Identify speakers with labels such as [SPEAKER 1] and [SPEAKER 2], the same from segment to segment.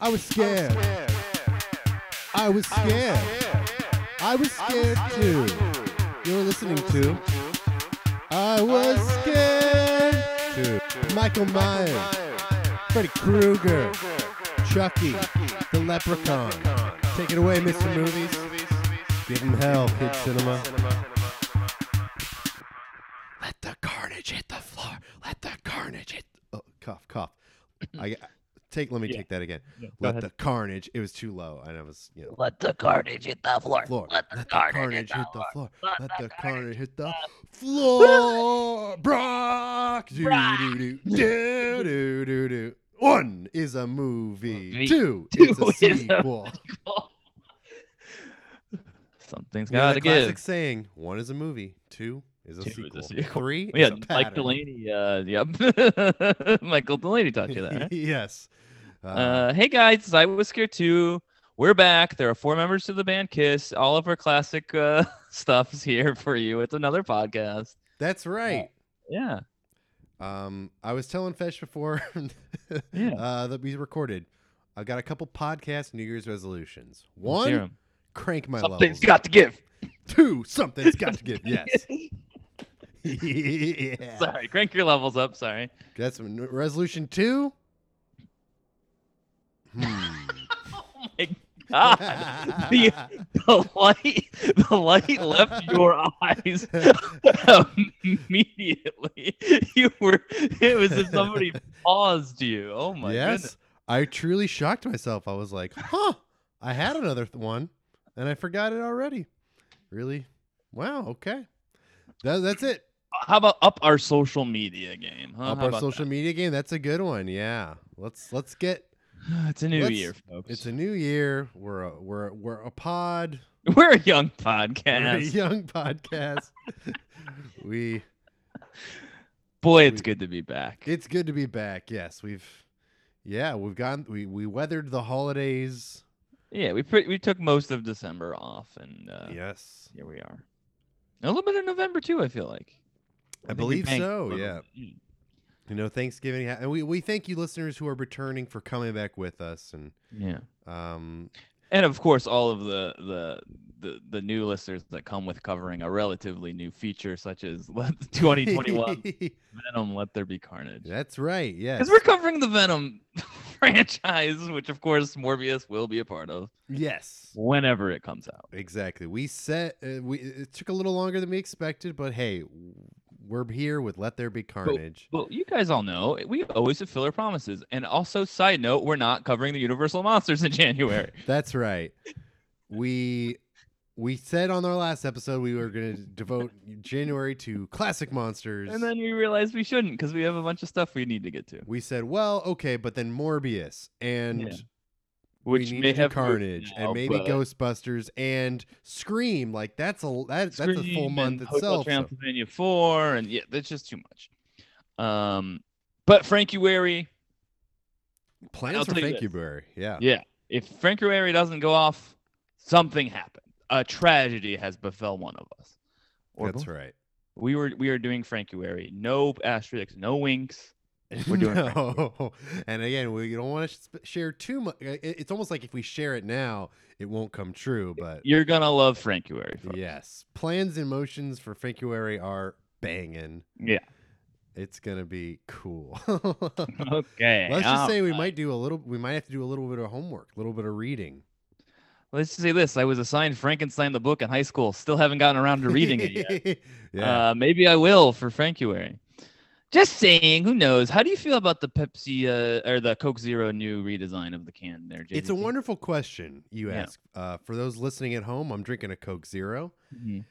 [SPEAKER 1] I was scared. I was scared. I was scared too. You're listening to I was scared too. Michael Myers, Freddy Krueger, Chucky, the Leprechaun. Take it away, Mr. Movies. Give him hell, kid cinema. Let the carnage hit the floor. Let the carnage hit. Oh, cough, cough. I take. Let me
[SPEAKER 2] Yeah.
[SPEAKER 1] take that again.
[SPEAKER 2] Yeah, go
[SPEAKER 1] Let
[SPEAKER 2] ahead.
[SPEAKER 1] the carnage. It was too low, and I was, you know,
[SPEAKER 3] Let the carnage hit the floor.
[SPEAKER 1] floor.
[SPEAKER 3] Let the carnage hit the floor.
[SPEAKER 1] floor.
[SPEAKER 3] Let
[SPEAKER 1] Let
[SPEAKER 3] the
[SPEAKER 1] the
[SPEAKER 3] carnage
[SPEAKER 1] carnage hit the floor. Brock. Do do do do do do do. One is a movie.
[SPEAKER 3] Movie.
[SPEAKER 1] Two,
[SPEAKER 3] Two
[SPEAKER 1] is a
[SPEAKER 3] is a-
[SPEAKER 1] sequel.
[SPEAKER 3] Something's
[SPEAKER 1] We have
[SPEAKER 3] got
[SPEAKER 1] the
[SPEAKER 3] to
[SPEAKER 1] classic
[SPEAKER 3] give.
[SPEAKER 1] saying: one is a movie, two is a,
[SPEAKER 2] Two is a
[SPEAKER 1] sequel.
[SPEAKER 2] sequel.
[SPEAKER 1] three
[SPEAKER 3] Yeah,
[SPEAKER 1] is a
[SPEAKER 3] Mike
[SPEAKER 1] pattern.
[SPEAKER 3] Delaney. Uh, yep, Michael Delaney taught you that. Right?
[SPEAKER 1] yes. Uh,
[SPEAKER 3] Uh, hey guys, I was scared too. We're back. There are four members to the band Kiss. All of our classic uh, stuff is here for you. It's another podcast.
[SPEAKER 1] that's right.
[SPEAKER 3] Yeah.
[SPEAKER 1] Um, I was telling Fesh before
[SPEAKER 3] Yeah.
[SPEAKER 1] uh, that we recorded. I've got a couple podcast New Year's resolutions.
[SPEAKER 3] let's hear
[SPEAKER 1] One,
[SPEAKER 3] 'em.
[SPEAKER 1] crank my
[SPEAKER 3] Something's
[SPEAKER 1] levels. up.
[SPEAKER 3] got to give.
[SPEAKER 1] Two, something's got to give. Yes. yeah.
[SPEAKER 3] Sorry, crank your levels up. Sorry.
[SPEAKER 1] That's n- resolution two. Hmm.
[SPEAKER 3] Oh my God. Ah, The- the light the light left your eyes immediately you were it was if somebody paused you oh my
[SPEAKER 1] yes,
[SPEAKER 3] goodness
[SPEAKER 1] I truly shocked myself. I was like, "Huh, I had another th- one, and I forgot it already." Really? Wow. Okay. That, that's it.
[SPEAKER 3] how about up our social media game huh?
[SPEAKER 1] Up
[SPEAKER 3] How
[SPEAKER 1] our
[SPEAKER 3] about
[SPEAKER 1] social media game. That's a good one. Yeah. Let's let's get.
[SPEAKER 3] that? it's a new
[SPEAKER 1] let's-
[SPEAKER 3] year folks
[SPEAKER 1] It's a new year. We're a, we're a- we're a pod.
[SPEAKER 3] we're a young
[SPEAKER 1] We're a
[SPEAKER 3] podcast
[SPEAKER 1] young podcast. we.
[SPEAKER 3] boy it's
[SPEAKER 1] we-
[SPEAKER 3] good to be back
[SPEAKER 1] It's good to be back. Yes, we've. Yeah, we've gone. We we weathered the holidays.
[SPEAKER 3] yeah we pre- we took most of december off and uh
[SPEAKER 1] yes.
[SPEAKER 3] here we are a little bit of november too i feel like
[SPEAKER 1] I
[SPEAKER 3] think we
[SPEAKER 1] believe
[SPEAKER 3] banked a
[SPEAKER 1] so,
[SPEAKER 3] little
[SPEAKER 1] yeah.
[SPEAKER 3] bit.
[SPEAKER 1] You know, Thanksgiving, ha- and we, we thank you, listeners who are returning, for coming back with us, and
[SPEAKER 3] yeah
[SPEAKER 1] um,
[SPEAKER 3] and of course all of the the the, the new listeners that come with covering a relatively new feature such as let 2021 venom let there be carnage
[SPEAKER 1] That's right. Yes.
[SPEAKER 3] because we're covering the venom franchise which of course morbius will be a part of
[SPEAKER 1] Yes.
[SPEAKER 3] whenever it comes out
[SPEAKER 1] Exactly. We set. Uh, we it took a little longer than we expected, but hey, we're here with Let There Be Carnage.
[SPEAKER 3] well you guys all know we always fulfill our promises and also side note we're not covering the universal monsters in january
[SPEAKER 1] That's right. We we said on our last episode we were going to devote January to classic monsters,
[SPEAKER 3] and then we realized we shouldn't because we have a bunch of stuff we need to get to
[SPEAKER 1] we said, well, okay, but then Morbius and.
[SPEAKER 3] which
[SPEAKER 1] we need
[SPEAKER 3] may
[SPEAKER 1] to do
[SPEAKER 3] have moved
[SPEAKER 1] Carnage
[SPEAKER 3] now,
[SPEAKER 1] and maybe
[SPEAKER 3] but-
[SPEAKER 1] Ghostbusters and Scream. Like that's a that, that's a full
[SPEAKER 3] Scream
[SPEAKER 1] month
[SPEAKER 3] and Hotel
[SPEAKER 1] itself. so-
[SPEAKER 3] Transylvania four, and yeah, that's just too much. Um, but Frankuary, I'll
[SPEAKER 1] Plans for
[SPEAKER 3] tell you this.
[SPEAKER 1] Frankuberry. Yeah.
[SPEAKER 3] yeah, if Frankuary doesn't go off, something happened. A tragedy has befell one of us.
[SPEAKER 1] that's
[SPEAKER 3] both.
[SPEAKER 1] right.
[SPEAKER 3] We were we are doing Frankuary. No asterisks, no winks. We're doing
[SPEAKER 1] no. and again, we don't want to share too much. It's almost like if we share it now, it won't come true. But
[SPEAKER 3] You're gonna love Frankuary. folks.
[SPEAKER 1] yes, plans and motions for Frankuberry are banging.
[SPEAKER 3] Yeah.
[SPEAKER 1] It's gonna be cool.
[SPEAKER 3] Okay. um,
[SPEAKER 1] Let's just
[SPEAKER 3] all
[SPEAKER 1] say we
[SPEAKER 3] right.
[SPEAKER 1] might do a little. We might have to do a little bit of homework, a little bit of reading.
[SPEAKER 3] Let's just say this. I was assigned Frankenstein the book in high school. Still haven't gotten around to reading it yet.
[SPEAKER 1] yeah.
[SPEAKER 3] Uh, maybe I will for Frankuary. Just saying, who knows? How do you feel about the Pepsi uh, or the Coke Zero new redesign of the can there, JVT?
[SPEAKER 1] It's a wonderful question you
[SPEAKER 3] Yeah.
[SPEAKER 1] ask. Uh, for those listening at home, I'm drinking a Coke Zero.
[SPEAKER 3] Mhm.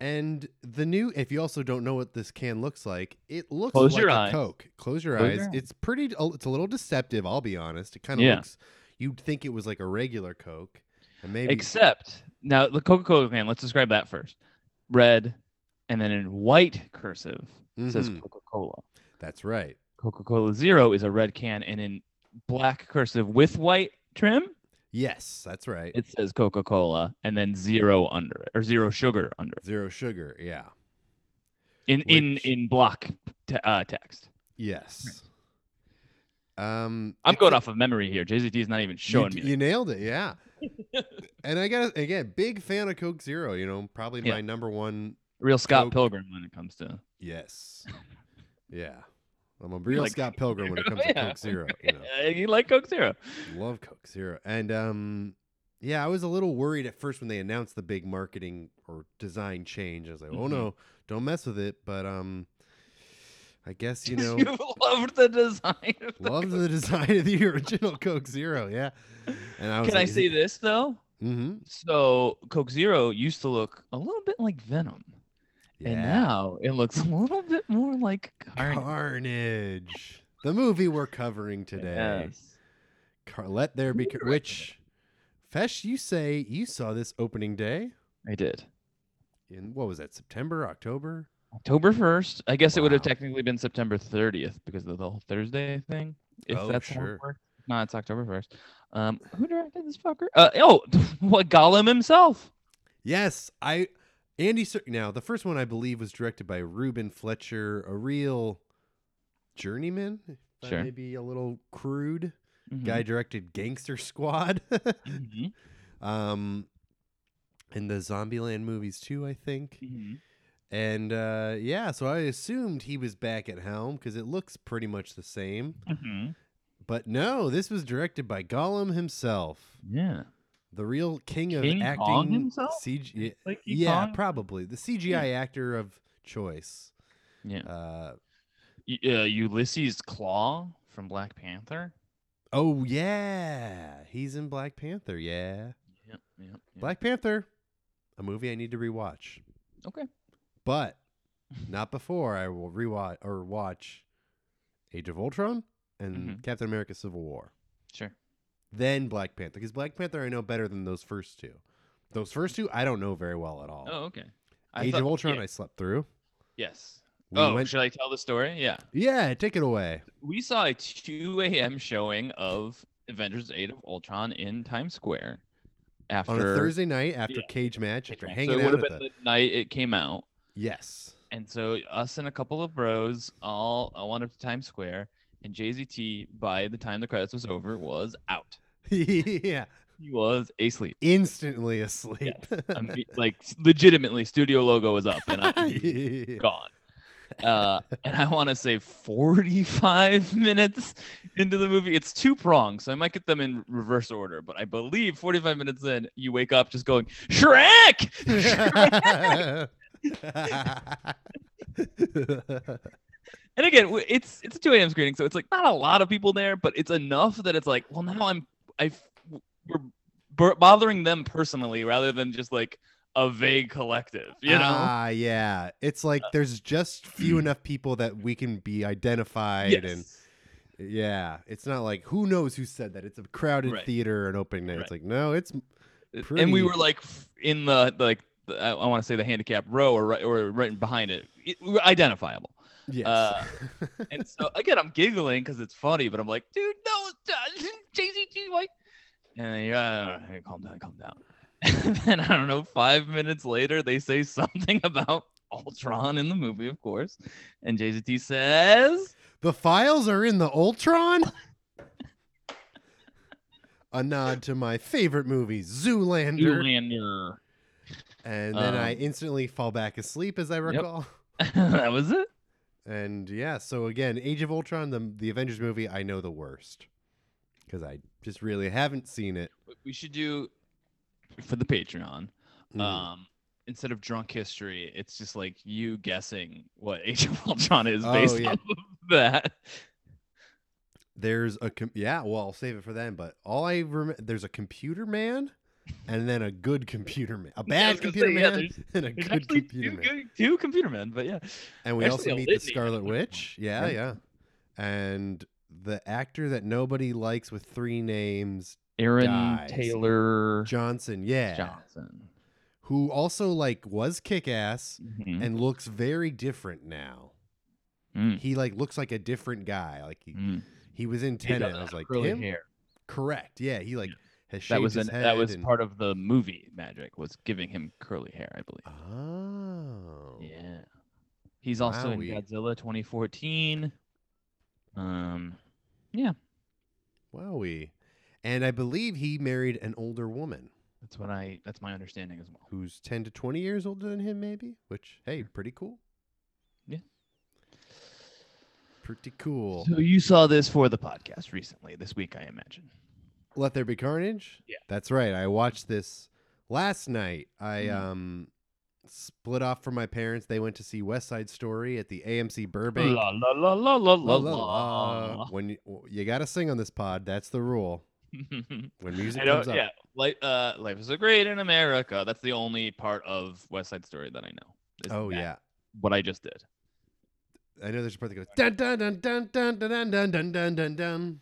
[SPEAKER 1] And the new, if you also don't know what this can looks like, it looks
[SPEAKER 3] Close
[SPEAKER 1] like
[SPEAKER 3] your
[SPEAKER 1] a
[SPEAKER 3] eyes.
[SPEAKER 1] Coke. Close your
[SPEAKER 3] Close
[SPEAKER 1] eyes.
[SPEAKER 3] your eyes.
[SPEAKER 1] It's pretty, oh, it's a little deceptive, I'll be honest. It kind of
[SPEAKER 3] Yeah.
[SPEAKER 1] looks, you'd think it was like a regular Coke. And maybe,
[SPEAKER 3] Except now the Coca Cola can. Let's describe that first. Red, and then in white cursive it says
[SPEAKER 1] Mhm.
[SPEAKER 3] Coca Cola.
[SPEAKER 1] that's right.
[SPEAKER 3] Coca Cola Zero is a red can, and in black cursive with white trim
[SPEAKER 1] Yes, that's right.
[SPEAKER 3] it says Coca Cola, and then zero under it or zero sugar under it
[SPEAKER 1] Zero sugar. Yeah.
[SPEAKER 3] in in
[SPEAKER 1] Which-
[SPEAKER 3] in block te- uh, text.
[SPEAKER 1] Yes. Um,
[SPEAKER 3] I'm
[SPEAKER 1] it's
[SPEAKER 3] going
[SPEAKER 1] a-
[SPEAKER 3] off of memory here. JZT is not even showing
[SPEAKER 1] you,
[SPEAKER 3] me.
[SPEAKER 1] you nailed it, yeah. and I got again, big fan of Coke Zero. You know, probably
[SPEAKER 3] Yeah.
[SPEAKER 1] my number one.
[SPEAKER 3] Real Scott
[SPEAKER 1] Coke.
[SPEAKER 3] Pilgrim when it comes to
[SPEAKER 1] Yes, yeah. I'm a real
[SPEAKER 3] like
[SPEAKER 1] Scott
[SPEAKER 3] Coke
[SPEAKER 1] Pilgrim when it comes to
[SPEAKER 3] Yeah.
[SPEAKER 1] Coke Zero. You know.
[SPEAKER 3] Uh, you like Coke Zero.
[SPEAKER 1] Love Coke Zero. And um yeah, I was a little worried at first when they announced the big marketing or design change. I was like, "Oh
[SPEAKER 3] Mhm.
[SPEAKER 1] no, don't mess with it." But um I guess, you
[SPEAKER 3] You,
[SPEAKER 1] know,
[SPEAKER 3] loved the design. of the
[SPEAKER 1] loved
[SPEAKER 3] Coke.
[SPEAKER 1] the design of the original Coke Zero, yeah. And I was
[SPEAKER 3] Can I say this though?
[SPEAKER 1] Mhm.
[SPEAKER 3] So Coke Zero used to look a little bit like Venom,
[SPEAKER 1] Yeah.
[SPEAKER 3] and now it looks a little bit more like Carnage.
[SPEAKER 1] Carnage. The movie we're covering today.
[SPEAKER 3] Yes.
[SPEAKER 1] Car- Let there be Car- which Fesh, you say you saw this opening day
[SPEAKER 3] I did.
[SPEAKER 1] in what was that? September, October?
[SPEAKER 3] October 1st. I guess it would have
[SPEAKER 1] Wow.
[SPEAKER 3] technically been September 30th because of the whole Thursday thing. If
[SPEAKER 1] Oh,
[SPEAKER 3] that's how
[SPEAKER 1] sure.
[SPEAKER 3] it works. No, it's October 1st. Um, who directed this fucker? Uh, oh, what Gollum himself.
[SPEAKER 1] Yes, I Andy Ser- now the first one I believe was directed by Ruben Fletcher, a real journeyman. if I
[SPEAKER 3] Sure.
[SPEAKER 1] may be a little crude.
[SPEAKER 3] Mhm,
[SPEAKER 1] Guy directed Gangster Squad.
[SPEAKER 3] mhm,
[SPEAKER 1] um and the Zombieland movies too, I think.
[SPEAKER 3] mhm.
[SPEAKER 1] And uh yeah, so I assumed he was back at helm cuz it looks pretty much the same.
[SPEAKER 3] Mhm.
[SPEAKER 1] But no, this was directed by Gollum himself,
[SPEAKER 3] Yeah.
[SPEAKER 1] the real king of
[SPEAKER 3] King
[SPEAKER 1] acting
[SPEAKER 3] Kong himself?
[SPEAKER 1] CG
[SPEAKER 3] Like he
[SPEAKER 1] yeah,
[SPEAKER 3] found-
[SPEAKER 1] probably the CGI actor of choice.
[SPEAKER 3] yeah.
[SPEAKER 1] Uh,
[SPEAKER 3] Y- uh, Ulysses Claw from Black Panther.
[SPEAKER 1] oh yeah, he's in Black Panther. Yeah,
[SPEAKER 3] Yep, yep, yep.
[SPEAKER 1] Black Panther, a movie I need to rewatch,
[SPEAKER 3] Okay.
[SPEAKER 1] but not before I will rewatch or watch Age of Ultron and
[SPEAKER 3] Mhm.
[SPEAKER 1] Captain America: Civil War,
[SPEAKER 3] Sure.
[SPEAKER 1] then Black Panther. Because Black Panther I know better than those first two. Those first two I don't know very well at all.
[SPEAKER 3] Oh, okay.
[SPEAKER 1] Age
[SPEAKER 3] thought-
[SPEAKER 1] of Ultron
[SPEAKER 3] yeah,
[SPEAKER 1] I slept through.
[SPEAKER 3] yes.
[SPEAKER 1] We
[SPEAKER 3] oh,
[SPEAKER 1] went-
[SPEAKER 3] should I tell the story? Yeah.
[SPEAKER 1] yeah, take it away.
[SPEAKER 3] we saw a 2 a.m. showing of Avengers Age of Ultron in Times Square after
[SPEAKER 1] On a Thursday night after
[SPEAKER 3] Yeah.
[SPEAKER 1] Cage Match, after
[SPEAKER 3] So it
[SPEAKER 1] hanging
[SPEAKER 3] would
[SPEAKER 1] out
[SPEAKER 3] have
[SPEAKER 1] at
[SPEAKER 3] been
[SPEAKER 1] the
[SPEAKER 3] the night it came out.
[SPEAKER 1] yes.
[SPEAKER 3] And so us and a couple of bros all I went up to Times Square and JZT by the time the credits was over was out.
[SPEAKER 1] yeah,
[SPEAKER 3] He was asleep.
[SPEAKER 1] instantly asleep.
[SPEAKER 3] I mean, like legitimately studio logo was up and I gone. Uh, and I want to say 45 minutes into the movie. It's two prongs, so I might get them in reverse order. But I believe 45 minutes in, you wake up just going Shrek, and again, w- it's it's a 2 a.m. screening, so it's like not a lot of people there, but it's enough that it's like, well, now I'm I we're b- bothering them personally rather than just like a vague collective, you know?
[SPEAKER 1] Ah, yeah. It's like there's just few enough people that we can be identified, and
[SPEAKER 3] Yes.
[SPEAKER 1] yeah, it's not like who knows who said that. It's a crowded
[SPEAKER 3] Right.
[SPEAKER 1] theater and opening night. It's like no, it's
[SPEAKER 3] and
[SPEAKER 1] pretty-
[SPEAKER 3] we were like f- in the like the, I, want to say the handicap row or right or right behind it, It- we were identifiable.
[SPEAKER 1] yes.
[SPEAKER 3] Uh, And so again, I'm giggling because it's funny, but I'm like, dude, no, uh, JZT White. And yeah, hey, calm down, calm down. and then I don't know, five minutes later, they say something about Ultron in the movie, of course. And JZT says,
[SPEAKER 1] the files are in the Ultron. A nod to my favorite movie, Zoolander.
[SPEAKER 3] "Zoolander."
[SPEAKER 1] And then I
[SPEAKER 3] Um,
[SPEAKER 1] instantly fall back asleep, as I recall.
[SPEAKER 3] that was it.
[SPEAKER 1] And yeah, so again, Age of Ultron, the the Avengers movie, I know the worst because I just really haven't seen it.
[SPEAKER 3] We should do for the Patreon.
[SPEAKER 1] Mm.
[SPEAKER 3] um instead of drunk history it's just like you guessing what age of ultron is
[SPEAKER 1] Oh,
[SPEAKER 3] based
[SPEAKER 1] yeah.
[SPEAKER 3] on that
[SPEAKER 1] there's a com- yeah, well, I'll save it for then. But all I remember, there's a computer man, and then a good computer man, a
[SPEAKER 3] Yeah, I
[SPEAKER 1] bad
[SPEAKER 3] was gonna
[SPEAKER 1] computer
[SPEAKER 3] say, yeah,
[SPEAKER 1] man,
[SPEAKER 3] there's-
[SPEAKER 1] and a
[SPEAKER 3] There's
[SPEAKER 1] good
[SPEAKER 3] actually
[SPEAKER 1] computer
[SPEAKER 3] two,
[SPEAKER 1] man.
[SPEAKER 3] good- two computer men but yeah
[SPEAKER 1] And we
[SPEAKER 3] actually
[SPEAKER 1] also
[SPEAKER 3] a
[SPEAKER 1] meet the
[SPEAKER 3] litany at
[SPEAKER 1] Scarlet
[SPEAKER 3] one
[SPEAKER 1] Witch. Yeah,
[SPEAKER 3] Right.
[SPEAKER 1] yeah, and the actor that nobody likes with three names,
[SPEAKER 3] aaron
[SPEAKER 1] Guys.
[SPEAKER 3] taylor
[SPEAKER 1] Johnson. Yeah,
[SPEAKER 3] johnson
[SPEAKER 1] who also like was kick ass.
[SPEAKER 3] Mhm.
[SPEAKER 1] and looks very different now.
[SPEAKER 3] Mm.
[SPEAKER 1] He like looks like a different guy. Like he,
[SPEAKER 3] Mm.
[SPEAKER 1] he was in
[SPEAKER 3] He does
[SPEAKER 1] Tenet. I
[SPEAKER 3] have
[SPEAKER 1] was like
[SPEAKER 3] curly
[SPEAKER 1] him.
[SPEAKER 3] hair.
[SPEAKER 1] Correct. Yeah, he like has shaved
[SPEAKER 3] that was
[SPEAKER 1] his
[SPEAKER 3] an,
[SPEAKER 1] head.
[SPEAKER 3] that was
[SPEAKER 1] and-
[SPEAKER 3] part of the movie magic was giving him curly hair i believe
[SPEAKER 1] Oh.
[SPEAKER 3] yeah he's also in
[SPEAKER 1] Wowee.
[SPEAKER 3] godzilla 2014 um yeah
[SPEAKER 1] Wowie. And I believe he married an older woman
[SPEAKER 3] That's what I. That's my understanding as well.
[SPEAKER 1] who's 10 to 20 years older than him, maybe, which, hey,
[SPEAKER 3] Mm-hmm.
[SPEAKER 1] pretty cool.
[SPEAKER 3] Yeah.
[SPEAKER 1] Pretty cool.
[SPEAKER 3] So you saw this for the podcast recently this week, I imagine.
[SPEAKER 1] Let There Be Carnage?
[SPEAKER 3] Yeah.
[SPEAKER 1] That's right. I watched this last night. I
[SPEAKER 3] Mhm.
[SPEAKER 1] um split off from my parents. They went to see West Side Story at the AMC Burbank.
[SPEAKER 3] La la la la la la
[SPEAKER 1] La, la,
[SPEAKER 3] la.
[SPEAKER 1] la. When you, you got to sing on this pod, that's the rule. When music
[SPEAKER 3] I know.
[SPEAKER 1] comes up.
[SPEAKER 3] Yeah. Life, uh, life is so great in America. That's the only part of West Side Story that I know. is
[SPEAKER 1] Oh
[SPEAKER 3] that-
[SPEAKER 1] yeah.
[SPEAKER 3] What I just did.
[SPEAKER 1] I know there's a part that goes dun dun dun dun dun dun dun dun dun dun dun.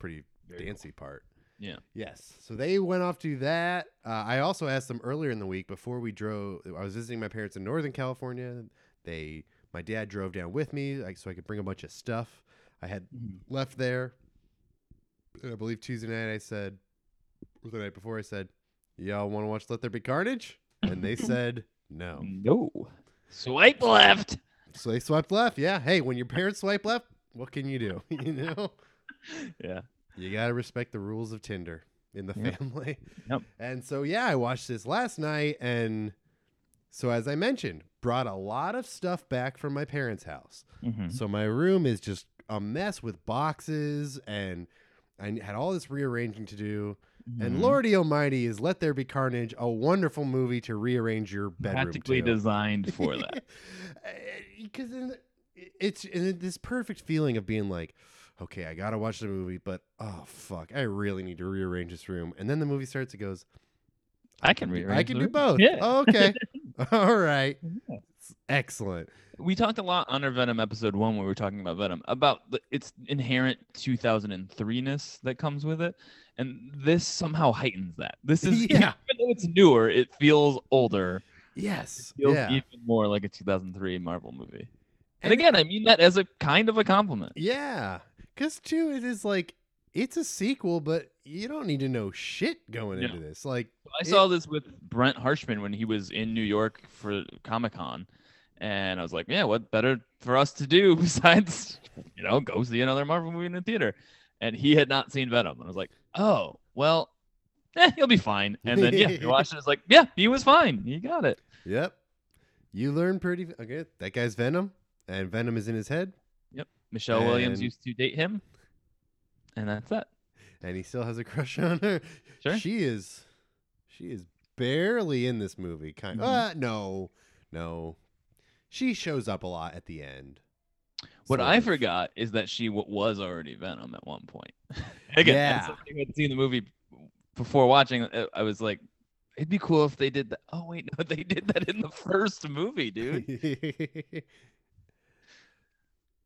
[SPEAKER 1] Pretty
[SPEAKER 3] Very cool.
[SPEAKER 1] dancey part.
[SPEAKER 3] Yeah.
[SPEAKER 1] Yes. So they went off to that. Uh, I also asked them earlier in the week before we drove. I was visiting my parents in Northern California. They, my dad drove down with me, like, so I could bring a bunch of stuff I had left there. And I believe Tuesday night I said, or the night before I said, "Y'all want to watch Let There Be Carnage?" And they said, "No."
[SPEAKER 3] No. Um, Swipe left.
[SPEAKER 1] So they swiped left. Yeah. Hey, when your parents swipe left, what can you do? you know,
[SPEAKER 3] Yeah.
[SPEAKER 1] you got to respect the rules of Tinder in the
[SPEAKER 3] Yep.
[SPEAKER 1] family.
[SPEAKER 3] Yep.
[SPEAKER 1] And so, yeah, I watched this last night. And so, as I mentioned, brought a lot of stuff back from my parents' house.
[SPEAKER 3] Mm-hmm.
[SPEAKER 1] So my room is just a mess with boxes and. I had all this rearranging to do,
[SPEAKER 3] Mm-hmm.
[SPEAKER 1] and Lordy Almighty is "Let There Be Carnage," a wonderful movie to rearrange your bedroom.
[SPEAKER 3] practically
[SPEAKER 1] to.
[SPEAKER 3] designed for that.
[SPEAKER 1] Because Eh, it's and it- this perfect feeling of being like, okay, I gotta watch the movie, but oh fuck, I really need to rearrange this room. And then the movie starts. It goes,
[SPEAKER 3] I can
[SPEAKER 1] do- I
[SPEAKER 3] rearrange
[SPEAKER 1] can
[SPEAKER 3] the
[SPEAKER 1] do
[SPEAKER 3] room.
[SPEAKER 1] both.
[SPEAKER 3] Yeah.
[SPEAKER 1] Oh, okay. All right. It's Excellent.
[SPEAKER 3] We talked a lot on our Venom episode one when we were talking about Venom about the, its inherent 2003 ness that comes with it, and this somehow heightens that. This is
[SPEAKER 1] Yeah.
[SPEAKER 3] even though it's newer, it feels older.
[SPEAKER 1] Yes.
[SPEAKER 3] Feels
[SPEAKER 1] yeah.
[SPEAKER 3] even more like a 2003 Marvel movie.
[SPEAKER 1] And-
[SPEAKER 3] And again, I mean that as a kind of a compliment.
[SPEAKER 1] yeah. Because too, it is like it's a sequel, but you don't need to know shit going
[SPEAKER 3] Yeah.
[SPEAKER 1] into this. Like,
[SPEAKER 3] I
[SPEAKER 1] It-
[SPEAKER 3] saw this with Brent Harshman when he was in New York for Comic Con, and I was like, "Yeah, what better for us to do besides, you know, go see another Marvel movie in the theater?" And he had not seen Venom, and I was like, "Oh, well, eh, he'll be fine." And then yeah, we watched it. It's like, yeah, he was fine. He got it.
[SPEAKER 1] yep. You learn pretty. Okay, that guy's Venom, and Venom is in his head.
[SPEAKER 3] Michelle Williams
[SPEAKER 1] And-
[SPEAKER 3] used to date him, and that's that.
[SPEAKER 1] and he still has a crush on her.
[SPEAKER 3] Sure.
[SPEAKER 1] She is she is barely in this movie kind of.
[SPEAKER 3] Mhm.
[SPEAKER 1] Uh, no. No. She shows up a lot at the end.
[SPEAKER 3] What
[SPEAKER 1] Sort
[SPEAKER 3] I
[SPEAKER 1] of.
[SPEAKER 3] forgot is that she w- was already Venom at one point. Again,
[SPEAKER 1] Yeah.
[SPEAKER 3] as somebody who had seen the movie before watching, uh, I was like, it'd be cool if they did that. Oh wait, no, they did that in the first movie, dude.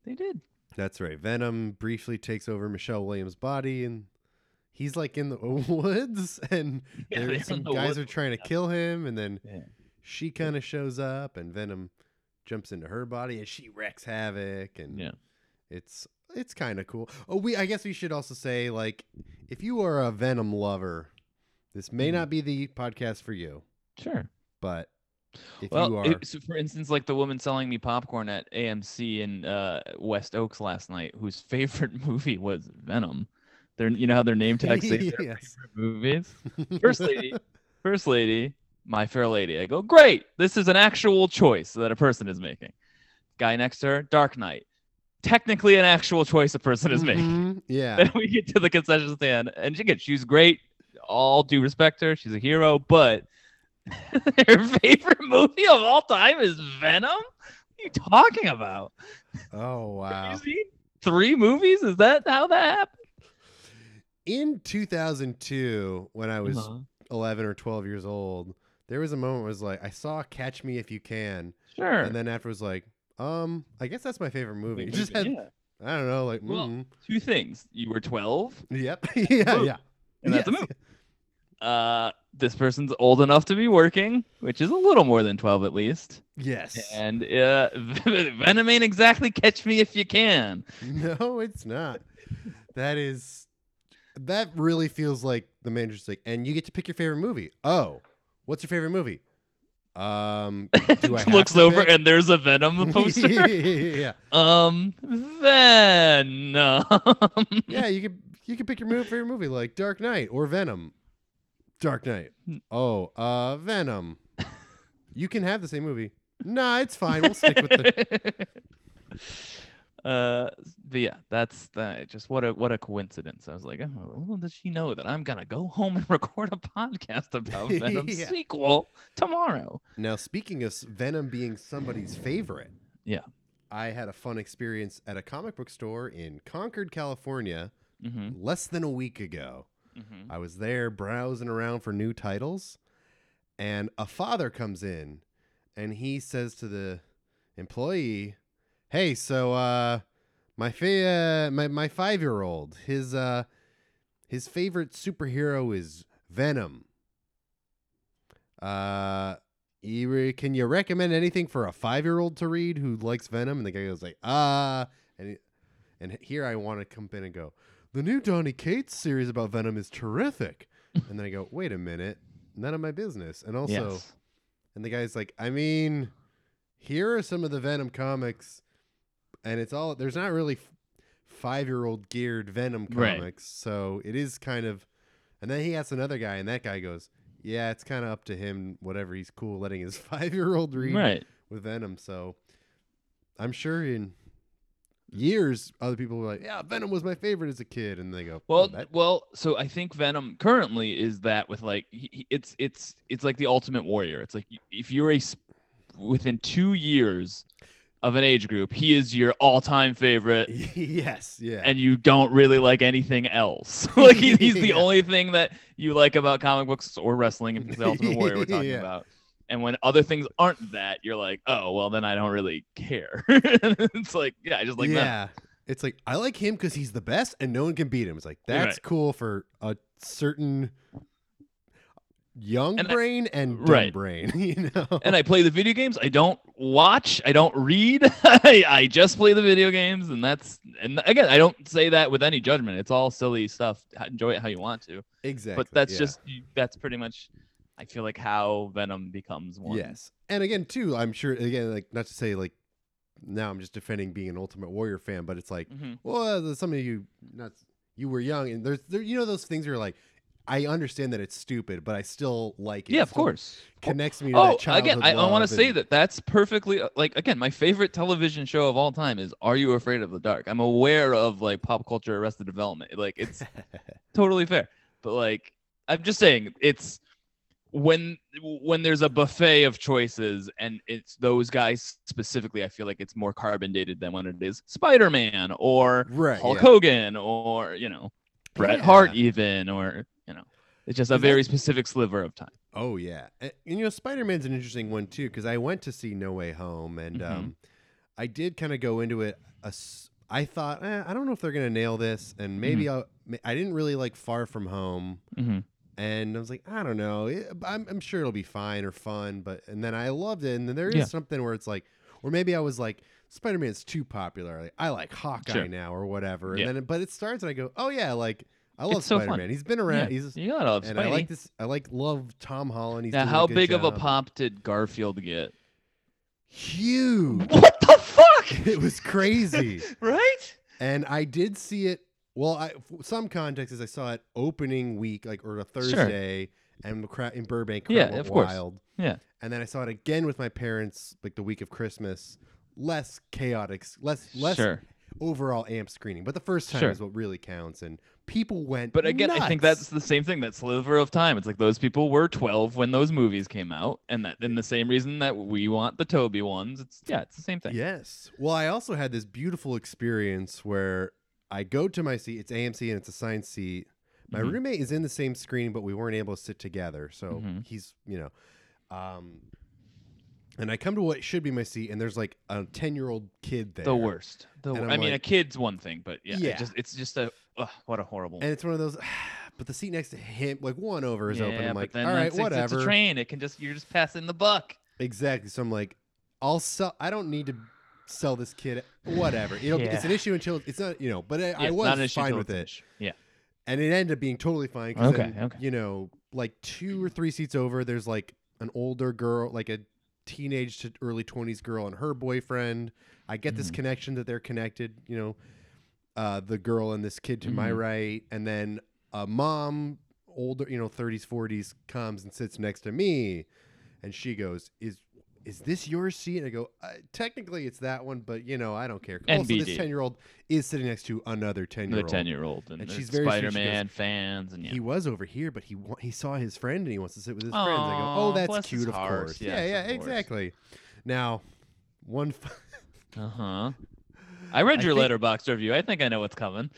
[SPEAKER 3] they did.
[SPEAKER 1] That's right. Venom briefly takes over Michelle Williams' body and he's like in the woods and
[SPEAKER 3] Yeah,
[SPEAKER 1] there-
[SPEAKER 3] they're in
[SPEAKER 1] some
[SPEAKER 3] the
[SPEAKER 1] guys
[SPEAKER 3] woods
[SPEAKER 1] are
[SPEAKER 3] with
[SPEAKER 1] trying to
[SPEAKER 3] Venom.
[SPEAKER 1] kill him and then
[SPEAKER 3] Yeah.
[SPEAKER 1] she kind of shows up and Venom jumps into her body and she wrecks havoc and
[SPEAKER 3] Yeah.
[SPEAKER 1] it's it's kind of cool. Oh, we I guess we should also say like if you are a Venom lover, this may
[SPEAKER 3] Mhm.
[SPEAKER 1] not be the podcast for you,
[SPEAKER 3] Sure.
[SPEAKER 1] but if you
[SPEAKER 3] well,
[SPEAKER 1] are
[SPEAKER 3] it- so for instance, like the woman selling me popcorn at AMC in uh, West Oaks last night, whose favorite movie was Venom. Their, you know how their name tags say their
[SPEAKER 1] Yes.
[SPEAKER 3] favorite movies. First lady, first lady, my fair lady. I go, great. This is an actual choice that a person is making. Guy next to her, Dark Knight. Technically, an actual choice a person is making.
[SPEAKER 1] Mhm, yeah.
[SPEAKER 3] Then we get to the concession stand, and again, she's great. All due respect to her, she's a hero. But her favorite movie of all time is Venom. What are you talking about?
[SPEAKER 1] Oh
[SPEAKER 3] Have
[SPEAKER 1] wow.
[SPEAKER 3] You seen three movies? Is that how that happened?
[SPEAKER 1] In 2002, when I was
[SPEAKER 3] Uh-huh.
[SPEAKER 1] 11 or 12 years old, there was a moment where it was like I saw Catch Me If You Can,
[SPEAKER 3] Sure.
[SPEAKER 1] and then afterwards like, um, I guess that's my favorite movie. It just had
[SPEAKER 3] Yeah.
[SPEAKER 1] I don't know like,
[SPEAKER 3] Well,
[SPEAKER 1] mm,
[SPEAKER 3] two things. You were twelve.
[SPEAKER 1] yep, yeah,
[SPEAKER 3] movie.
[SPEAKER 1] yeah.
[SPEAKER 3] and that's a
[SPEAKER 1] Yes.
[SPEAKER 3] move. Uh, this person's old enough to be working, which is a little more than 12 at least.
[SPEAKER 1] Yes.
[SPEAKER 3] And uh, Venom ain't exactly catch me if you can.
[SPEAKER 1] No, it's not. That is that really feels like the manager's like, and you get to pick your favorite movie. Oh, what's your favorite movie? Um, do I have
[SPEAKER 3] Looks
[SPEAKER 1] to
[SPEAKER 3] over
[SPEAKER 1] pick?
[SPEAKER 3] and there's a Venom poster.
[SPEAKER 1] yeah,
[SPEAKER 3] um, Venom.
[SPEAKER 1] yeah. You could you could pick your move for your movie, like Dark Knight or Venom. Dark Knight.
[SPEAKER 3] Hmm.
[SPEAKER 1] Oh, uh, Venom. You can have the same movie. Nah, it's fine. We'll stick with the.
[SPEAKER 3] uh, but yeah, that's the, just what a what a coincidence. I was like, oh, little does she know that I'm gonna go home and record a podcast about Venom's
[SPEAKER 1] Yeah.
[SPEAKER 3] sequel tomorrow?
[SPEAKER 1] Now, speaking of s- Venom being somebody's favorite,
[SPEAKER 3] Yeah.
[SPEAKER 1] I had a fun experience at a comic book store in Concord, California,
[SPEAKER 3] hmm
[SPEAKER 1] less than a week ago.
[SPEAKER 3] hmm
[SPEAKER 1] I was there browsing around for new titles, and a father comes in and he says to the employee, Hey, so uh my fa- uh, my, my five year old, his uh his favorite superhero is Venom. Uh you re- can you recommend anything for a five year old to read who likes Venom? And the guy goes like, ah and he- and here I want to come in and go, the new Donny Cates series about Venom is terrific. and then I go, wait a minute, none of my business. And also,
[SPEAKER 3] yes.
[SPEAKER 1] and the guy's like, I mean, here are some of the Venom comics, and it's all there's not really f- five year old geared Venom
[SPEAKER 3] Right.
[SPEAKER 1] comics, so it is kind of. And then he asks another guy, and that guy goes, Yeah, it's kind of up to him. Whatever he's cool letting his five year old read
[SPEAKER 3] right.
[SPEAKER 1] with Venom. So I'm sure in years other people were like, Yeah, Venom was my favorite as a kid, and they go, "Oh,
[SPEAKER 3] Well,
[SPEAKER 1] that-
[SPEAKER 3] well, so I think Venom currently is that with like he, he- it's it's it's like the Ultimate Warrior. It's like y- if you're a s- within two years of an age group, he is your all-time favorite,
[SPEAKER 1] yes, yeah."
[SPEAKER 3] and you don't really like anything else. like he, he's the
[SPEAKER 1] Yeah.
[SPEAKER 3] only thing that you like about comic books or wrestling, if it's the Ultimate Warrior we're talking
[SPEAKER 1] Yeah.
[SPEAKER 3] about. And when other things aren't that, you're like, oh well, then I don't really care. it's like, yeah, I just like that.
[SPEAKER 1] yeah. It's like I like him because he's the best and no one can beat him. It's like that's
[SPEAKER 3] Right.
[SPEAKER 1] cool for a certain young
[SPEAKER 3] And I-
[SPEAKER 1] brain and dumb
[SPEAKER 3] Right.
[SPEAKER 1] brain, you know.
[SPEAKER 3] and I play the video games. I don't watch. I don't read. I, I just play the video games, and that's and again, I don't say that with any judgment. It's all silly stuff. H- Enjoy it how you want to.
[SPEAKER 1] exactly.
[SPEAKER 3] But that's
[SPEAKER 1] yeah.
[SPEAKER 3] just that's pretty much. I feel like how Venom becomes one.
[SPEAKER 1] yes. And again, too, I'm sure again, like not to say like now I'm just defending being an Ultimate Warrior fan, but it's like
[SPEAKER 3] Mhm.
[SPEAKER 1] well, there's some of you not you were young and there's there you know those things where like I understand that it's stupid, but I still like it.
[SPEAKER 3] Yeah,
[SPEAKER 1] It
[SPEAKER 3] of
[SPEAKER 1] still
[SPEAKER 3] course.
[SPEAKER 1] Connects me to
[SPEAKER 3] Oh,
[SPEAKER 1] that childhood.
[SPEAKER 3] again, I, I want
[SPEAKER 1] love
[SPEAKER 3] to say
[SPEAKER 1] and-
[SPEAKER 3] that that's perfectly uh, like again my favorite television show of all time is Are You Afraid of the Dark? I'm aware of like pop culture, Arrested Development, like it's totally fair. But like, I'm just saying, it's when when there's a buffet of choices, and it's those guys specifically. I feel like it's more carbon dated than when it is Spider Man or
[SPEAKER 1] right.
[SPEAKER 3] Hulk
[SPEAKER 1] yeah.
[SPEAKER 3] Hogan or you know Bret Hart
[SPEAKER 1] Yeah.
[SPEAKER 3] even or you know it's just a
[SPEAKER 1] And that-
[SPEAKER 3] very specific sliver of time.
[SPEAKER 1] Oh yeah, and, and, you know Spider Man's an interesting one too because I went to see No Way Home and
[SPEAKER 3] Mhm.
[SPEAKER 1] um, I did kind of go into it. ass- I thought eh, I don't know if they're gonna nail this, and maybe I'll- ma- I didn't really like Far From Home,
[SPEAKER 3] Mm-hmm.
[SPEAKER 1] and I was like I don't know, it- I'm, I'm sure it'll be fine or fun, but and then I loved it, and then there is
[SPEAKER 3] Yeah.
[SPEAKER 1] something where it's like, or maybe I was like Spider Man's too popular, like, I like Hawkeye
[SPEAKER 3] Sure.
[SPEAKER 1] now or whatever, and
[SPEAKER 3] Yeah.
[SPEAKER 1] then but it starts and I go oh yeah like I love
[SPEAKER 3] so fun.
[SPEAKER 1] Spider Man, he's been around, he's
[SPEAKER 3] You gotta love
[SPEAKER 1] and I like
[SPEAKER 3] Spidey.
[SPEAKER 1] this. I like love Tom Holland. He's
[SPEAKER 3] Now,
[SPEAKER 1] doing
[SPEAKER 3] how
[SPEAKER 1] good
[SPEAKER 3] big of a
[SPEAKER 1] job.
[SPEAKER 3] pop did Garfield get?
[SPEAKER 1] Huge!
[SPEAKER 3] What the fuck?
[SPEAKER 1] it was crazy,
[SPEAKER 3] right?
[SPEAKER 1] and I did see it. Well, I, f- some context is I saw it opening week, like or a Thursday, and the crowd in Burbank. crowd
[SPEAKER 3] Yeah,
[SPEAKER 1] went
[SPEAKER 3] of course.
[SPEAKER 1] Wild.
[SPEAKER 3] Yeah.
[SPEAKER 1] and then I saw it again with my parents, like the week of Christmas. Less chaotic, s- less less
[SPEAKER 3] sure.
[SPEAKER 1] overall amp screening, but the first time
[SPEAKER 3] Sure.
[SPEAKER 1] is what really counts, and people went.
[SPEAKER 3] But again, I think
[SPEAKER 1] nuts.
[SPEAKER 3] that's the same thing. That sliver of time. It's like those people were 12 when those movies came out, and that in the same reason that we want the Toby ones. It's yeah, it's the same thing.
[SPEAKER 1] Yes. Well, I also had this beautiful experience where I go to my seat. It's AMC and it's assigned seat. My
[SPEAKER 3] Mhm.
[SPEAKER 1] roommate is in the same screen, but we weren't able to sit together. So
[SPEAKER 3] Mhm.
[SPEAKER 1] he's, you know, um, and I come to what should be my seat, and there's like a ten-year-old kid there.
[SPEAKER 3] The worst. The
[SPEAKER 1] And
[SPEAKER 3] wor-
[SPEAKER 1] I'm
[SPEAKER 3] I mean,
[SPEAKER 1] like-
[SPEAKER 3] a kid's one thing, but yeah,
[SPEAKER 1] Yeah.
[SPEAKER 3] It just, it's just a ugh, what a horrible.
[SPEAKER 1] And it's one of those, but the seat next to him, like one over, is
[SPEAKER 3] yeah,
[SPEAKER 1] open. I'm like,
[SPEAKER 3] but then
[SPEAKER 1] all right,
[SPEAKER 3] once it's-
[SPEAKER 1] whatever.
[SPEAKER 3] It's a train. It can just you're just passing the buck.
[SPEAKER 1] Exactly. So I'm like, I'll sell. I don't need to sell this kid. Whatever. You know,
[SPEAKER 3] Yeah.
[SPEAKER 1] it's an issue until it's not. You know, but I,
[SPEAKER 3] Yeah,
[SPEAKER 1] I
[SPEAKER 3] it's
[SPEAKER 1] was
[SPEAKER 3] not an issue
[SPEAKER 1] fine
[SPEAKER 3] till
[SPEAKER 1] with
[SPEAKER 3] it's an
[SPEAKER 1] it.
[SPEAKER 3] issue. Yeah.
[SPEAKER 1] and it ended up being totally fine. 'cause
[SPEAKER 3] Okay,
[SPEAKER 1] then,
[SPEAKER 3] okay.
[SPEAKER 1] You know, like two or three seats over, there's like an older girl, like a teenage to early 20s girl and her boyfriend. I get this
[SPEAKER 3] Mhm.
[SPEAKER 1] connection that they're connected, you know, uh, the girl and this kid to my
[SPEAKER 3] Mhm.
[SPEAKER 1] right. And then a mom, older, you know, 30s, 40s, comes and sits next to me. And she goes, Is is this your seat? And I go, uh, Technically, it's that one, but, you know, I don't care. Also, this
[SPEAKER 3] NBD.
[SPEAKER 1] 10 year old is sitting next to another 10
[SPEAKER 3] the
[SPEAKER 1] year old.
[SPEAKER 3] 10 year old and,
[SPEAKER 1] And
[SPEAKER 3] they're
[SPEAKER 1] she's very sweet. She goes,
[SPEAKER 3] spider-man fans and yeah
[SPEAKER 1] He was over here, but he wa- he saw his friend and he wants to sit with his friends. I go,
[SPEAKER 3] Aw,
[SPEAKER 1] oh, that's
[SPEAKER 3] bless his
[SPEAKER 1] cute, of
[SPEAKER 3] heart.
[SPEAKER 1] course.
[SPEAKER 3] Yes,
[SPEAKER 1] yeah, yeah,
[SPEAKER 3] of course.
[SPEAKER 1] exactly. Now, one. F-
[SPEAKER 3] uh-huh i read
[SPEAKER 1] I
[SPEAKER 3] your
[SPEAKER 1] think-
[SPEAKER 3] letterbox review i think i know what's coming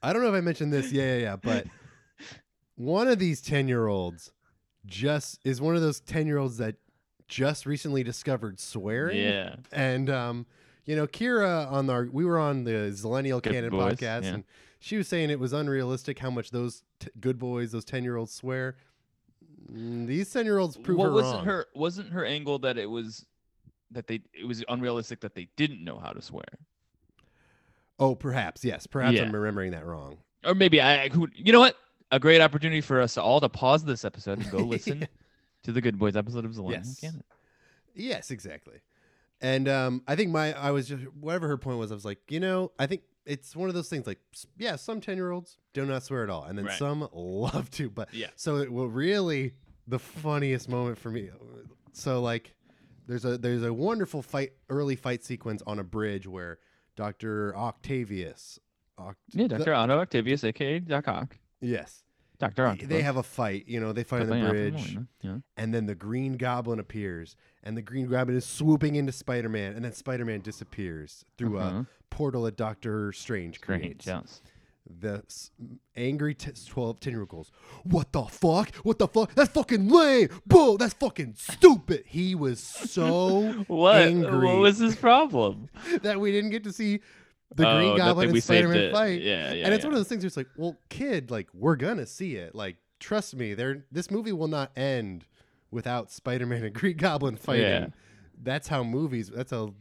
[SPEAKER 1] I don't know if I mentioned this. Yeah, yeah, yeah. But one of these ten-year-olds just is one of those ten-year-olds that just recently discovered swearing.
[SPEAKER 3] yeah
[SPEAKER 1] And um, you know, Kira on our we were on the Zillennial
[SPEAKER 3] Good
[SPEAKER 1] Canon
[SPEAKER 3] Boys,
[SPEAKER 1] podcast,
[SPEAKER 3] yeah.
[SPEAKER 1] and she was saying it was unrealistic how much those t- good boys, those ten-year-olds swear. Mm, These ten-year-olds prove
[SPEAKER 3] what
[SPEAKER 1] her
[SPEAKER 3] was
[SPEAKER 1] wrong.
[SPEAKER 3] her wasn't her angle that it was that they it was unrealistic that they didn't know how to swear
[SPEAKER 1] Oh, perhaps yes. Perhaps
[SPEAKER 3] Yeah.
[SPEAKER 1] I'm remembering that wrong.
[SPEAKER 3] or maybe i I could you know what a great opportunity for us all to pause this episode and go listen
[SPEAKER 1] Yeah.
[SPEAKER 3] to the good boys episode of Zelanda
[SPEAKER 1] Yes. Yes, exactly. And um, I think my I was just whatever her point was. I was like, you know, I think it's one of those things. Like, s- yeah, some ten year olds do not swear at all, and then
[SPEAKER 3] Right.
[SPEAKER 1] some love to. But
[SPEAKER 3] Yeah.
[SPEAKER 1] So it will really the funniest moment for me. So like, there's a there's a wonderful fight early fight sequence on a bridge where Doctor Octavius. Oct-
[SPEAKER 3] yeah
[SPEAKER 1] the-
[SPEAKER 3] dr otto octavius aka doc ock
[SPEAKER 1] yes.
[SPEAKER 3] dr Octopus.
[SPEAKER 1] They have a fight. You know, they fight on the
[SPEAKER 3] Definitely Octopus
[SPEAKER 1] bridge.
[SPEAKER 3] Molina, yeah
[SPEAKER 1] and then the green goblin appears and the green goblin is swooping into spider-man and then spider-man disappears through
[SPEAKER 3] Uh-huh.
[SPEAKER 1] a portal that doctor strange
[SPEAKER 3] Great,
[SPEAKER 1] creates
[SPEAKER 3] yes.
[SPEAKER 1] the s- angry t- 12 10 year old goes what the fuck what the fuck that's fucking lame bro that's fucking stupid he was so
[SPEAKER 3] What?
[SPEAKER 1] angry
[SPEAKER 3] What was his problem?
[SPEAKER 1] that we didn't get to see the
[SPEAKER 3] Oh,
[SPEAKER 1] green
[SPEAKER 3] that-
[SPEAKER 1] goblin
[SPEAKER 3] that
[SPEAKER 1] and
[SPEAKER 3] we saved
[SPEAKER 1] spider-man
[SPEAKER 3] it.
[SPEAKER 1] fight
[SPEAKER 3] Yeah, yeah.
[SPEAKER 1] and it's
[SPEAKER 3] yeah.
[SPEAKER 1] one of those things where it's like, well, kid, like we're gonna see it. Like, trust me, there. This movie will not end without Spider-Man and Green Goblin fighting.
[SPEAKER 3] Yeah.
[SPEAKER 1] That's how movies. That's how.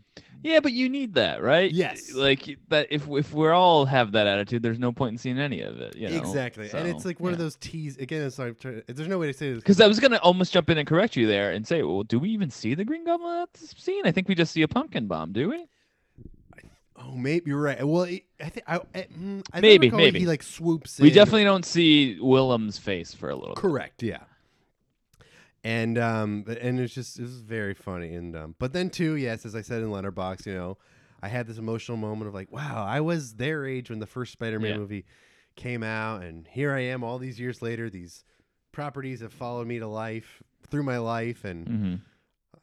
[SPEAKER 3] Yeah, but you need that, right?
[SPEAKER 1] Yes.
[SPEAKER 3] Like y- that. If if we're all have that attitude, there's no point in seeing any of it. You know?
[SPEAKER 1] exactly. and it's like one of those teas. Again, it's like try- there's no way to say this.
[SPEAKER 3] Because I was gonna almost jump in and correct you there and say, well, do we even see the Green Goblin at this scene? I think we just see a pumpkin bomb, do we?
[SPEAKER 1] Oh, maybe you're right. Well, it- I think I, I, mm, I think
[SPEAKER 3] Maybe,
[SPEAKER 1] recall
[SPEAKER 3] maybe.
[SPEAKER 1] he like swoops.
[SPEAKER 3] We
[SPEAKER 1] in.
[SPEAKER 3] definitely don't see Willem's face for a little. bit.
[SPEAKER 1] correct. Yeah. And um but- and it's just it was very funny and um but then too yes as I said in Letterbox you know I had this emotional moment of like wow I was their age when the first Spider-Man
[SPEAKER 3] Yeah.
[SPEAKER 1] movie came out and here I am all these years later these properties have followed me to life through my life and
[SPEAKER 3] Mhm.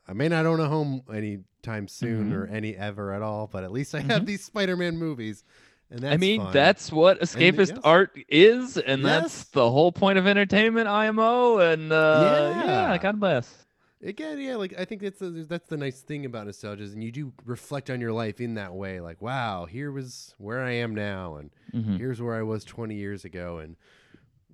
[SPEAKER 1] I may not own a home anytime soon
[SPEAKER 3] Mm-hmm.
[SPEAKER 1] or any ever at all but at least I have these Spider-Man movies and that's
[SPEAKER 3] I mean,
[SPEAKER 1] fun.
[SPEAKER 3] that's what escapist
[SPEAKER 1] yes.
[SPEAKER 3] art is, and
[SPEAKER 1] Yes.
[SPEAKER 3] that's the whole point of entertainment, IMO. And uh,
[SPEAKER 1] Yeah.
[SPEAKER 3] yeah, God bless.
[SPEAKER 1] Again, yeah, like I think that's the that's the nice thing about nostalgia, is and you do reflect on your life in that way. Like, wow, here was where I am now, and
[SPEAKER 3] Mhm.
[SPEAKER 1] here's where I was 20 years ago, and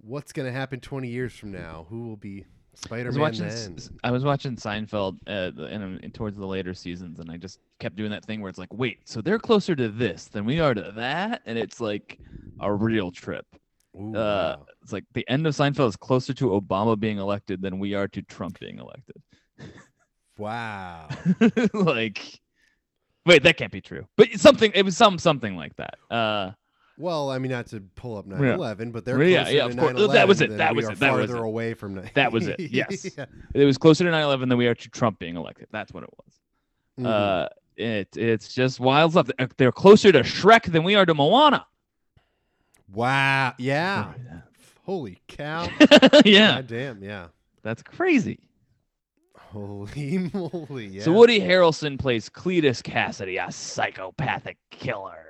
[SPEAKER 1] what's gonna happen 20 years from now? Who will be
[SPEAKER 3] I was
[SPEAKER 1] Spider-Man
[SPEAKER 3] watching.
[SPEAKER 1] then?
[SPEAKER 3] S- I was watching Seinfeld uh, the- in, in towards the later seasons, and I just kept doing that thing where it's like, wait, so they're closer to this than we are to that, and it's like a real trip.
[SPEAKER 1] Ooh,
[SPEAKER 3] uh,
[SPEAKER 1] wow.
[SPEAKER 3] It's like the end of Seinfeld is closer to Obama being elected than we are to Trump being elected.
[SPEAKER 1] wow.
[SPEAKER 3] like, wait, that can't be true. But it's something. It was some something like that. Uh,
[SPEAKER 1] Well, I mean, not to pull up 9/11, but they're
[SPEAKER 3] Yeah,
[SPEAKER 1] closer
[SPEAKER 3] yeah,
[SPEAKER 1] to
[SPEAKER 3] of course. That was
[SPEAKER 1] 9/11
[SPEAKER 3] it,
[SPEAKER 1] than
[SPEAKER 3] that
[SPEAKER 1] we
[SPEAKER 3] was
[SPEAKER 1] are
[SPEAKER 3] it, that was
[SPEAKER 1] farther
[SPEAKER 3] it.
[SPEAKER 1] away from 9.
[SPEAKER 3] That was it, yes.
[SPEAKER 1] Yeah. Mm-hmm.
[SPEAKER 3] it was closer to 9/11 than we are to Trump being elected. That's what it was.
[SPEAKER 1] Mhm.
[SPEAKER 3] Uh, it it's just wild stuff. They're- They're closer to Shrek than we are to Moana.
[SPEAKER 1] wow. Yeah. Holy cow.
[SPEAKER 3] yeah,
[SPEAKER 1] God damn. Yeah.
[SPEAKER 3] that's crazy.
[SPEAKER 1] Holy moly. Yeah.
[SPEAKER 3] So Woody Harrelson plays Cletus Cassidy, a psychopathic killer.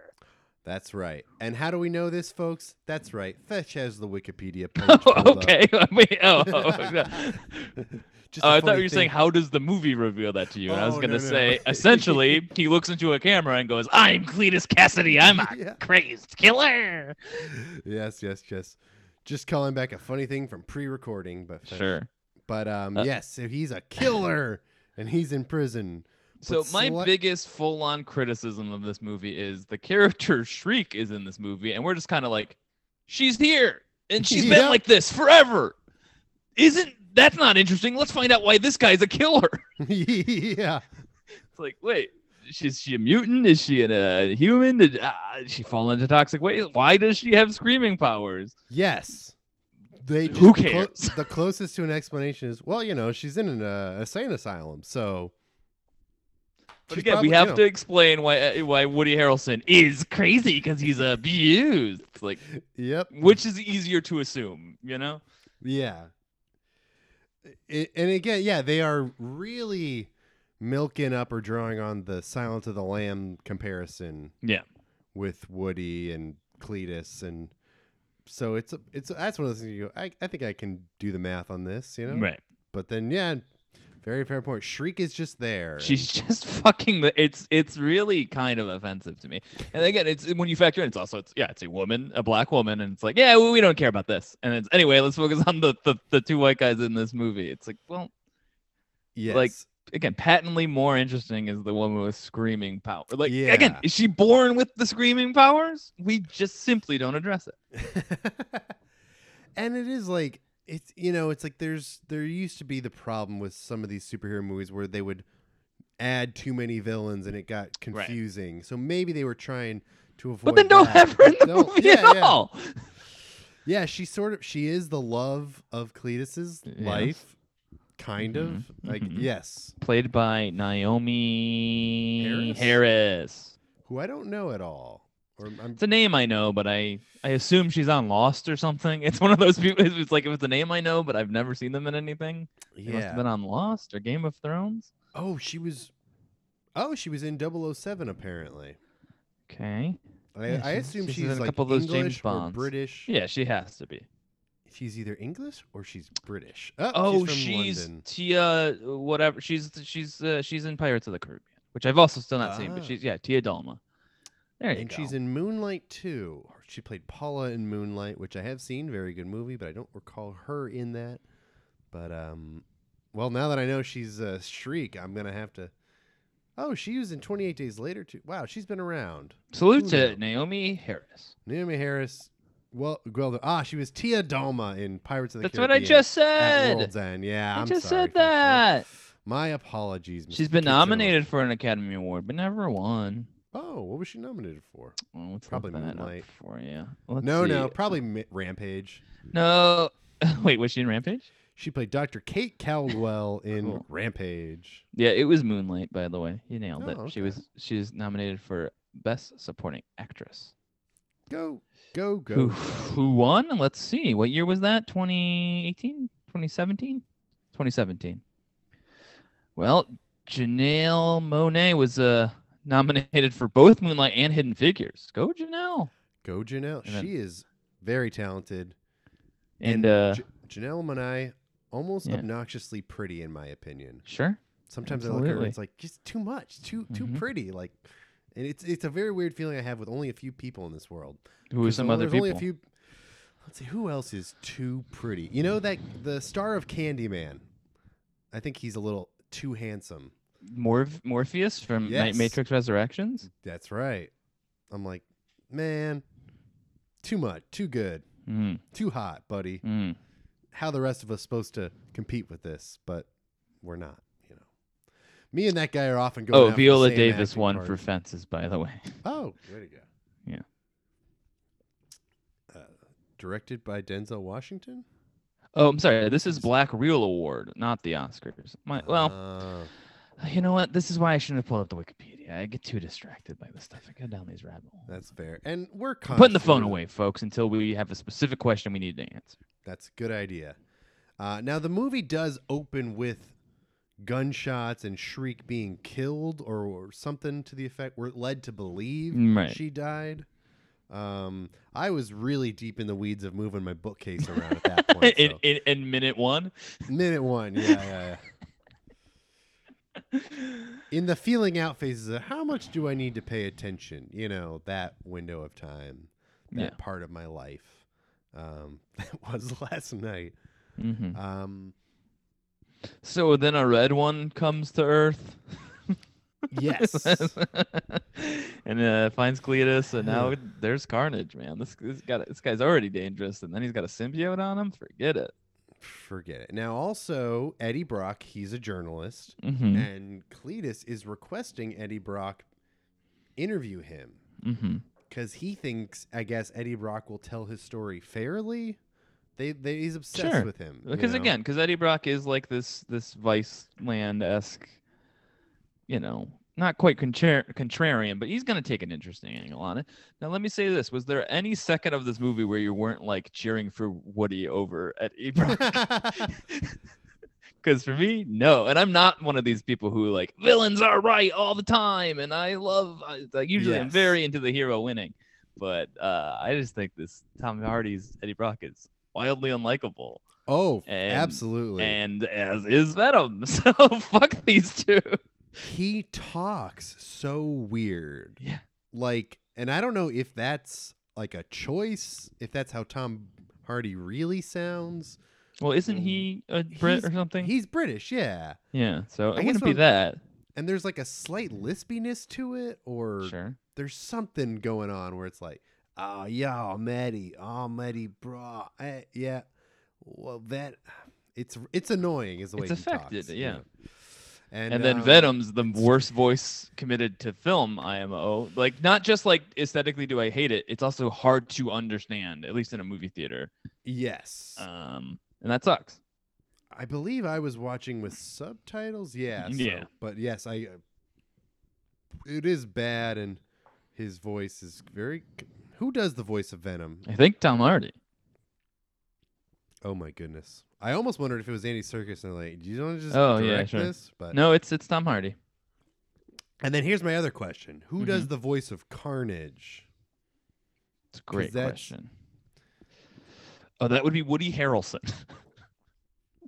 [SPEAKER 1] That's right. And how do we know this, folks? That's right. Fetch has the Wikipedia page.
[SPEAKER 3] Oh,
[SPEAKER 1] pulled up.
[SPEAKER 3] okay. I mean, oh, oh, no.
[SPEAKER 1] Just
[SPEAKER 3] Oh,
[SPEAKER 1] a
[SPEAKER 3] I thought
[SPEAKER 1] funny
[SPEAKER 3] you were
[SPEAKER 1] thing.
[SPEAKER 3] saying, how does the movie reveal that to you? And I was
[SPEAKER 1] Oh,
[SPEAKER 3] going
[SPEAKER 1] no,
[SPEAKER 3] to
[SPEAKER 1] no.
[SPEAKER 3] say, essentially, he looks into a camera and goes, I'm Cletus Cassidy. I'm a
[SPEAKER 1] Yeah.
[SPEAKER 3] crazed killer.
[SPEAKER 1] Yes, yes, yes. Just calling back a funny thing from pre-recording, but Fetch-
[SPEAKER 3] Sure.
[SPEAKER 1] But um,
[SPEAKER 3] Uh,
[SPEAKER 1] yes, so he's a killer, and he's in prison.
[SPEAKER 3] So
[SPEAKER 1] But
[SPEAKER 3] my
[SPEAKER 1] sli-
[SPEAKER 3] biggest full-on criticism of this movie is the character Shriek is in this movie, and we're just kind of like, she's here and she's
[SPEAKER 1] Yeah.
[SPEAKER 3] been like this forever. Isn't that's not interesting. Let's find out why this guy's a killer.
[SPEAKER 1] yeah.
[SPEAKER 3] It's like, wait, is she a mutant? Is she an, a human? Did, uh, did she fall into toxic waste? Why does she have screaming powers?
[SPEAKER 1] Yes. They
[SPEAKER 3] Who
[SPEAKER 1] just clo-
[SPEAKER 3] cares?
[SPEAKER 1] the closest to an explanation is well, you know, she's in an uh, insane asylum, so.
[SPEAKER 3] But
[SPEAKER 1] she's
[SPEAKER 3] again,
[SPEAKER 1] probably-
[SPEAKER 3] we have
[SPEAKER 1] you know,
[SPEAKER 3] to explain why uh, why Woody Harrelson is crazy because he's abused. It's like,
[SPEAKER 1] Yep.
[SPEAKER 3] which is easier to assume, you know?
[SPEAKER 1] Yeah. I- and again, yeah, they are really milking up or drawing on the Silence of the Lamb comparison.
[SPEAKER 3] Yeah.
[SPEAKER 1] With Woody and Cletus and so it's a, it's that's one of those things you go, I, I think I can do the math on this, you know?
[SPEAKER 3] Right.
[SPEAKER 1] But then yeah, very fair point. Shriek is just there.
[SPEAKER 3] She's just fucking. The, it's it's really kind of offensive to me. And again, it's when you factor in, it's also it's yeah, it's a woman, a black woman, and it's like yeah, well, we don't care about this. And it's anyway, let's focus on the, the the two white guys in this movie. It's like well,
[SPEAKER 1] yes.
[SPEAKER 3] like, again, patently more interesting is the woman with screaming power. Like again,
[SPEAKER 1] Yeah.
[SPEAKER 3] is she born with the screaming powers? We just simply don't address it.
[SPEAKER 1] and it is like it's you know it's like there's there used to be the problem with some of these superhero movies where they would add too many villains and it got confusing. So maybe they were trying to avoid.
[SPEAKER 3] But then don't
[SPEAKER 1] that.
[SPEAKER 3] have her in the
[SPEAKER 1] Don't-
[SPEAKER 3] movie
[SPEAKER 1] yeah,
[SPEAKER 3] at
[SPEAKER 1] yeah.
[SPEAKER 3] all.
[SPEAKER 1] Yeah, she sort of she is the love of Cletus's
[SPEAKER 3] Yes.
[SPEAKER 1] life, kind of like
[SPEAKER 3] mhm.
[SPEAKER 1] yes,
[SPEAKER 3] Played by Naomi
[SPEAKER 1] Harris?
[SPEAKER 3] Harris.
[SPEAKER 1] who I don't know at all. Or I'm
[SPEAKER 3] It's a name I know, but I I assume she's on Lost or something. It's one of those people. It's like if it's a name I know, but I've never seen them in anything. They must
[SPEAKER 1] yeah.
[SPEAKER 3] have been on Lost or Game of Thrones.
[SPEAKER 1] oh, she was. Oh, she was in 007 apparently.
[SPEAKER 3] Okay.
[SPEAKER 1] I,
[SPEAKER 3] Yeah,
[SPEAKER 1] I
[SPEAKER 3] she's-
[SPEAKER 1] assume
[SPEAKER 3] she's
[SPEAKER 1] she's,
[SPEAKER 3] in a
[SPEAKER 1] like
[SPEAKER 3] couple of those James
[SPEAKER 1] English or
[SPEAKER 3] Bonds.
[SPEAKER 1] British.
[SPEAKER 3] Yeah, she has to be.
[SPEAKER 1] she's either English or she's British. Oh,
[SPEAKER 3] Oh,
[SPEAKER 1] she's from
[SPEAKER 3] she's,
[SPEAKER 1] London.
[SPEAKER 3] Tia. Whatever. She's she's uh, she's in Pirates of the Caribbean, which I've also still not seen.
[SPEAKER 1] Ah.
[SPEAKER 3] But she's yeah, Tia Dalma. There you
[SPEAKER 1] and
[SPEAKER 3] go.
[SPEAKER 1] she's in Moonlight too. She played Paula in Moonlight, which I have seen, very good movie, but I don't recall her in that. But um well, now that I know she's a shriek, I'm going to have to Oh, she was in 28 Days Later too. Wow, she's been around.
[SPEAKER 3] Salute
[SPEAKER 1] Ooh.
[SPEAKER 3] to Naomi Harris.
[SPEAKER 1] Naomi Harris well, well, ah, she was Tia Dalma in Pirates of the
[SPEAKER 3] That's what I
[SPEAKER 1] Caribbean.
[SPEAKER 3] just
[SPEAKER 1] at
[SPEAKER 3] said.
[SPEAKER 1] World's End. Yeah,
[SPEAKER 3] I
[SPEAKER 1] I'm
[SPEAKER 3] just
[SPEAKER 1] sorry,
[SPEAKER 3] said
[SPEAKER 1] folks.
[SPEAKER 3] that.
[SPEAKER 1] My apologies. Mr.
[SPEAKER 3] She's been
[SPEAKER 1] Kitchener.
[SPEAKER 3] nominated for an Academy Award, but never won.
[SPEAKER 1] Oh, what was she nominated for?
[SPEAKER 3] Well, let's look
[SPEAKER 1] Probably
[SPEAKER 3] that up
[SPEAKER 1] Moonlight.
[SPEAKER 3] for you. Let's
[SPEAKER 1] no,
[SPEAKER 3] see.
[SPEAKER 1] no, probably Mi- Rampage.
[SPEAKER 3] no. Wait, was she in Rampage?
[SPEAKER 1] She played Dr. Kate Caldwell in
[SPEAKER 3] Cool.
[SPEAKER 1] Rampage.
[SPEAKER 3] Yeah, it was Moonlight. By the way, you nailed it.
[SPEAKER 1] Oh, okay.
[SPEAKER 3] She was she was nominated for Best Supporting Actress.
[SPEAKER 1] Go, go, go.
[SPEAKER 3] Who who won? Let's see. What year was that? 2018, 2017, 2017. Well, Janelle Monet was uh nominated for both Moonlight and Hidden Figures. Go Janelle.
[SPEAKER 1] Go, Janelle.
[SPEAKER 3] And then-
[SPEAKER 1] she is very talented.
[SPEAKER 3] And, uh
[SPEAKER 1] J- Janelle Monae, almost
[SPEAKER 3] yeah.
[SPEAKER 1] obnoxiously pretty, in my opinion.
[SPEAKER 3] sure.
[SPEAKER 1] Sometimes I look at her and
[SPEAKER 3] Absolutely.
[SPEAKER 1] it's like, just too much, too too
[SPEAKER 3] Mhm.
[SPEAKER 1] pretty. Like, and it's it's a very weird feeling I have with only a few people in this world.
[SPEAKER 3] Who are
[SPEAKER 1] 'Cause
[SPEAKER 3] some
[SPEAKER 1] there-
[SPEAKER 3] other
[SPEAKER 1] there's
[SPEAKER 3] people?
[SPEAKER 1] Only a few. Let's see, who else is too pretty? You know that the star of Candyman. I think he's a little too handsome.
[SPEAKER 3] Morph- Morpheus from Ma-
[SPEAKER 1] Yes.
[SPEAKER 3] Matrix Resurrections.
[SPEAKER 1] That's right. I'm like, man, too much, too good,
[SPEAKER 3] Mm,
[SPEAKER 1] too hot, buddy.
[SPEAKER 3] mm.
[SPEAKER 1] How the rest of us supposed to compete with this? But we're not. You know, me and that guy are often going.
[SPEAKER 3] Oh,
[SPEAKER 1] out for the
[SPEAKER 3] Viola
[SPEAKER 1] same
[SPEAKER 3] Davis
[SPEAKER 1] acting
[SPEAKER 3] won
[SPEAKER 1] part.
[SPEAKER 3] for Fences, by the way.
[SPEAKER 1] Oh, way to go.
[SPEAKER 3] Yeah.
[SPEAKER 1] Uh, directed by Denzel Washington.
[SPEAKER 3] Oh, I'm sorry. This is Black Reel Award, not the Oscars. My, Uh, well,
[SPEAKER 1] Ah.
[SPEAKER 3] you know what? This is why I shouldn't have pulled up the Wikipedia. I get too distracted by this stuff. I go down these rabbit holes.
[SPEAKER 1] That's fair. And we're
[SPEAKER 3] I'm putting the
[SPEAKER 1] conscious
[SPEAKER 3] phone
[SPEAKER 1] of-
[SPEAKER 3] away, folks, until we have a specific question we need to answer.
[SPEAKER 1] That's a good idea. Uh, now the movie does open with gunshots and Shriek being killed or, or something to the effect we're led to believe
[SPEAKER 3] Mm, Right.
[SPEAKER 1] she died. Um, I was really deep in the weeds of moving my bookcase around at that point.
[SPEAKER 3] in,
[SPEAKER 1] so-
[SPEAKER 3] in, in minute one.
[SPEAKER 1] Minute one, yeah, yeah, yeah. In the feeling out phases of how much do I need to pay attention? You know, that window of time, that
[SPEAKER 3] Yeah.
[SPEAKER 1] part of my life. Um, that was last night.
[SPEAKER 3] Mhm.
[SPEAKER 1] Um,
[SPEAKER 3] So then a red one comes to Earth.
[SPEAKER 1] yes.
[SPEAKER 3] and uh, finds Cletus, and now there's Carnage, man. This, this, guy, this guy's already dangerous, and then he's got a symbiote on him. Forget it.
[SPEAKER 1] forget it. Now, also, Eddie Brock, he's a journalist,
[SPEAKER 3] Mm-hmm.
[SPEAKER 1] and Cletus is requesting Eddie Brock interview him
[SPEAKER 3] Mm-hmm.
[SPEAKER 1] because he thinks, I guess, Eddie Brock will tell his story fairly. They, they he's obsessed
[SPEAKER 3] Sure.
[SPEAKER 1] with him. you
[SPEAKER 3] Because
[SPEAKER 1] know?
[SPEAKER 3] again, because Eddie Brock is like this this Vice Land esque, you know, not quite contra- contrarian, but he's gonna take an interesting angle on it. Now, let me say this: Was there any second of this movie where you weren't like cheering for Woody over Eddie Brock? Because for me, no. And I'm not one of these people who like villains are right all the time. And I love, I, like, usually I'm
[SPEAKER 1] Yes.
[SPEAKER 3] very into the hero winning. But uh, I just think this Tom Hardy's Eddie Brock is wildly unlikable.
[SPEAKER 1] oh,
[SPEAKER 3] And-
[SPEAKER 1] absolutely.
[SPEAKER 3] And as is Venom. So fuck these two.
[SPEAKER 1] he talks so weird.
[SPEAKER 3] Yeah.
[SPEAKER 1] Like, and I don't know if that's like a choice, if that's how Tom Hardy really sounds.
[SPEAKER 3] Well, isn't he a Brit or something?
[SPEAKER 1] He's British, yeah.
[SPEAKER 3] yeah. So it
[SPEAKER 1] guess
[SPEAKER 3] wouldn't be
[SPEAKER 1] I'm-
[SPEAKER 3] that.
[SPEAKER 1] And there's like a slight lispiness to it, or
[SPEAKER 3] Sure.
[SPEAKER 1] there's something going on where it's like, oh, yeah, I'm Eddie. I'm Eddie, bro. Eh, yeah. Well, that. It's it's annoying, is the way
[SPEAKER 3] It's
[SPEAKER 1] he
[SPEAKER 3] affected,
[SPEAKER 1] talks,
[SPEAKER 3] yeah.
[SPEAKER 1] And,
[SPEAKER 3] And, then
[SPEAKER 1] um,
[SPEAKER 3] Venom's the worst voice committed to film, IMO. Like, not just like aesthetically do I hate it, it's also hard to understand, at least in a movie theater.
[SPEAKER 1] Yes.
[SPEAKER 3] Um, and that sucks.
[SPEAKER 1] I believe I was watching with subtitles. Yeah. so-
[SPEAKER 3] Yeah.
[SPEAKER 1] But yes, I. Uh, it is bad, and his voice is very. Who does the voice of Venom?
[SPEAKER 3] I think Tom Hardy.
[SPEAKER 1] Oh my goodness! I almost wondered if it was Andy Circus, and like, do you want to just
[SPEAKER 3] Oh, yeah,
[SPEAKER 1] direct
[SPEAKER 3] sure.
[SPEAKER 1] this? But
[SPEAKER 3] No, it's it's Tom Hardy.
[SPEAKER 1] And then here's my other question:
[SPEAKER 3] Mm-hmm.
[SPEAKER 1] Who does the voice of Carnage?
[SPEAKER 3] It's a great
[SPEAKER 1] that's-
[SPEAKER 3] question. Oh, that would be Woody Harrelson.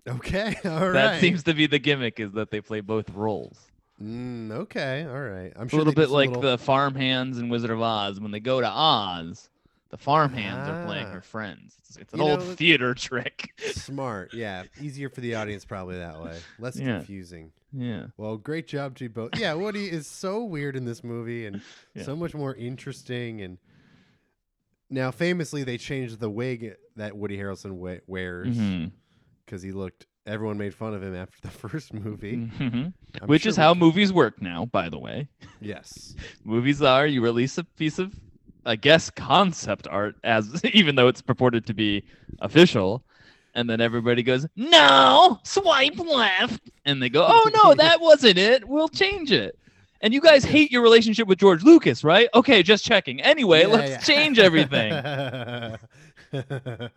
[SPEAKER 1] Okay, all right.
[SPEAKER 3] that seems to be the gimmick is that they play both roles.
[SPEAKER 1] Mm, okay, all right. I'm
[SPEAKER 3] a
[SPEAKER 1] sure
[SPEAKER 3] little
[SPEAKER 1] they
[SPEAKER 3] bit
[SPEAKER 1] just
[SPEAKER 3] like
[SPEAKER 1] little-
[SPEAKER 3] the farm hands in Wizard of Oz. When they go to Oz, the farm hands are playing
[SPEAKER 1] Ah.
[SPEAKER 3] her friends. It's, it's an
[SPEAKER 1] You
[SPEAKER 3] old
[SPEAKER 1] know,
[SPEAKER 3] theater trick.
[SPEAKER 1] smart. Yeah, easier for the audience probably that way. Less
[SPEAKER 3] Yeah.
[SPEAKER 1] confusing.
[SPEAKER 3] Yeah.
[SPEAKER 1] Well, great job to you both. Yeah, Woody is so weird in this movie and
[SPEAKER 3] Yeah.
[SPEAKER 1] so much more interesting. And now, famously, they changed the wig that Woody Harrelson wa- wears
[SPEAKER 3] Mhm.
[SPEAKER 1] because he looked. Everyone made fun of him after the first movie,
[SPEAKER 3] Mhm.
[SPEAKER 1] I'm
[SPEAKER 3] Which
[SPEAKER 1] sure
[SPEAKER 3] is
[SPEAKER 1] we
[SPEAKER 3] how
[SPEAKER 1] can-
[SPEAKER 3] movies work now, by the way.
[SPEAKER 1] Yes,
[SPEAKER 3] Movies are you release a piece of, I guess, concept art as even though it's purported to be official. And then everybody goes, no, swipe left. And they go, oh, no, that wasn't it. We'll change it. And you guys hate your relationship with George Lucas, right? Okay, just checking. Anyway,
[SPEAKER 1] Yeah,
[SPEAKER 3] let's
[SPEAKER 1] yeah.
[SPEAKER 3] change everything.
[SPEAKER 1] oh Uh,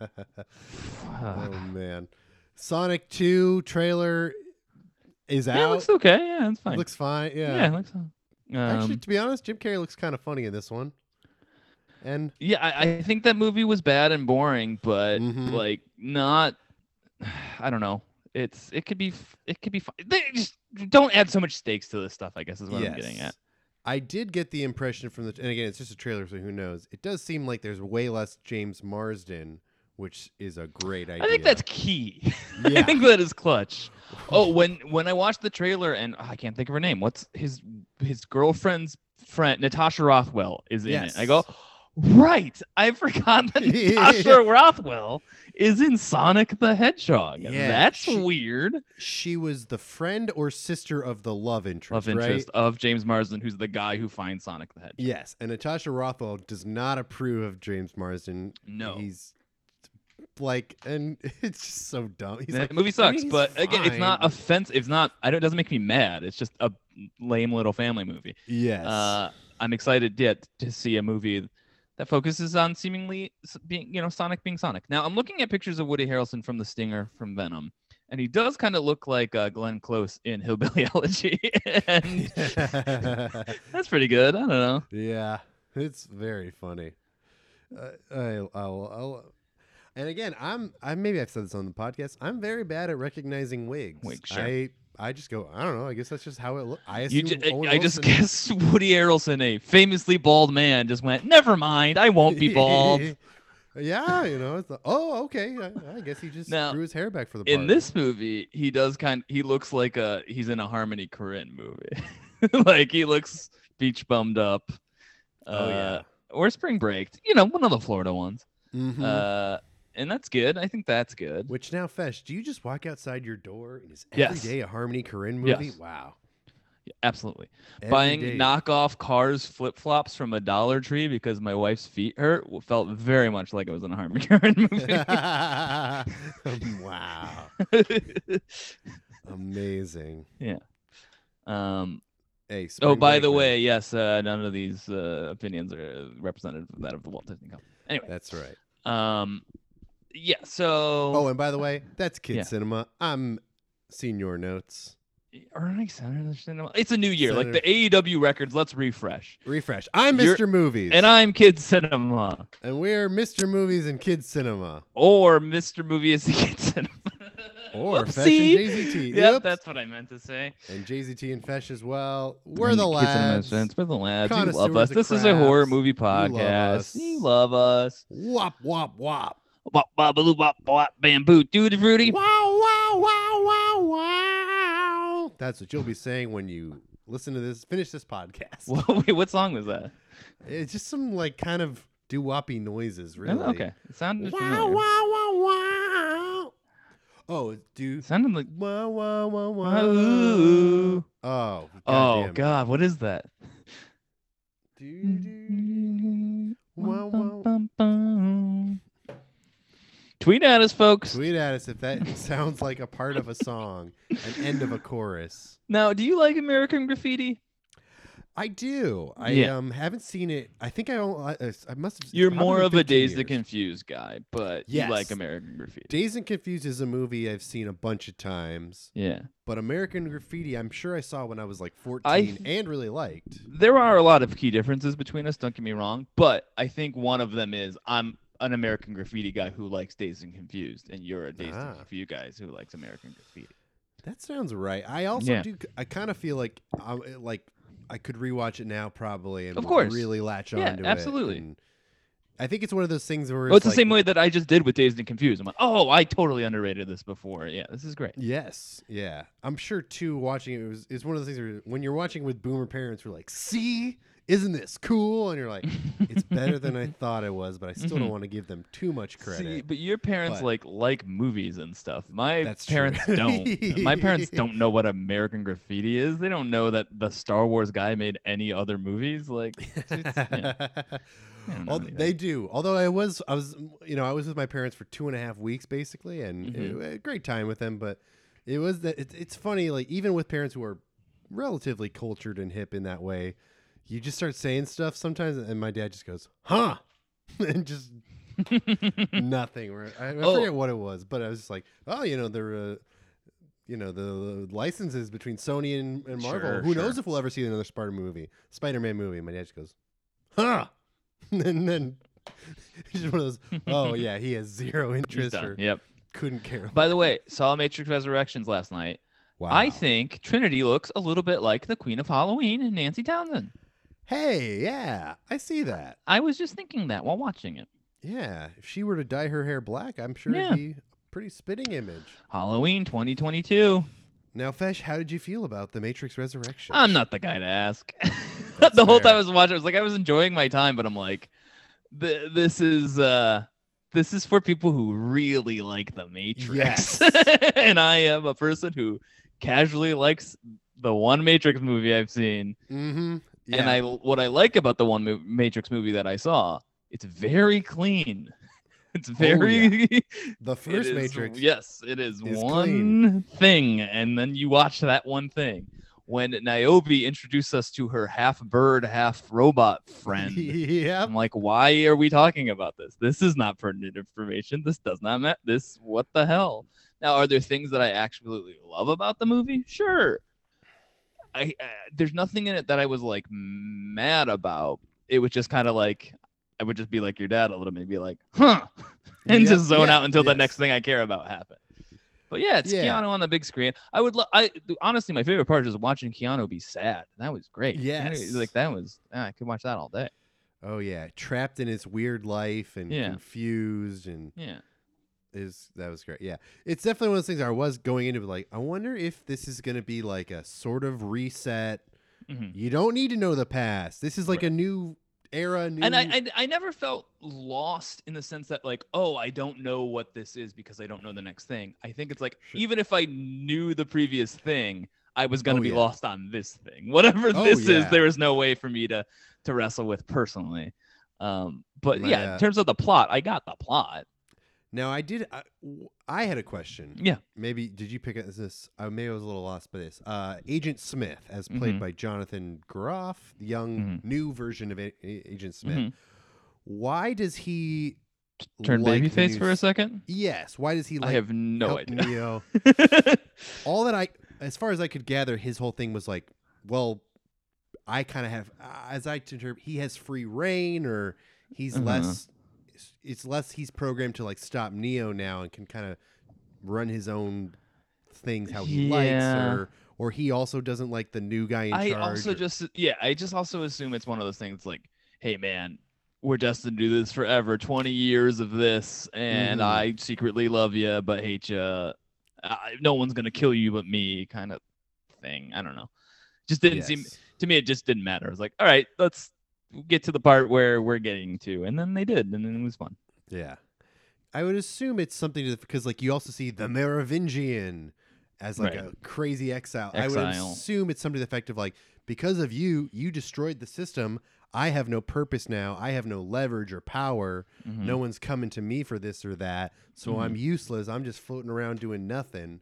[SPEAKER 3] Fuck.
[SPEAKER 1] man, Sonic Two trailer is
[SPEAKER 3] yeah, it
[SPEAKER 1] out.
[SPEAKER 3] looks okay. Yeah, it's fine.
[SPEAKER 1] Looks fine.
[SPEAKER 3] yeah.
[SPEAKER 1] Yeah.
[SPEAKER 3] it looks fine. Um,
[SPEAKER 1] Actually, to be honest, Jim Carrey looks kind of funny in this one. And
[SPEAKER 3] yeah, I, I think that movie was bad and boring, but
[SPEAKER 1] Mhm.
[SPEAKER 3] like not. I don't know. It's it could be f- it could be fun. They just don't add so much stakes to this stuff. I guess is what I'm getting at.
[SPEAKER 1] I did get the impression from the, and again, it's just a trailer, so who knows? It does seem like there's way less James Marsden, which is a great idea.
[SPEAKER 3] I think that's key. I
[SPEAKER 1] yeah.
[SPEAKER 3] think that is clutch. Oh, when when I watched the trailer and oh, I can't think of her name. What's his his girlfriend's friend Natasha Rothwell is in it. I go, right. I forgot that Natasha Rothwell is in Sonic the Hedgehog.
[SPEAKER 1] Yeah,
[SPEAKER 3] That's
[SPEAKER 1] she-
[SPEAKER 3] weird.
[SPEAKER 1] she was the friend or sister of the love interest,
[SPEAKER 3] Love interest
[SPEAKER 1] right?
[SPEAKER 3] of James Marsden, who's the guy who finds Sonic the Hedgehog.
[SPEAKER 1] Yes, and Natasha Rothwell does not approve of James Marsden.
[SPEAKER 3] No.
[SPEAKER 1] he's like, and it's just so dumb. He's
[SPEAKER 3] the
[SPEAKER 1] like,
[SPEAKER 3] movie
[SPEAKER 1] "I mean,
[SPEAKER 3] sucks,
[SPEAKER 1] he's
[SPEAKER 3] but again, it's not
[SPEAKER 1] fine."
[SPEAKER 3] offensive. It's not. I don't. It doesn't make me mad. It's just a lame little family movie.
[SPEAKER 1] yes,
[SPEAKER 3] Uh, I'm excited yet to see a movie that focuses on seemingly s- being, you know, Sonic being Sonic. Now I'm looking at pictures of Woody Harrelson from The Stinger from Venom, and he does kind of look like uh, Glenn Close in Hillbillyology, and that's pretty good. I don't know.
[SPEAKER 1] Yeah, it's very funny. Uh, I, I'll, I'll, and again, I'm I maybe I've said this on the podcast. I'm very bad at recognizing wigs.
[SPEAKER 3] Wigs, sure.
[SPEAKER 1] I I just go. I don't know. I guess that's just how it looks. I
[SPEAKER 3] You
[SPEAKER 1] assume
[SPEAKER 3] ju-
[SPEAKER 1] Owen
[SPEAKER 3] I just
[SPEAKER 1] Wilson-
[SPEAKER 3] guessed Woody Harrelson, a famously bald man, just went, never mind, I won't be bald.
[SPEAKER 1] yeah, you know. It's the, oh, okay. I, I guess he just
[SPEAKER 3] Now,
[SPEAKER 1] grew his hair back for the
[SPEAKER 3] in
[SPEAKER 1] part.
[SPEAKER 3] this movie, he does kind. He looks like a he's in a Harmony Korine movie. like he looks beach bummed up.
[SPEAKER 1] Oh
[SPEAKER 3] uh, or spring break. You know, one of the Florida ones.
[SPEAKER 1] yeah. Mhm.
[SPEAKER 3] Uh, and that's good. I think that's good.
[SPEAKER 1] Which now, Fesh, do you just walk outside your door and is every day
[SPEAKER 3] Yes.
[SPEAKER 1] a Harmony Korine movie?
[SPEAKER 3] Yes.
[SPEAKER 1] Wow.
[SPEAKER 3] Yeah, absolutely.
[SPEAKER 1] Every
[SPEAKER 3] Buying
[SPEAKER 1] day.
[SPEAKER 3] knockoff cars flip flops from a Dollar Tree because my wife's feet hurt w- felt very much like it was in a Harmony Korine
[SPEAKER 1] Um, wow.
[SPEAKER 3] movie.
[SPEAKER 1] Amazing.
[SPEAKER 3] um,
[SPEAKER 1] Hey,
[SPEAKER 3] oh,
[SPEAKER 1] spring
[SPEAKER 3] by
[SPEAKER 1] break,
[SPEAKER 3] the
[SPEAKER 1] man.
[SPEAKER 3] way, yes, uh, none of these uh, opinions are representative of that of the Walt Disney Company. Anyway,
[SPEAKER 1] That's right.
[SPEAKER 3] um, yeah. So
[SPEAKER 1] Oh, and by the way, that's Kid
[SPEAKER 3] Yeah.
[SPEAKER 1] Cinema. I'm Senior Notes.
[SPEAKER 3] Ernie Sanders, it's a new year.
[SPEAKER 1] Senator-
[SPEAKER 3] Like the AEW records, let's refresh.
[SPEAKER 1] Refresh. I'm
[SPEAKER 3] You're-
[SPEAKER 1] mister Movies.
[SPEAKER 3] And I'm Kid Cinema,
[SPEAKER 1] and we're Mr. Movies and Kid Cinema.
[SPEAKER 3] or Mr. Movie is the Kid Cinema,
[SPEAKER 1] Or Fesh and
[SPEAKER 3] Whoopsie.
[SPEAKER 1] JZT.
[SPEAKER 3] Yep,
[SPEAKER 1] Oops.
[SPEAKER 3] that's what I meant to say.
[SPEAKER 1] And JZT and Fesh as well. We're
[SPEAKER 3] And
[SPEAKER 1] the
[SPEAKER 3] Kid Cinema is
[SPEAKER 1] lads.
[SPEAKER 3] friends. We're the lads. You
[SPEAKER 1] Connoisseurs
[SPEAKER 3] love us.
[SPEAKER 1] of
[SPEAKER 3] This is a horror
[SPEAKER 1] crafts.
[SPEAKER 3] movie
[SPEAKER 1] love us.
[SPEAKER 3] podcast. You love us.
[SPEAKER 1] Wop wop wop.
[SPEAKER 3] Bop, bop, baloo, bop, bop, bamboo, duty, fruity.
[SPEAKER 1] Wow wow wow wow wow. That's what you'll be saying when you listen to this. Finish this podcast.
[SPEAKER 3] Whoa, Wait, what song was that?
[SPEAKER 1] It's just some like kind of doo woppy noises,
[SPEAKER 3] No,
[SPEAKER 1] really.
[SPEAKER 3] Oh, Okay, it sounded
[SPEAKER 1] Wow wow
[SPEAKER 3] familiar.
[SPEAKER 1] wow wow. Oh, do
[SPEAKER 3] It sounded like.
[SPEAKER 1] wow wow wow wow.
[SPEAKER 3] Ooh.
[SPEAKER 1] Oh.
[SPEAKER 3] Oh
[SPEAKER 1] goddamn.
[SPEAKER 3] God, what is that?
[SPEAKER 1] Do, do, do. Wow, wow.
[SPEAKER 3] Tweet at us, folks.
[SPEAKER 1] Tweet at us if that sounds like a part of a song, an end of a chorus.
[SPEAKER 3] Now, do you like American Graffiti?
[SPEAKER 1] I do. I
[SPEAKER 3] Yeah.
[SPEAKER 1] um haven't seen it. I think I don't. I, I must have.
[SPEAKER 3] You're
[SPEAKER 1] it's probably
[SPEAKER 3] more
[SPEAKER 1] been
[SPEAKER 3] of a
[SPEAKER 1] 15
[SPEAKER 3] Days to
[SPEAKER 1] years.
[SPEAKER 3] Confuse guy, but you
[SPEAKER 1] Yes.
[SPEAKER 3] like American Graffiti.
[SPEAKER 1] Dazed and Confused is a movie I've seen a bunch of times,
[SPEAKER 3] Yeah.
[SPEAKER 1] but American Graffiti, I'm sure I saw when I was like 14
[SPEAKER 3] th-
[SPEAKER 1] and really liked.
[SPEAKER 3] There are a lot of key differences between us, don't get me wrong, but I think one of them is I'm an American Graffiti guy who likes Days and Confused, and you're a Days
[SPEAKER 1] Ah.
[SPEAKER 3] to Confuse guys who likes American Graffiti.
[SPEAKER 1] That sounds right. I also
[SPEAKER 3] Yeah.
[SPEAKER 1] do. I kind of feel like I like I could rewatch it now probably and
[SPEAKER 3] Of course.
[SPEAKER 1] really latch
[SPEAKER 3] Yeah,
[SPEAKER 1] onto it.
[SPEAKER 3] absolutely.
[SPEAKER 1] and I think it's one of those things where
[SPEAKER 3] Well, Oh, it's the
[SPEAKER 1] like-
[SPEAKER 3] same way that I just did with Days and Confused. I'm like, oh, I totally underrated this before. Yeah, this is great.
[SPEAKER 1] Yes, yeah. I'm sure too. Watching it was it's one of those things where when you're watching with boomer parents, we're like, "See, isn't this cool?" And you're like, "It's better than I thought it was," but I still don't
[SPEAKER 3] Mhm.
[SPEAKER 1] want to give them too much
[SPEAKER 3] See,
[SPEAKER 1] credit.
[SPEAKER 3] but your parents
[SPEAKER 1] but-
[SPEAKER 3] like like movies and stuff. My
[SPEAKER 1] That's true.
[SPEAKER 3] parents don't. My parents don't know what American Graffiti is. They don't know that the Star Wars guy made any other movies. Like, it's- yeah. I don't know
[SPEAKER 1] Al-
[SPEAKER 3] anything.
[SPEAKER 1] they do. Although I was, I was, you know, I was with my parents for two and a half weeks basically, and
[SPEAKER 3] Mhm.
[SPEAKER 1] it- a great time with them. But it was that it's it's funny, like even with parents who are relatively cultured and hip in that way, you just start saying stuff sometimes, and my dad just goes, "Huh," and just nothing. Or I, I
[SPEAKER 3] Oh.
[SPEAKER 1] forget what it was, but I was just like, "Oh, you know, they're." Uh, you know the, the licenses between Sony and, and Marvel.
[SPEAKER 3] Sure,
[SPEAKER 1] Who
[SPEAKER 3] sure.
[SPEAKER 1] knows if we'll ever see another Spider movie, Spider Man movie? My dad just goes, "Huh," and then it's just one of those. Oh yeah, he has zero
[SPEAKER 3] He's
[SPEAKER 1] interest
[SPEAKER 3] done.
[SPEAKER 1] or
[SPEAKER 3] Yep.
[SPEAKER 1] couldn't care.
[SPEAKER 3] By the way, saw Matrix Resurrections last night.
[SPEAKER 1] Wow.
[SPEAKER 3] I think Trinity looks a little bit like the Queen of Halloween and Nancy Townsend.
[SPEAKER 1] hey, yeah, I see that.
[SPEAKER 3] I was just thinking that while watching it.
[SPEAKER 1] Yeah, if she were to dye her hair black, I'm sure
[SPEAKER 3] Yeah.
[SPEAKER 1] it'd be a pretty spitting image.
[SPEAKER 3] Halloween 2022.
[SPEAKER 1] Now, Fesh, how did you feel about the Matrix Resurrection?
[SPEAKER 3] I'm not the guy to ask.
[SPEAKER 1] That's
[SPEAKER 3] the whole time
[SPEAKER 1] fair.
[SPEAKER 3] I was watching, I was like, I was enjoying my time, but I'm like, th- this is uh, this is for people who really like the Matrix,
[SPEAKER 1] Yes.
[SPEAKER 3] and I am a person who casually likes the one Matrix movie I've seen,
[SPEAKER 1] Mm-hmm. Yeah.
[SPEAKER 3] and I what I like about the one mo- Matrix movie that I saw, it's very clean.
[SPEAKER 1] Oh,
[SPEAKER 3] It's very
[SPEAKER 1] the
[SPEAKER 3] it
[SPEAKER 1] first
[SPEAKER 3] is-
[SPEAKER 1] Matrix.
[SPEAKER 3] Yes, it is,
[SPEAKER 1] is
[SPEAKER 3] one
[SPEAKER 1] clean.
[SPEAKER 3] thing, and then you watch that one thing. When Niobe introduced us to her half bird, half robot friend,
[SPEAKER 1] yep.
[SPEAKER 3] I'm like, why are we talking about this? This is not pertinent information. This does not matter. This, what the hell? Now, are there things that I absolutely love about the movie? Sure. I uh, there's nothing in it that I was like mad about. It was just kind of like I would just be like your dad a little bit, and be like, huh and
[SPEAKER 1] Yep,
[SPEAKER 3] just zone
[SPEAKER 1] yeah,
[SPEAKER 3] out until the
[SPEAKER 1] yes.
[SPEAKER 3] next thing I care about happens. But yeah, it's
[SPEAKER 1] Yeah.
[SPEAKER 3] Keanu on the big screen. I would love. I honestly, my favorite part is just watching Keanu be sad. That was great. Yeah,
[SPEAKER 1] Yes.
[SPEAKER 3] like that was. ah, I could watch that all day.
[SPEAKER 1] Oh yeah, trapped in its weird life and
[SPEAKER 3] Yeah.
[SPEAKER 1] confused and
[SPEAKER 3] Yeah.
[SPEAKER 1] is that was great. Yeah, it's definitely one of those things I was going into like I wonder if this is going to be like a sort of reset.
[SPEAKER 3] hmm
[SPEAKER 1] You don't need to know the past. This is like a new era, new.
[SPEAKER 3] and I, I I never felt lost in the sense that like oh I don't know what this is because I don't know the next thing. I think it's like
[SPEAKER 1] Sure.
[SPEAKER 3] even if I knew the previous thing, I was gonna
[SPEAKER 1] Oh,
[SPEAKER 3] be
[SPEAKER 1] yeah.
[SPEAKER 3] lost on this thing. Whatever
[SPEAKER 1] Oh,
[SPEAKER 3] this
[SPEAKER 1] yeah.
[SPEAKER 3] is, there is no way for me to to wrestle with personally. Um, but
[SPEAKER 1] My,
[SPEAKER 3] yeah,
[SPEAKER 1] uh,
[SPEAKER 3] in terms of the plot, I got the plot.
[SPEAKER 1] now I did. I, w- I had a question.
[SPEAKER 3] Yeah.
[SPEAKER 1] Maybe did you pick up this? Uh, maybe I was a little lost by this. Uh, Agent Smith, as played
[SPEAKER 3] Mhm.
[SPEAKER 1] by Jonathan Groff, the young
[SPEAKER 3] Mhm.
[SPEAKER 1] new version of A- A- Agent Smith.
[SPEAKER 3] Mhm.
[SPEAKER 1] Why does he
[SPEAKER 3] Turn
[SPEAKER 1] like the
[SPEAKER 3] babyface
[SPEAKER 1] new
[SPEAKER 3] for a
[SPEAKER 1] s-
[SPEAKER 3] second.
[SPEAKER 1] Yes. Why does he like
[SPEAKER 3] I have no
[SPEAKER 1] help
[SPEAKER 3] idea.
[SPEAKER 1] Neo? all that I, as far as I could gather, his whole thing was like, well, I kind of have, uh, as I interpret, he has free reign, or he's
[SPEAKER 3] Uh-huh.
[SPEAKER 1] less, it's less he's programmed to like stop Neo now and can kind of run his own things how he
[SPEAKER 3] Yeah.
[SPEAKER 1] likes, or or he also doesn't like the new guy in
[SPEAKER 3] I
[SPEAKER 1] charge.
[SPEAKER 3] also
[SPEAKER 1] or-
[SPEAKER 3] just yeah, I just also assume it's one of those things like, hey man, we're destined to do this forever. Twenty years of this, and
[SPEAKER 1] Mhm.
[SPEAKER 3] I secretly love you but hate you. No one's gonna kill you but me, kind of thing. I don't know. Just didn't seem
[SPEAKER 1] Yes.
[SPEAKER 3] to me. It just didn't matter. I was like, all right, let's get to the part where we're getting to, and then they did, and then it was fun.
[SPEAKER 1] Yeah, I would assume it's something to because like you also see the Merovingian as like
[SPEAKER 3] Right.
[SPEAKER 1] a crazy exile. I
[SPEAKER 3] Exile.
[SPEAKER 1] would assume it's something to the effect of like because of you, you destroyed the system. I have no purpose now. I have no leverage or power.
[SPEAKER 3] Mhm.
[SPEAKER 1] No one's coming to me for this or that. So
[SPEAKER 3] Hmm.
[SPEAKER 1] I'm useless. I'm just floating around doing nothing.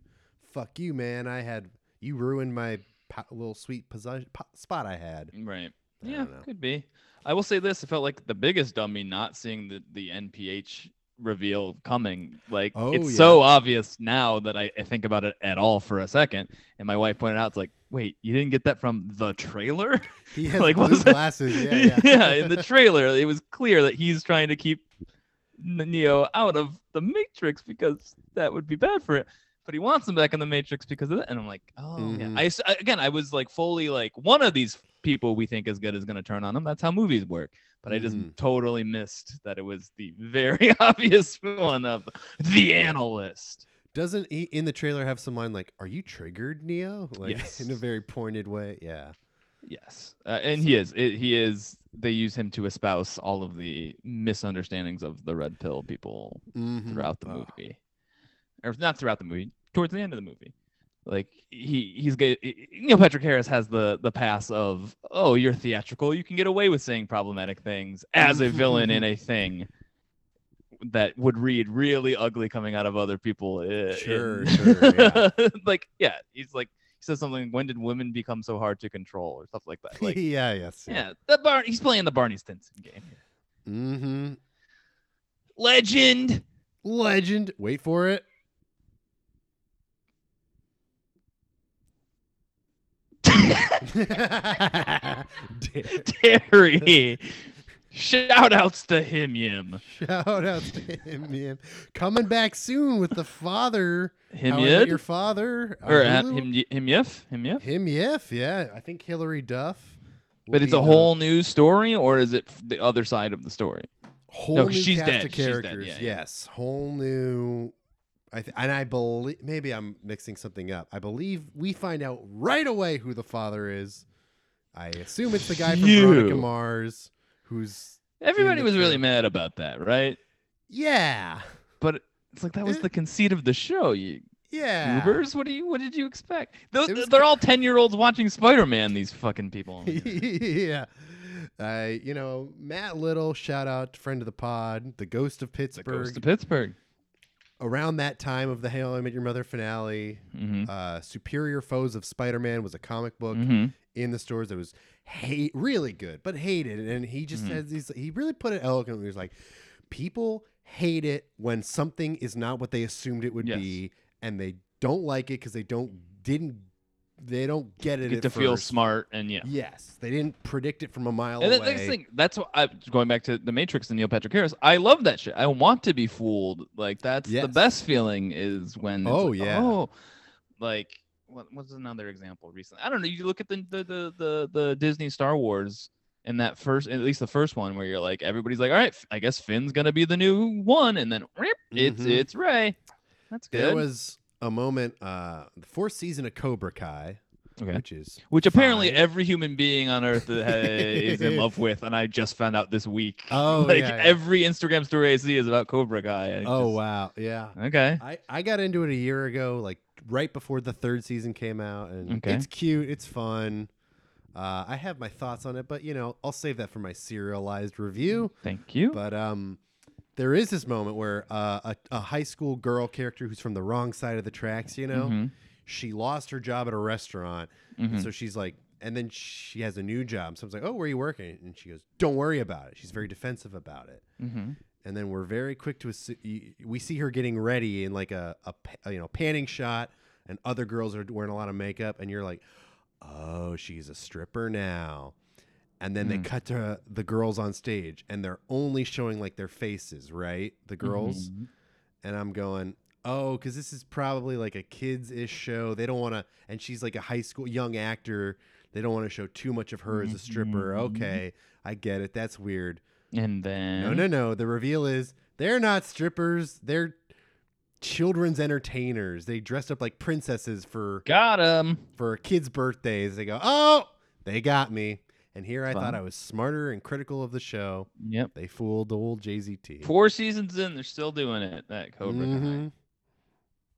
[SPEAKER 1] Fuck you, man. I had you ruined my po- little sweet possession, po- spot I had.
[SPEAKER 3] Right.
[SPEAKER 1] I
[SPEAKER 3] yeah,
[SPEAKER 1] don't know.
[SPEAKER 3] could be. I will say this: I felt like the biggest dummy not seeing the the NPH reveal coming. Like
[SPEAKER 1] Oh,
[SPEAKER 3] it's
[SPEAKER 1] yeah.
[SPEAKER 3] so obvious now that I, I think about it at all for a second. And my wife pointed out, "It's like, wait, you didn't get that from the trailer?
[SPEAKER 1] He has
[SPEAKER 3] Like, what
[SPEAKER 1] blue
[SPEAKER 3] was that?
[SPEAKER 1] glasses. Yeah, yeah.
[SPEAKER 3] in the trailer, it was clear that he's trying to keep N- Neo out of the Matrix because that would be bad for it." But he wants him back in the Matrix because of that, and I'm like, oh
[SPEAKER 1] Mhm.
[SPEAKER 3] yeah. I s- I- again, I was like fully like one of these people we think is good is going to turn on them. That's how movies work. But I just
[SPEAKER 1] Mhm.
[SPEAKER 3] totally missed that it was the very obvious one of the analyst.
[SPEAKER 1] Doesn't he in the trailer have some line like, "Are you triggered, Neo?" Like
[SPEAKER 3] Yes.
[SPEAKER 1] in a very pointed way. Yeah.
[SPEAKER 3] Yes, uh, and he is. It, he is. They use him to espouse all of the misunderstandings of the red pill people
[SPEAKER 1] Mhm.
[SPEAKER 3] throughout the
[SPEAKER 1] Ugh.
[SPEAKER 3] movie, or not throughout the movie, towards the end of the movie. Like he he's get you know Patrick Harris has the the pass of oh you're theatrical you can get away with saying problematic things as a villain in
[SPEAKER 1] Mm-hmm.
[SPEAKER 3] a thing that would read really ugly coming out of other people. i- in-
[SPEAKER 1] Sure, sure, yeah.
[SPEAKER 3] like yeah, he's like he says something. When did women become so hard to control or stuff like that? Like
[SPEAKER 1] yeah. Yes.
[SPEAKER 3] yeah, the Bar he's playing the Barney Stinson game. here.
[SPEAKER 1] Mm-hmm.
[SPEAKER 3] Legend.
[SPEAKER 1] Legend. Wait for it. Dare-
[SPEAKER 3] Terry. Shout outs to him, Yim.
[SPEAKER 1] Shout out to him, man. Coming back soon with the father.
[SPEAKER 3] Him
[SPEAKER 1] How I Met
[SPEAKER 3] Yid?
[SPEAKER 1] Your father. on
[SPEAKER 3] Or uh,
[SPEAKER 1] Hulu.
[SPEAKER 3] him, y- him Yif? Him Yif?
[SPEAKER 1] Him, Yif, yeah. I think Hillary Duff. will
[SPEAKER 3] But it's
[SPEAKER 1] be
[SPEAKER 3] a
[SPEAKER 1] the
[SPEAKER 3] whole new story, or is it f- the other side of the story?
[SPEAKER 1] whole
[SPEAKER 3] No,
[SPEAKER 1] new
[SPEAKER 3] she's
[SPEAKER 1] cast
[SPEAKER 3] dead.
[SPEAKER 1] of
[SPEAKER 3] She's dead,
[SPEAKER 1] characters.
[SPEAKER 3] yeah, yeah.
[SPEAKER 1] yes, whole new. I th- and I believe maybe I'm mixing something up. I believe we find out right away who the father is. I assume it's the guy from Veronica
[SPEAKER 3] Phew.
[SPEAKER 1] Mars, who's
[SPEAKER 3] Everybody
[SPEAKER 1] the
[SPEAKER 3] was really
[SPEAKER 1] trailer.
[SPEAKER 3] mad about that, right?
[SPEAKER 1] yeah,
[SPEAKER 3] But it's like that was
[SPEAKER 1] Eh.
[SPEAKER 3] the conceit of the show. You
[SPEAKER 1] yeah.
[SPEAKER 3] goobers, what do you what did you expect? Those,
[SPEAKER 1] It was
[SPEAKER 3] they're all ten year olds watching Spider Man. These fucking people. on the internet.
[SPEAKER 1] yeah. I you know Matt Little, shout out friend of the pod, the ghost of
[SPEAKER 3] the
[SPEAKER 1] Pittsburgh.
[SPEAKER 3] ghost of Pittsburgh.
[SPEAKER 1] Around that time of the Hail I Met Your Mother finale,
[SPEAKER 3] hmm
[SPEAKER 1] uh, Superior Foes of Spider-Man was a comic book.
[SPEAKER 3] hmm
[SPEAKER 1] in the stores that was hate really good, but hated. And he just
[SPEAKER 3] Mhm.
[SPEAKER 1] says these he really put it eloquently. He was like, people hate it when something is not what they assumed it would
[SPEAKER 3] Yes.
[SPEAKER 1] be, and they don't like it because they don't didn't they don't get it.
[SPEAKER 3] Get
[SPEAKER 1] at
[SPEAKER 3] to feel
[SPEAKER 1] first.
[SPEAKER 3] smart and yeah.
[SPEAKER 1] Yes, they didn't predict it from a mile
[SPEAKER 3] And
[SPEAKER 1] away.
[SPEAKER 3] that's the next thing. That's what I going back to the Matrix and Neil Patrick Harris. I love that shit. I want to be fooled. Like that's the
[SPEAKER 1] Yes.
[SPEAKER 3] best feeling is when. It's
[SPEAKER 1] Oh,
[SPEAKER 3] like,
[SPEAKER 1] yeah.
[SPEAKER 3] Oh, like what was another example recently? I don't know. You look at the the the the, the Disney Star Wars. And that first, at least the first one, where you're like, everybody's like, "All right, I guess Finn's gonna be the new one," and then "Rip, it's
[SPEAKER 1] Mhm.
[SPEAKER 3] it's Ray. That's
[SPEAKER 1] There
[SPEAKER 3] good.
[SPEAKER 1] was a moment, uh, the fourth season of Cobra Kai.
[SPEAKER 3] Okay.
[SPEAKER 1] which is
[SPEAKER 3] Which apparently
[SPEAKER 1] fine.
[SPEAKER 3] every human being on earth uh, is in love with, and I just found out this week.
[SPEAKER 1] Oh,
[SPEAKER 3] like
[SPEAKER 1] yeah, yeah.
[SPEAKER 3] every Instagram story I see is about Cobra Kai. and it
[SPEAKER 1] oh
[SPEAKER 3] just-
[SPEAKER 1] wow, yeah.
[SPEAKER 3] Okay.
[SPEAKER 1] I I got into it a year ago, like right before the third season came out, and
[SPEAKER 3] Okay.
[SPEAKER 1] it's cute, it's fun. Uh, I have my thoughts on it, but you know, I'll save that for my serialized review.
[SPEAKER 3] Thank you.
[SPEAKER 1] But um, there is this moment where uh, a, a high school girl character who's from the wrong side of the tracks, you know,
[SPEAKER 3] Mhm,
[SPEAKER 1] she lost her job at a restaurant,
[SPEAKER 3] mhm.
[SPEAKER 1] and so she's like, and then she has a new job. So I was like, oh, where are you working? And she goes, don't worry about it. She's very defensive about it.
[SPEAKER 3] Mhm.
[SPEAKER 1] And then we're very quick to assu- y- we see her getting ready in like a, a pa- a, you know panning shot, and other girls are wearing a lot of makeup, and you're like, oh, she's a stripper now. And then they
[SPEAKER 3] Mm.
[SPEAKER 1] cut to the girls on stage, and they're only showing like their faces, right? The girls,
[SPEAKER 3] Mhm.
[SPEAKER 1] and I'm going, oh, because this is probably like a kids ish show. They don't want to, and she's like a high school young actor. They don't want to show too much of her as a stripper.
[SPEAKER 3] Mhm.
[SPEAKER 1] Okay, I get it. That's weird.
[SPEAKER 3] And then
[SPEAKER 1] No, no, no. The reveal is they're not strippers. They're children's entertainers. They dressed up like princesses for
[SPEAKER 3] got him.
[SPEAKER 1] for kids' birthdays. They go, "Oh, they got me." And here I
[SPEAKER 3] Fun.
[SPEAKER 1] thought I was smarter and critical of the show.
[SPEAKER 3] Yep.
[SPEAKER 1] They fooled old Jay Z T.
[SPEAKER 3] Four seasons in, they're still doing it. That Cobra Kai.
[SPEAKER 1] Mhm.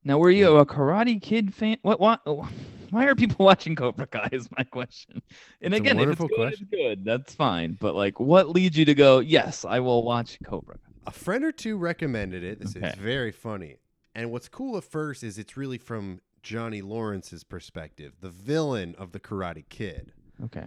[SPEAKER 3] Now, were you a Karate Kid fan? What? Why? Why are people watching Cobra Kai? Is my question. And
[SPEAKER 1] It's a
[SPEAKER 3] again, if it's
[SPEAKER 1] wonderful
[SPEAKER 3] good, it's good. That's fine. But like, what leads you to go? Yes, I will watch Cobra. Kai."
[SPEAKER 1] A friend or two recommended it. This
[SPEAKER 3] Okay.
[SPEAKER 1] is very funny. And what's cool at first is it's really from Johnny Lawrence's perspective, the villain of the Karate Kid.
[SPEAKER 3] Okay.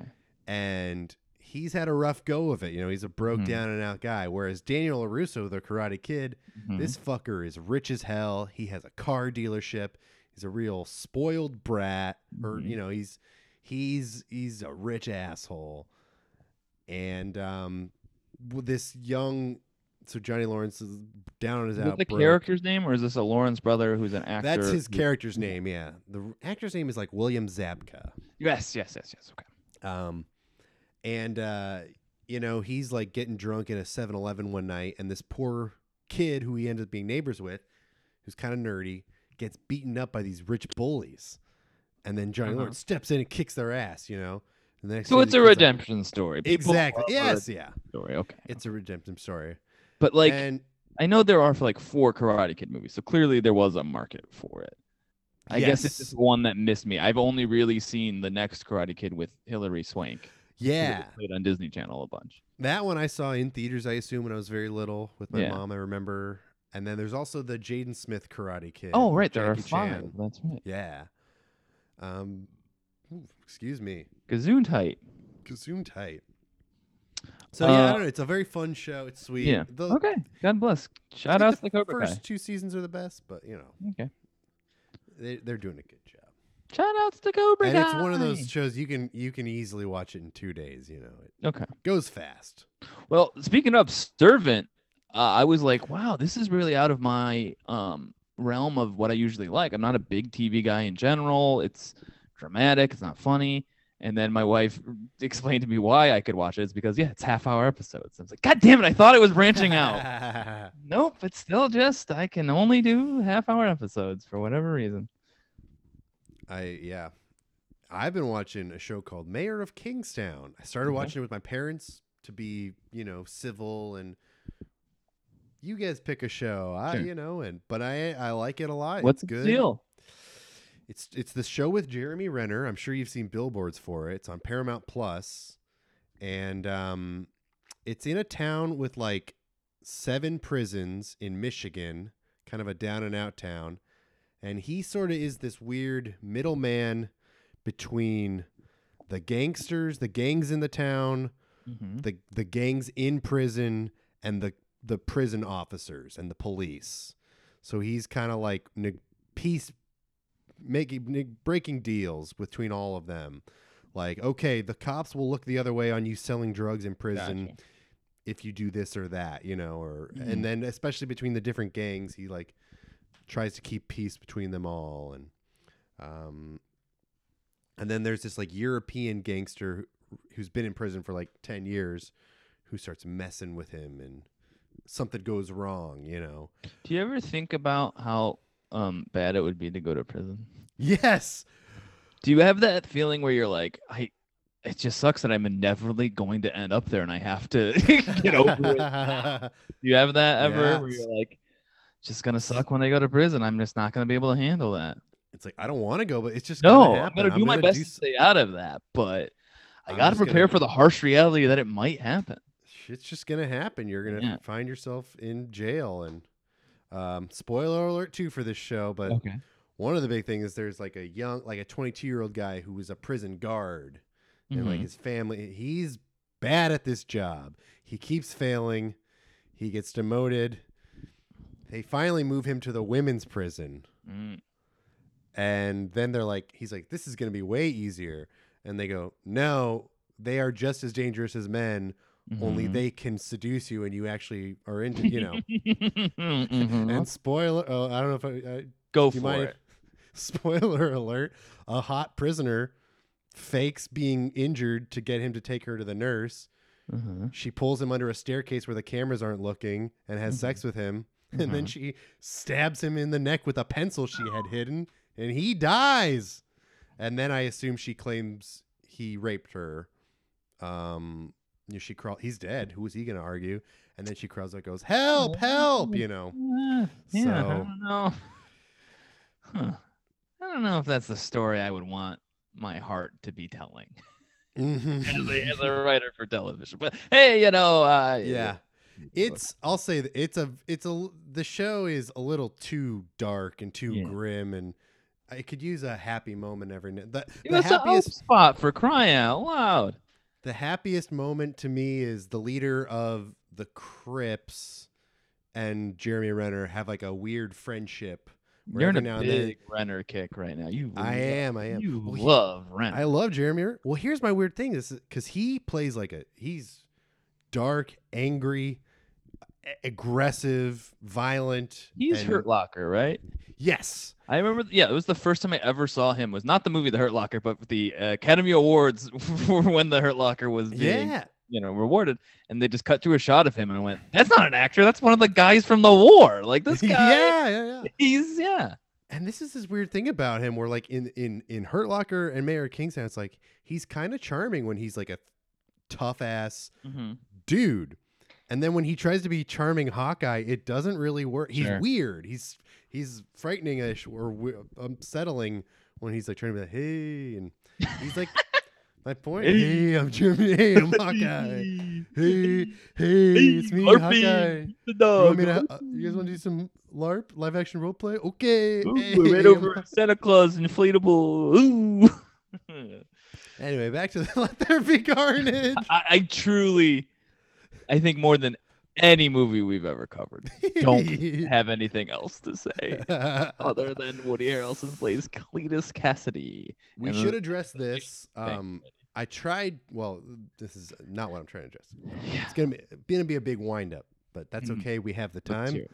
[SPEAKER 1] and he's had a rough go of it. You know, he's a broke
[SPEAKER 3] Mhm.
[SPEAKER 1] down and out guy. Whereas Daniel LaRusso, the Karate Kid,
[SPEAKER 3] Mhm.
[SPEAKER 1] this fucker is rich as hell. He has a car dealership. He's a real spoiled brat, or
[SPEAKER 3] Mhm.
[SPEAKER 1] you know, he's he's he's a rich asshole. And um, w- this young, so Johnny Lawrence is down on his
[SPEAKER 3] Is that
[SPEAKER 1] out.
[SPEAKER 3] the
[SPEAKER 1] broke.
[SPEAKER 3] character's name, or is this a Lawrence brother who's an actor?
[SPEAKER 1] That's his
[SPEAKER 3] character.
[SPEAKER 1] character's name. Yeah, the r- actor's name is like William Zabka.
[SPEAKER 3] Yes, yes, yes, yes. Okay.
[SPEAKER 1] Um, and uh, you know, he's like getting drunk in a 7-Eleven one night, and this poor kid who he ends up being neighbors with, who's kind of nerdy, gets beaten up by these rich bullies, and then Johnny
[SPEAKER 3] Uh-huh.
[SPEAKER 1] Lawrence steps in and kicks their ass. You know, and the next
[SPEAKER 3] So
[SPEAKER 1] thing
[SPEAKER 3] it's
[SPEAKER 1] the
[SPEAKER 3] a
[SPEAKER 1] kid's like-
[SPEAKER 3] redemption story. People
[SPEAKER 1] exactly.
[SPEAKER 3] love a
[SPEAKER 1] Yes, yeah,
[SPEAKER 3] redemption Story. Okay.
[SPEAKER 1] it's a redemption story.
[SPEAKER 3] But like,
[SPEAKER 1] and
[SPEAKER 3] I know there are like four Karate Kid movies, so clearly there was a market for it. I guess it's
[SPEAKER 1] Yes.
[SPEAKER 3] just one that missed me. I've only really seen the next Karate Kid with Hilary Swank. 'cause It
[SPEAKER 1] yeah,
[SPEAKER 3] was played on Disney Channel a bunch.
[SPEAKER 1] That one I saw in theaters, I assume, when I was very little with my
[SPEAKER 3] Yeah.
[SPEAKER 1] mom. I remember. And then there's also the Jaden Smith Karate Kid.
[SPEAKER 3] oh,
[SPEAKER 1] with
[SPEAKER 3] right, there are
[SPEAKER 1] Jackie
[SPEAKER 3] five.
[SPEAKER 1] Chan.
[SPEAKER 3] That's right.
[SPEAKER 1] Yeah. Um, ooh, excuse me.
[SPEAKER 3] Gazoon
[SPEAKER 1] Consume tight. So yeah, I
[SPEAKER 3] Uh,
[SPEAKER 1] don't know. It's a very fun show. It's sweet.
[SPEAKER 3] Yeah.
[SPEAKER 1] The,
[SPEAKER 3] Okay. God bless.
[SPEAKER 1] I think
[SPEAKER 3] Shout out to
[SPEAKER 1] the
[SPEAKER 3] the Cobra
[SPEAKER 1] first
[SPEAKER 3] Kai.
[SPEAKER 1] two seasons are the best, but you know
[SPEAKER 3] Okay.
[SPEAKER 1] they, they're doing a good job.
[SPEAKER 3] Shout outs to Cobra
[SPEAKER 1] and
[SPEAKER 3] Kai.
[SPEAKER 1] it's one of those shows you can you can easily watch it in two days. You know it
[SPEAKER 3] Okay.
[SPEAKER 1] goes fast.
[SPEAKER 3] Well, speaking of servant, uh, I was like, wow, this is really out of my um, realm of what I usually like. I'm not a big TV guy in general. It's dramatic. It's not funny. And then my wife explained to me why I could watch it. It's because yeah, it's half hour episodes. I was like, God damn it! I thought it was branching out.
[SPEAKER 1] out.
[SPEAKER 3] nope, it's still just I can only do half hour episodes for whatever reason.
[SPEAKER 1] I yeah. I've been watching a show called Mayor of Kingstown. I started
[SPEAKER 3] Okay.
[SPEAKER 1] watching it with my parents to be, you know, civil and you guys pick a show, I,
[SPEAKER 3] Sure.
[SPEAKER 1] you know, and but I I like it a lot.
[SPEAKER 3] What's
[SPEAKER 1] it's
[SPEAKER 3] the
[SPEAKER 1] good.
[SPEAKER 3] deal?
[SPEAKER 1] It's it's the show with Jeremy Renner. I'm sure you've seen billboards for it. It's on Paramount Plus, and um, it's in a town with like seven prisons in Michigan, kind of a down and out town, and he sort of is this weird middleman between the gangsters, the gangs in the town,
[SPEAKER 3] Mhm.
[SPEAKER 1] the the gangs in prison and the the prison officers and the police. So he's kind of like neg- peace making neg- breaking deals between all of them. Like, okay, the cops will look the other way on you selling drugs in prison
[SPEAKER 3] Gotcha.
[SPEAKER 1] if you do this or that, you know, or
[SPEAKER 3] Mhm.
[SPEAKER 1] and then especially between the different gangs, he like tries to keep peace between them all and um and then there's this like European gangster who- who's been in prison for like 10 years who starts messing with him and something goes wrong, you know.
[SPEAKER 3] Do you ever think about how um, bad it would be to go to prison?
[SPEAKER 1] Yes.
[SPEAKER 3] Do you have that feeling where you're like, I, it just sucks that I'm inevitably going to end up there and I have to get over it. Do you have that ever where
[SPEAKER 1] Yes.
[SPEAKER 3] you're like, just gonna suck when I go to prison. I'm just not gonna be able to handle that.
[SPEAKER 1] it's like I don't want to go, but it's just
[SPEAKER 3] No,
[SPEAKER 1] Gonna
[SPEAKER 3] I'm gonna
[SPEAKER 1] happen.
[SPEAKER 3] do my best to stay out of that, but I
[SPEAKER 1] I'm
[SPEAKER 3] gotta
[SPEAKER 1] just gonna-
[SPEAKER 3] prepare for the harsh reality that it might happen.
[SPEAKER 1] It's just gonna happen. You're gonna
[SPEAKER 3] Yeah.
[SPEAKER 1] find yourself in jail, and um, spoiler alert too for this show. But
[SPEAKER 3] Okay.
[SPEAKER 1] one of the big things is there's like a young, like a 22 year old guy who was a prison guard, and
[SPEAKER 3] Mm-hmm.
[SPEAKER 1] like his family. He's bad at this job. He keeps failing. He gets demoted. They finally move him to the women's prison.
[SPEAKER 3] Mhm.
[SPEAKER 1] And then they're like, he's like, this is going to be way easier. And they go, no, they are just as dangerous as men, only
[SPEAKER 3] Mhm.
[SPEAKER 1] they can seduce you and you actually are into, you know.
[SPEAKER 3] Mhm.
[SPEAKER 1] and spoiler, oh, I don't know if I, I
[SPEAKER 3] go
[SPEAKER 1] do you
[SPEAKER 3] for
[SPEAKER 1] mind?
[SPEAKER 3] it.
[SPEAKER 1] if- spoiler alert, a hot prisoner fakes being injured to get him to take her to the nurse.
[SPEAKER 3] Mhm.
[SPEAKER 1] She pulls him under a staircase where the cameras aren't looking and has
[SPEAKER 3] Mhm.
[SPEAKER 1] sex with him. And then
[SPEAKER 3] Mhm.
[SPEAKER 1] she stabs him in the neck with a pencil she had hidden, and he dies. And then I assume she claims he raped her. Um, you know, she crawls. He's dead. Who is he going to argue? And then she crawls out, goes, "Help! Help!" You know.
[SPEAKER 3] Ah, yeah, I
[SPEAKER 1] So-
[SPEAKER 3] don't know. Huh. I don't know if that's the story I would want my heart to be telling as a,
[SPEAKER 1] Mhm.
[SPEAKER 3] as a writer for television. But hey, you know, uh,
[SPEAKER 1] yeah, it's. I'll say that it's a. It's a. The show is a little too dark and too
[SPEAKER 3] Yeah.
[SPEAKER 1] grim, and I could use a happy moment every now. The,
[SPEAKER 3] it
[SPEAKER 1] the
[SPEAKER 3] was a oh. hope
[SPEAKER 1] happiest
[SPEAKER 3] spot for crying out loud.
[SPEAKER 1] The happiest moment to me is the leader of the Crips and Jeremy Renner have like a weird friendship. where
[SPEAKER 3] You're in a
[SPEAKER 1] every now and then-
[SPEAKER 3] big Renner kick right now. You,
[SPEAKER 1] I
[SPEAKER 3] lo-
[SPEAKER 1] am, I am.
[SPEAKER 3] You
[SPEAKER 1] Well, he-
[SPEAKER 3] love Renner.
[SPEAKER 1] I love Jeremy. Renner. Well, here's my weird thing: this is because he plays like a he's dark, angry, a- aggressive, violent.
[SPEAKER 3] He's
[SPEAKER 1] and-
[SPEAKER 3] Hurt Locker, right?
[SPEAKER 1] Yes,
[SPEAKER 3] I remember. th- Yeah, it was the first time I ever saw him. Was not the movie The Hurt Locker, but the uh, Academy Awards for when The Hurt Locker was being
[SPEAKER 1] yeah.
[SPEAKER 3] you know, rewarded. And they just cut to a shot of him and I went, that's not an actor. That's one of the guys from the war. Like this guy,
[SPEAKER 1] yeah, yeah, yeah.
[SPEAKER 3] he's, yeah.
[SPEAKER 1] And this is this weird thing about him, where like in in in Hurt Locker and Mayor of Kingstown, it's like he's kind of charming when he's like a tough ass dude. And then when he tries to be charming Hawkeye, it doesn't really work. He's
[SPEAKER 3] Sure.
[SPEAKER 1] weird. He's he's frightening-ish or we- um, unsettling when he's like trying to be like, hey, and he's like, my point. Hey,
[SPEAKER 3] Hey.
[SPEAKER 1] I'm Jeremy. Hey, I'm Hawkeye. Hey, hey, it's me, Hawkeye.
[SPEAKER 3] The
[SPEAKER 1] You, want
[SPEAKER 3] dog.
[SPEAKER 1] me to, uh, you guys want to do some LARP, live action role play? Okay.
[SPEAKER 3] Ooh,
[SPEAKER 1] Hey,
[SPEAKER 3] we're right
[SPEAKER 1] I'm
[SPEAKER 3] over Santa Claus inflatable. Ooh.
[SPEAKER 1] Anyway, back to the Let There Be Carnage.
[SPEAKER 3] I, I truly, I think more than any movie we've ever covered, don't have anything else to say other than Woody Harrelson plays Cletus Cassidy.
[SPEAKER 1] we
[SPEAKER 3] And-
[SPEAKER 1] should address this.
[SPEAKER 3] Thank
[SPEAKER 1] Um, I tried. Well, this is not what I'm trying to address.
[SPEAKER 3] Yeah.
[SPEAKER 1] It's gonna be gonna be a big wind up, but that's
[SPEAKER 3] Mhm.
[SPEAKER 1] okay. We have the
[SPEAKER 3] Let's
[SPEAKER 1] time.
[SPEAKER 3] hear it.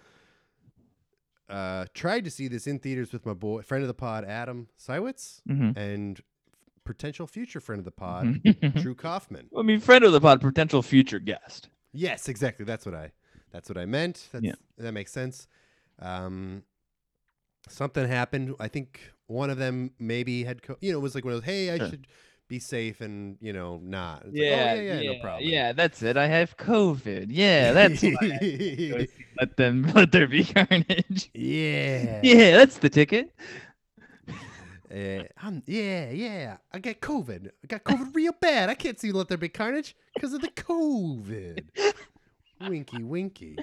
[SPEAKER 1] Uh, tried to see this in theaters with my boy, friend of the pod, Adam Seiwitz,
[SPEAKER 3] Mhm.
[SPEAKER 1] and potential future friend of the pod,
[SPEAKER 3] Mhm.
[SPEAKER 1] Drew Kaufman.
[SPEAKER 3] I mean, friend of the pod, potential future guest.
[SPEAKER 1] Yes, exactly. That's what I. That's what I meant. That's,
[SPEAKER 3] Yeah.
[SPEAKER 1] That makes sense. Um, something happened. I think one of them maybe had. Co- you know, it was like one of those. Hey, I
[SPEAKER 3] Sure.
[SPEAKER 1] should be safe and you know not. It's
[SPEAKER 3] Yeah,
[SPEAKER 1] like, oh, yeah, yeah, no problem.
[SPEAKER 3] yeah, that's it. I have COVID. Yeah, that's why I go see let them let there be carnage.
[SPEAKER 1] yeah.
[SPEAKER 3] Yeah, that's the ticket.
[SPEAKER 1] Uh, I'm, yeah, yeah. I got COVID. I got COVID real bad. I can't see Let There Be Carnage because of the COVID. winky, winky.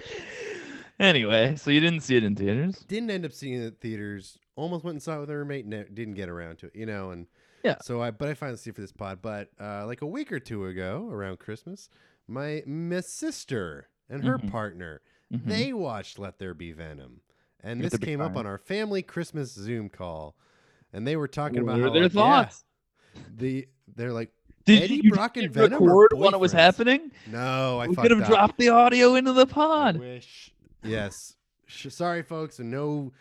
[SPEAKER 3] Anyway, so you didn't see it in theaters.
[SPEAKER 1] didn't end up seeing it at theaters. Almost went and saw it with a roommate. No, didn't get around to it, you know. And
[SPEAKER 3] Yeah.
[SPEAKER 1] So I, but I finally see it for this pod. But uh, like a week or two ago, around Christmas, my my sister and her
[SPEAKER 3] Mhm.
[SPEAKER 1] partner
[SPEAKER 3] Mhm.
[SPEAKER 1] they watched Let There Be Venom, and
[SPEAKER 3] Let
[SPEAKER 1] this
[SPEAKER 3] There Be
[SPEAKER 1] came up
[SPEAKER 3] Carnage.
[SPEAKER 1] on our family Christmas Zoom call, and they were talking
[SPEAKER 3] What
[SPEAKER 1] about
[SPEAKER 3] were
[SPEAKER 1] how,
[SPEAKER 3] their
[SPEAKER 1] like, yeah,
[SPEAKER 3] thoughts.
[SPEAKER 1] the they're like,
[SPEAKER 3] Did
[SPEAKER 1] Eddie
[SPEAKER 3] you, you
[SPEAKER 1] Brock and
[SPEAKER 3] didn't
[SPEAKER 1] Venom are
[SPEAKER 3] record when it was
[SPEAKER 1] boyfriends.
[SPEAKER 3] happening?
[SPEAKER 1] no, I
[SPEAKER 3] we
[SPEAKER 1] fucked
[SPEAKER 3] could have
[SPEAKER 1] up.
[SPEAKER 3] dropped the audio into the
[SPEAKER 1] I
[SPEAKER 3] pod.
[SPEAKER 1] wish. Yes. Sh- sorry, folks, and no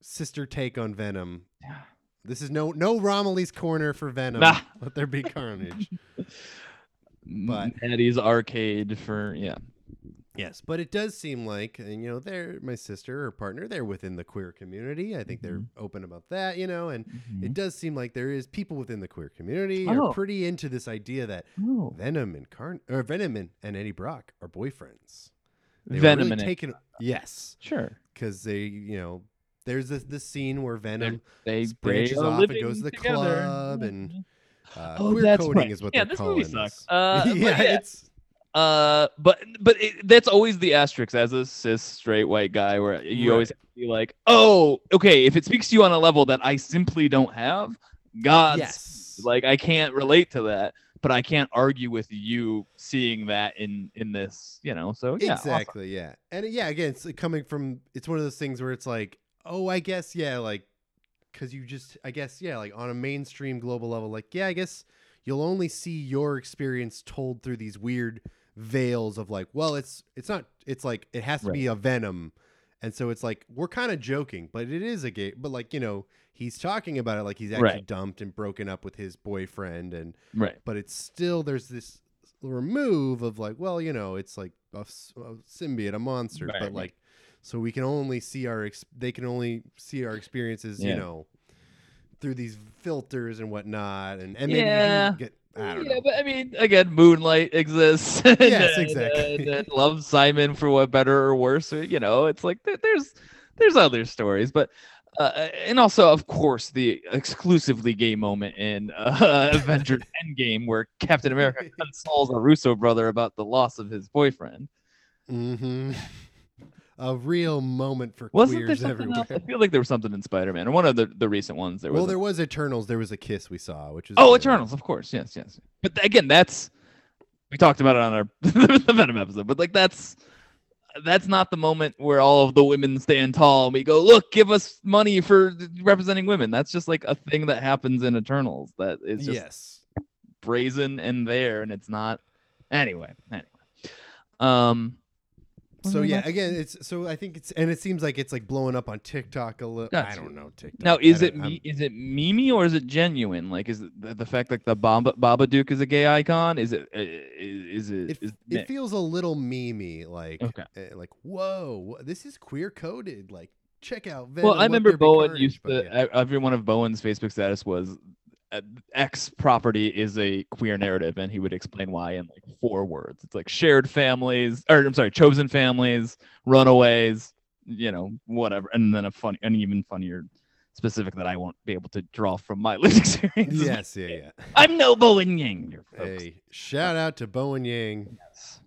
[SPEAKER 1] sister take on Venom.
[SPEAKER 3] Yeah.
[SPEAKER 1] This is no no Romilly's corner for Venom.
[SPEAKER 3] Nah.
[SPEAKER 1] Let there be carnage. But-
[SPEAKER 3] Mm, Eddie's arcade for yeah.
[SPEAKER 1] Yes, but it does seem like, and you know, they're my sister or partner. They're within the queer community. I think they're
[SPEAKER 3] Mm-hmm.
[SPEAKER 1] open about that, you know, and it does seem like there is people within the queer community
[SPEAKER 3] Oh.
[SPEAKER 1] are pretty into this idea that
[SPEAKER 3] Oh.
[SPEAKER 1] Venom and Carn or Venom and, and Eddie Brock are boyfriends. They were
[SPEAKER 3] Venom
[SPEAKER 1] really
[SPEAKER 3] and Eddie
[SPEAKER 1] taken, yes,
[SPEAKER 3] Sure.
[SPEAKER 1] because they, you know, there's this this scene where Venom,
[SPEAKER 3] They
[SPEAKER 1] Just branches
[SPEAKER 3] they are
[SPEAKER 1] off and
[SPEAKER 3] living
[SPEAKER 1] goes to the
[SPEAKER 3] together.
[SPEAKER 1] club and-
[SPEAKER 3] Mhm.
[SPEAKER 1] uh,
[SPEAKER 3] Oh,
[SPEAKER 1] queer
[SPEAKER 3] that's
[SPEAKER 1] coding
[SPEAKER 3] right.
[SPEAKER 1] is what
[SPEAKER 3] yeah,
[SPEAKER 1] they're
[SPEAKER 3] this
[SPEAKER 1] calling
[SPEAKER 3] movie sucks.
[SPEAKER 1] this.
[SPEAKER 3] Uh, but
[SPEAKER 1] yeah,
[SPEAKER 3] yeah,
[SPEAKER 1] it's
[SPEAKER 3] uh, but but it, that's always the asterisk as a cis straight white guy where you
[SPEAKER 1] Right.
[SPEAKER 3] always have to be like, oh, okay, if it speaks to you on a level that I simply don't have, God's
[SPEAKER 1] yes,
[SPEAKER 3] like I can't relate to that, but I can't argue with you seeing that in in this, you know. So yeah, awesome.
[SPEAKER 1] exactly yeah and uh, yeah again it's uh, coming from it's one of those things where it's like oh i guess yeah like because you just i guess yeah like on a mainstream global level like yeah i guess you'll only see your experience told through these weird veils of like well it's it's not it's like it has to be a venom and so it's like we're kind of joking but it is a gay but like you know he's talking about it like he's actually
[SPEAKER 3] Right.
[SPEAKER 1] dumped and broken up with his boyfriend and
[SPEAKER 3] right.
[SPEAKER 1] but it's still there's this remove of like well you know it's like a, s- a symbiote a monster
[SPEAKER 3] Right,
[SPEAKER 1] but
[SPEAKER 3] right.
[SPEAKER 1] like so we can only see our ex- they can only see our experiences
[SPEAKER 3] Yeah.
[SPEAKER 1] you know through these filters and whatnot and, and maybe
[SPEAKER 3] Yeah.
[SPEAKER 1] you get i don't
[SPEAKER 3] yeah,
[SPEAKER 1] know
[SPEAKER 3] but I mean, again, Moonlight exists. and,
[SPEAKER 1] Yes,
[SPEAKER 3] uh,
[SPEAKER 1] exactly.
[SPEAKER 3] And, and love Simon for what better or worse. or, You know, it's like there, there's there's other stories, but uh, and also, of course, the exclusively gay moment in uh, Avengers Endgame where Captain America consoles a Russo brother about the loss of his boyfriend.
[SPEAKER 1] hmm a real moment for
[SPEAKER 3] Wasn't there
[SPEAKER 1] queers
[SPEAKER 3] something
[SPEAKER 1] everywhere
[SPEAKER 3] else? I feel like there was something in Spider-Man, or one of the, the recent ones. There
[SPEAKER 1] well
[SPEAKER 3] was. a-
[SPEAKER 1] there was eternals there was a kiss we saw which is
[SPEAKER 3] Oh,
[SPEAKER 1] good.
[SPEAKER 3] Eternals, of course. Yes, yes. But th- again, that's we talked about it on our the Venom episode, but like that's that's not the moment where all of the women stand tall and we go, "Look, give us money for representing women." That's just like a thing that happens in Eternals that is just
[SPEAKER 1] yes
[SPEAKER 3] brazen and there and it's not anyway. Anyway. Um what
[SPEAKER 1] so
[SPEAKER 3] am
[SPEAKER 1] yeah
[SPEAKER 3] I-
[SPEAKER 1] again it's so i think it's and it seems like it's like blowing up on tiktok a little i
[SPEAKER 3] Gotcha.
[SPEAKER 1] don't know tiktok
[SPEAKER 3] now
[SPEAKER 1] I
[SPEAKER 3] is it
[SPEAKER 1] don't- I'm-
[SPEAKER 3] me, is it mimi or is it genuine? Like is it the, the fact that the Baba Babadook is a gay icon? Is it uh, is, is it,
[SPEAKER 1] it,
[SPEAKER 3] is
[SPEAKER 1] it feels a little memey, like
[SPEAKER 3] Okay.
[SPEAKER 1] eh, like whoa, wh- this is queer coded. Like check out. Venom,
[SPEAKER 3] Well, I
[SPEAKER 1] let
[SPEAKER 3] remember
[SPEAKER 1] there be
[SPEAKER 3] Bowen
[SPEAKER 1] carnage,"
[SPEAKER 3] used
[SPEAKER 1] but
[SPEAKER 3] to.
[SPEAKER 1] yeah.
[SPEAKER 3] e- Every one of Bowen's Facebook status was uh, X property is a queer narrative, and he would explain why in like four words. It's like shared families, or I'm sorry, chosen families, runaways, you know, whatever, and then a funny, an even funnier specific that I won't be able to draw from my lived experience.
[SPEAKER 1] Yes, yeah, yeah.
[SPEAKER 3] I'm no Bowen Yang. here, folks.
[SPEAKER 1] Hey, shout out to Bowen Yang,
[SPEAKER 3] Yes.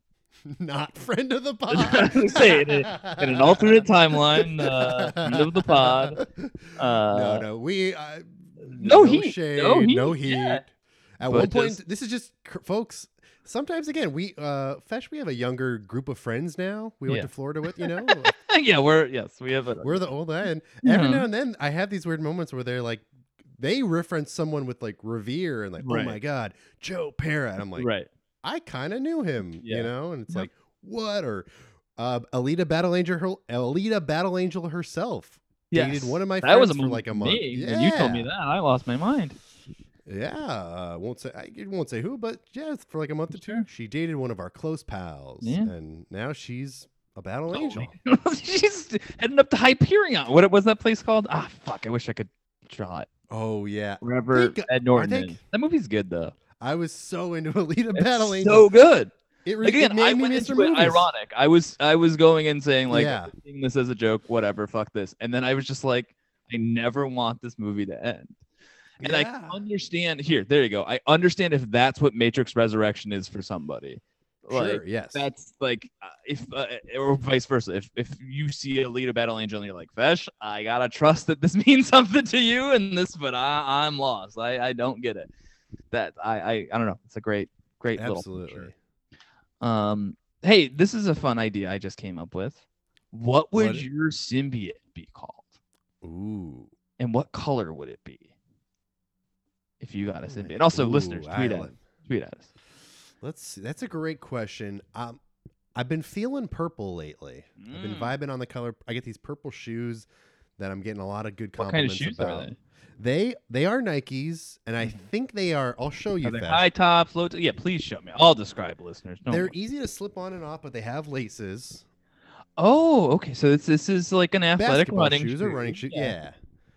[SPEAKER 1] not friend of the pod.
[SPEAKER 3] was gonna say, in In an alternate timeline, uh, friend of the pod.
[SPEAKER 1] no,
[SPEAKER 3] uh,
[SPEAKER 1] no, we. Uh,
[SPEAKER 3] no heat,
[SPEAKER 1] shade,
[SPEAKER 3] no heat,
[SPEAKER 1] no heat.
[SPEAKER 3] yeah.
[SPEAKER 1] At
[SPEAKER 3] But
[SPEAKER 1] one point,
[SPEAKER 3] just-
[SPEAKER 1] this is just cr- folks. Sometimes again, we uh, Fesh. We have a younger group of friends now. We went
[SPEAKER 3] Yeah.
[SPEAKER 1] to Florida with, you know,
[SPEAKER 3] yeah, we're yes, we have a
[SPEAKER 1] We're the old end. Every
[SPEAKER 3] Yeah.
[SPEAKER 1] now and then, I have these weird moments where they're like, they reference someone with like Revere and like,
[SPEAKER 3] Right.
[SPEAKER 1] oh my god, Joe Para, and I'm like,
[SPEAKER 3] right.
[SPEAKER 1] I kind of knew him,
[SPEAKER 3] Yeah.
[SPEAKER 1] you know, and it's
[SPEAKER 3] Yep.
[SPEAKER 1] like, what or uh, Alita Battle Angel, her, Alita Battle Angel herself dated one of my
[SPEAKER 3] that
[SPEAKER 1] friends
[SPEAKER 3] was a
[SPEAKER 1] for like a month.
[SPEAKER 3] Me. When you told me
[SPEAKER 1] Yeah.
[SPEAKER 3] that, I lost my mind.
[SPEAKER 1] Yeah, uh, won't say I won't say who, but yeah, for like a month or two,
[SPEAKER 3] Sure.
[SPEAKER 1] she dated one of our close pals,
[SPEAKER 3] Yeah. Oh,
[SPEAKER 1] and now she's a battle angel.
[SPEAKER 3] She's heading up to Hyperion. What was that place called? Ah, fuck. I wish I could draw it.
[SPEAKER 1] Oh yeah,
[SPEAKER 3] Wherever
[SPEAKER 1] Think-
[SPEAKER 3] Ed Norton
[SPEAKER 1] think-
[SPEAKER 3] is. That movie's good though.
[SPEAKER 1] I was so into Alita
[SPEAKER 3] It's
[SPEAKER 1] Battle Angel.
[SPEAKER 3] so good.
[SPEAKER 1] It re-
[SPEAKER 3] Again,
[SPEAKER 1] it made
[SPEAKER 3] I
[SPEAKER 1] me
[SPEAKER 3] went
[SPEAKER 1] miss
[SPEAKER 3] into
[SPEAKER 1] her
[SPEAKER 3] it
[SPEAKER 1] movies.
[SPEAKER 3] ironic. I was I was going and saying like
[SPEAKER 1] Yeah.
[SPEAKER 3] I'm seeing this as a joke, whatever, fuck this. And then I was just like, I never want this movie to end. And
[SPEAKER 1] Yeah.
[SPEAKER 3] I understand here, there you go. I understand if that's what Matrix Resurrection is for somebody. Like,
[SPEAKER 1] sure, yes.
[SPEAKER 3] that's like uh, if uh, or vice versa. If if you see a leader battle angel and you're like, Vesh, I gotta trust that this means something to you and this, but I I'm lost. I I don't get it. That I I, I don't know. It's a great great little
[SPEAKER 1] Absolutely.
[SPEAKER 3] picture. Um, hey, this is a fun idea I just came up with. What would
[SPEAKER 1] What-
[SPEAKER 3] your symbiote be called,
[SPEAKER 1] Ooh.
[SPEAKER 3] and what color would it be? If you got a symbiote, and also
[SPEAKER 1] Ooh,
[SPEAKER 3] listeners, tweet
[SPEAKER 1] I
[SPEAKER 3] at,
[SPEAKER 1] like-
[SPEAKER 3] us, tweet at us.
[SPEAKER 1] Let's see. That's a great question. Um I've been feeling purple lately. I've been
[SPEAKER 3] Mm.
[SPEAKER 1] vibing on the color. I get these purple shoes that I'm getting a lot of good
[SPEAKER 3] What kind of
[SPEAKER 1] compliments
[SPEAKER 3] shoes
[SPEAKER 1] about.
[SPEAKER 3] are they? Mm.
[SPEAKER 1] They they are Nikes, and I think they are. I'll show you.
[SPEAKER 3] Are they
[SPEAKER 1] fast.
[SPEAKER 3] high tops, low tops? Yeah, please show me. I'll describe listeners. No
[SPEAKER 1] They're
[SPEAKER 3] more.
[SPEAKER 1] easy to slip on and off, but they have laces.
[SPEAKER 3] oh, okay. So it's, this is like an athletic
[SPEAKER 1] e-, Basketball
[SPEAKER 3] running
[SPEAKER 1] shoes
[SPEAKER 3] shoe.
[SPEAKER 1] or running shoes. Yeah.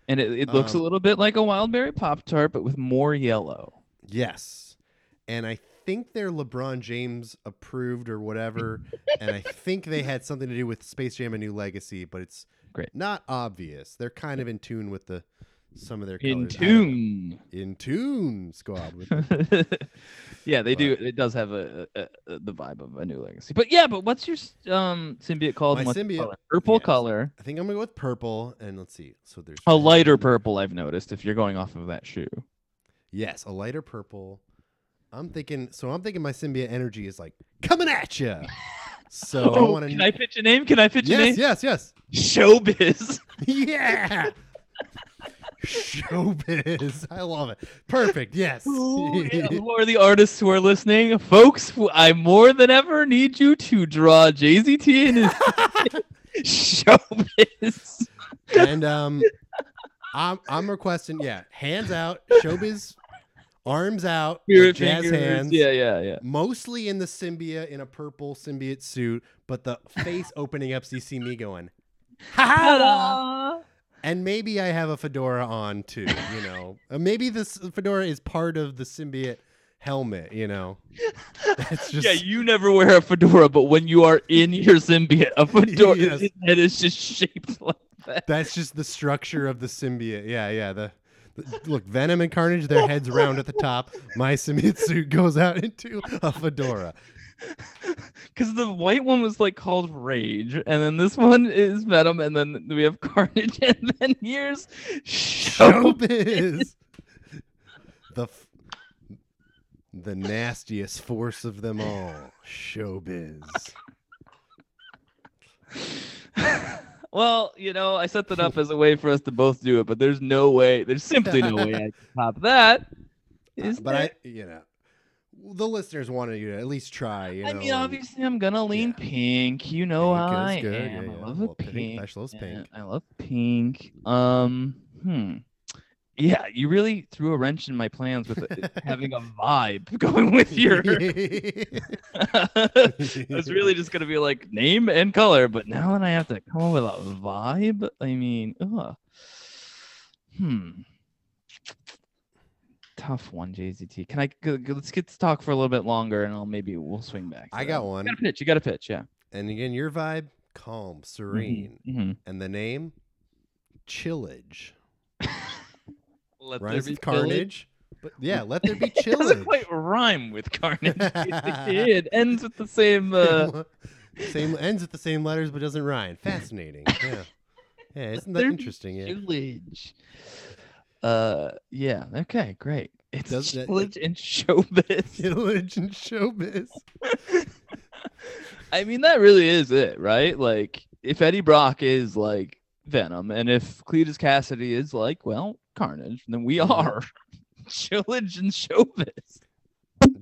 [SPEAKER 3] And it, it looks
[SPEAKER 1] Um,
[SPEAKER 3] a little bit like a Wildberry Pop Tart, but with more yellow.
[SPEAKER 1] Yes. And I think they're LeBron James approved or whatever. and I think they had something to do with Space Jam: A New Legacy, but it's
[SPEAKER 3] Great.
[SPEAKER 1] not obvious. They're kind of in tune with the some of their
[SPEAKER 3] In
[SPEAKER 1] colors. I don't know.
[SPEAKER 3] tune.
[SPEAKER 1] in tune, squad. With the-
[SPEAKER 3] yeah, they do. It does have a, a, a the vibe of a new legacy. But yeah, but what's your s- um symbiote called?
[SPEAKER 1] My
[SPEAKER 3] and what's it
[SPEAKER 1] symbiote-
[SPEAKER 3] called? purple
[SPEAKER 1] yes.
[SPEAKER 3] color,
[SPEAKER 1] I think I'm gonna go with purple. And let's see. So there's
[SPEAKER 3] a lighter purple. I've noticed if you're going off of that shoe.
[SPEAKER 1] Yes, a lighter purple. I'm thinking. So I'm thinking my symbiote energy is like coming at you. So I want
[SPEAKER 3] Oh, can
[SPEAKER 1] to.
[SPEAKER 3] I pitch a name? Can I pitch a name?
[SPEAKER 1] Yes, yes, yes.
[SPEAKER 3] Showbiz.
[SPEAKER 1] Yeah. Showbiz. I love it. Perfect. Yes.
[SPEAKER 3] who, who are the artists who are listening, folks? who- I more than ever need you to draw Jay Z T in his showbiz.
[SPEAKER 1] and um I'm I'm requesting, yeah, hands out, showbiz, arms out, with
[SPEAKER 3] Spirit
[SPEAKER 1] jazz
[SPEAKER 3] fingers.
[SPEAKER 1] hands.
[SPEAKER 3] Yeah, yeah, yeah.
[SPEAKER 1] Mostly in the symbiote in a purple symbiote suit, but the face opening up so you see me going, ha
[SPEAKER 3] Ta-da!
[SPEAKER 1] And maybe I have a fedora on too, you know. Uh, maybe this fedora is part of the symbiote helmet, you know. That's just
[SPEAKER 3] Yeah, you never wear a fedora, but when you are in your symbiote, a fedora
[SPEAKER 1] Yes.
[SPEAKER 3] it is just shaped like that.
[SPEAKER 1] That's just the structure of the symbiote. Yeah, yeah. The, the- look, Venom and Carnage, their heads round at the top. My symbiote suit goes out into a fedora.
[SPEAKER 3] Because the white one was like called Rage, and then this one is Venom, and then we have Carnage, and then here's Show.
[SPEAKER 1] Showbiz. The f- the nastiest force of them all. Showbiz.
[SPEAKER 3] well, you know, I set that up as a way for us to both do it, but there's no way, there's simply no way I can top that. Is
[SPEAKER 1] Uh, but
[SPEAKER 3] there?
[SPEAKER 1] I, you know, the listeners wanted you to at least try. You know,
[SPEAKER 3] I mean, obviously, I'm gonna lean pink. You know
[SPEAKER 1] Pink
[SPEAKER 3] how
[SPEAKER 1] is
[SPEAKER 3] I
[SPEAKER 1] good,
[SPEAKER 3] am.
[SPEAKER 1] yeah,
[SPEAKER 3] I
[SPEAKER 1] yeah.
[SPEAKER 3] love
[SPEAKER 1] Well,
[SPEAKER 3] a
[SPEAKER 1] pink,
[SPEAKER 3] pink.
[SPEAKER 1] Ash loves
[SPEAKER 3] yeah,
[SPEAKER 1] pink.
[SPEAKER 3] I love pink. Um, hmm. Yeah, you really threw a wrench in my plans with it having a vibe going with your. I was really just gonna be like name and color, but now that I have to come up with a vibe, I mean, ugh. hmm. Tough one, JZT. Can I go, go- let's get to talk for a little bit longer, and I'll maybe we'll swing back. to
[SPEAKER 1] I
[SPEAKER 3] that.
[SPEAKER 1] got one.
[SPEAKER 3] You got to pitch. You got to pitch. Yeah.
[SPEAKER 1] And again, your vibe,
[SPEAKER 3] Mm-hmm.
[SPEAKER 1] calm, serene.
[SPEAKER 3] Mhm.
[SPEAKER 1] And the name, Chillage.
[SPEAKER 3] Let there
[SPEAKER 1] Rhymes
[SPEAKER 3] be
[SPEAKER 1] with carnage. But yeah, let there be
[SPEAKER 3] It doesn't
[SPEAKER 1] chillage.
[SPEAKER 3] quite rhyme with carnage. it ends with the same. Uh,
[SPEAKER 1] same ends with the same letters but doesn't rhyme. Fascinating. Yeah. Yeah, isn't that
[SPEAKER 3] there be
[SPEAKER 1] interesting? Yeah.
[SPEAKER 3] Chillage. Uh, yeah. Okay. Great. It's
[SPEAKER 1] Does that-
[SPEAKER 3] chillage and showbiz.
[SPEAKER 1] Chillage and showbiz.
[SPEAKER 3] I mean, that really is it, right? Like, if Eddie Brock is like Venom, and if Cletus Cassidy is like, well, Carnage, then we
[SPEAKER 1] Mhm.
[SPEAKER 3] are chillage and showbiz.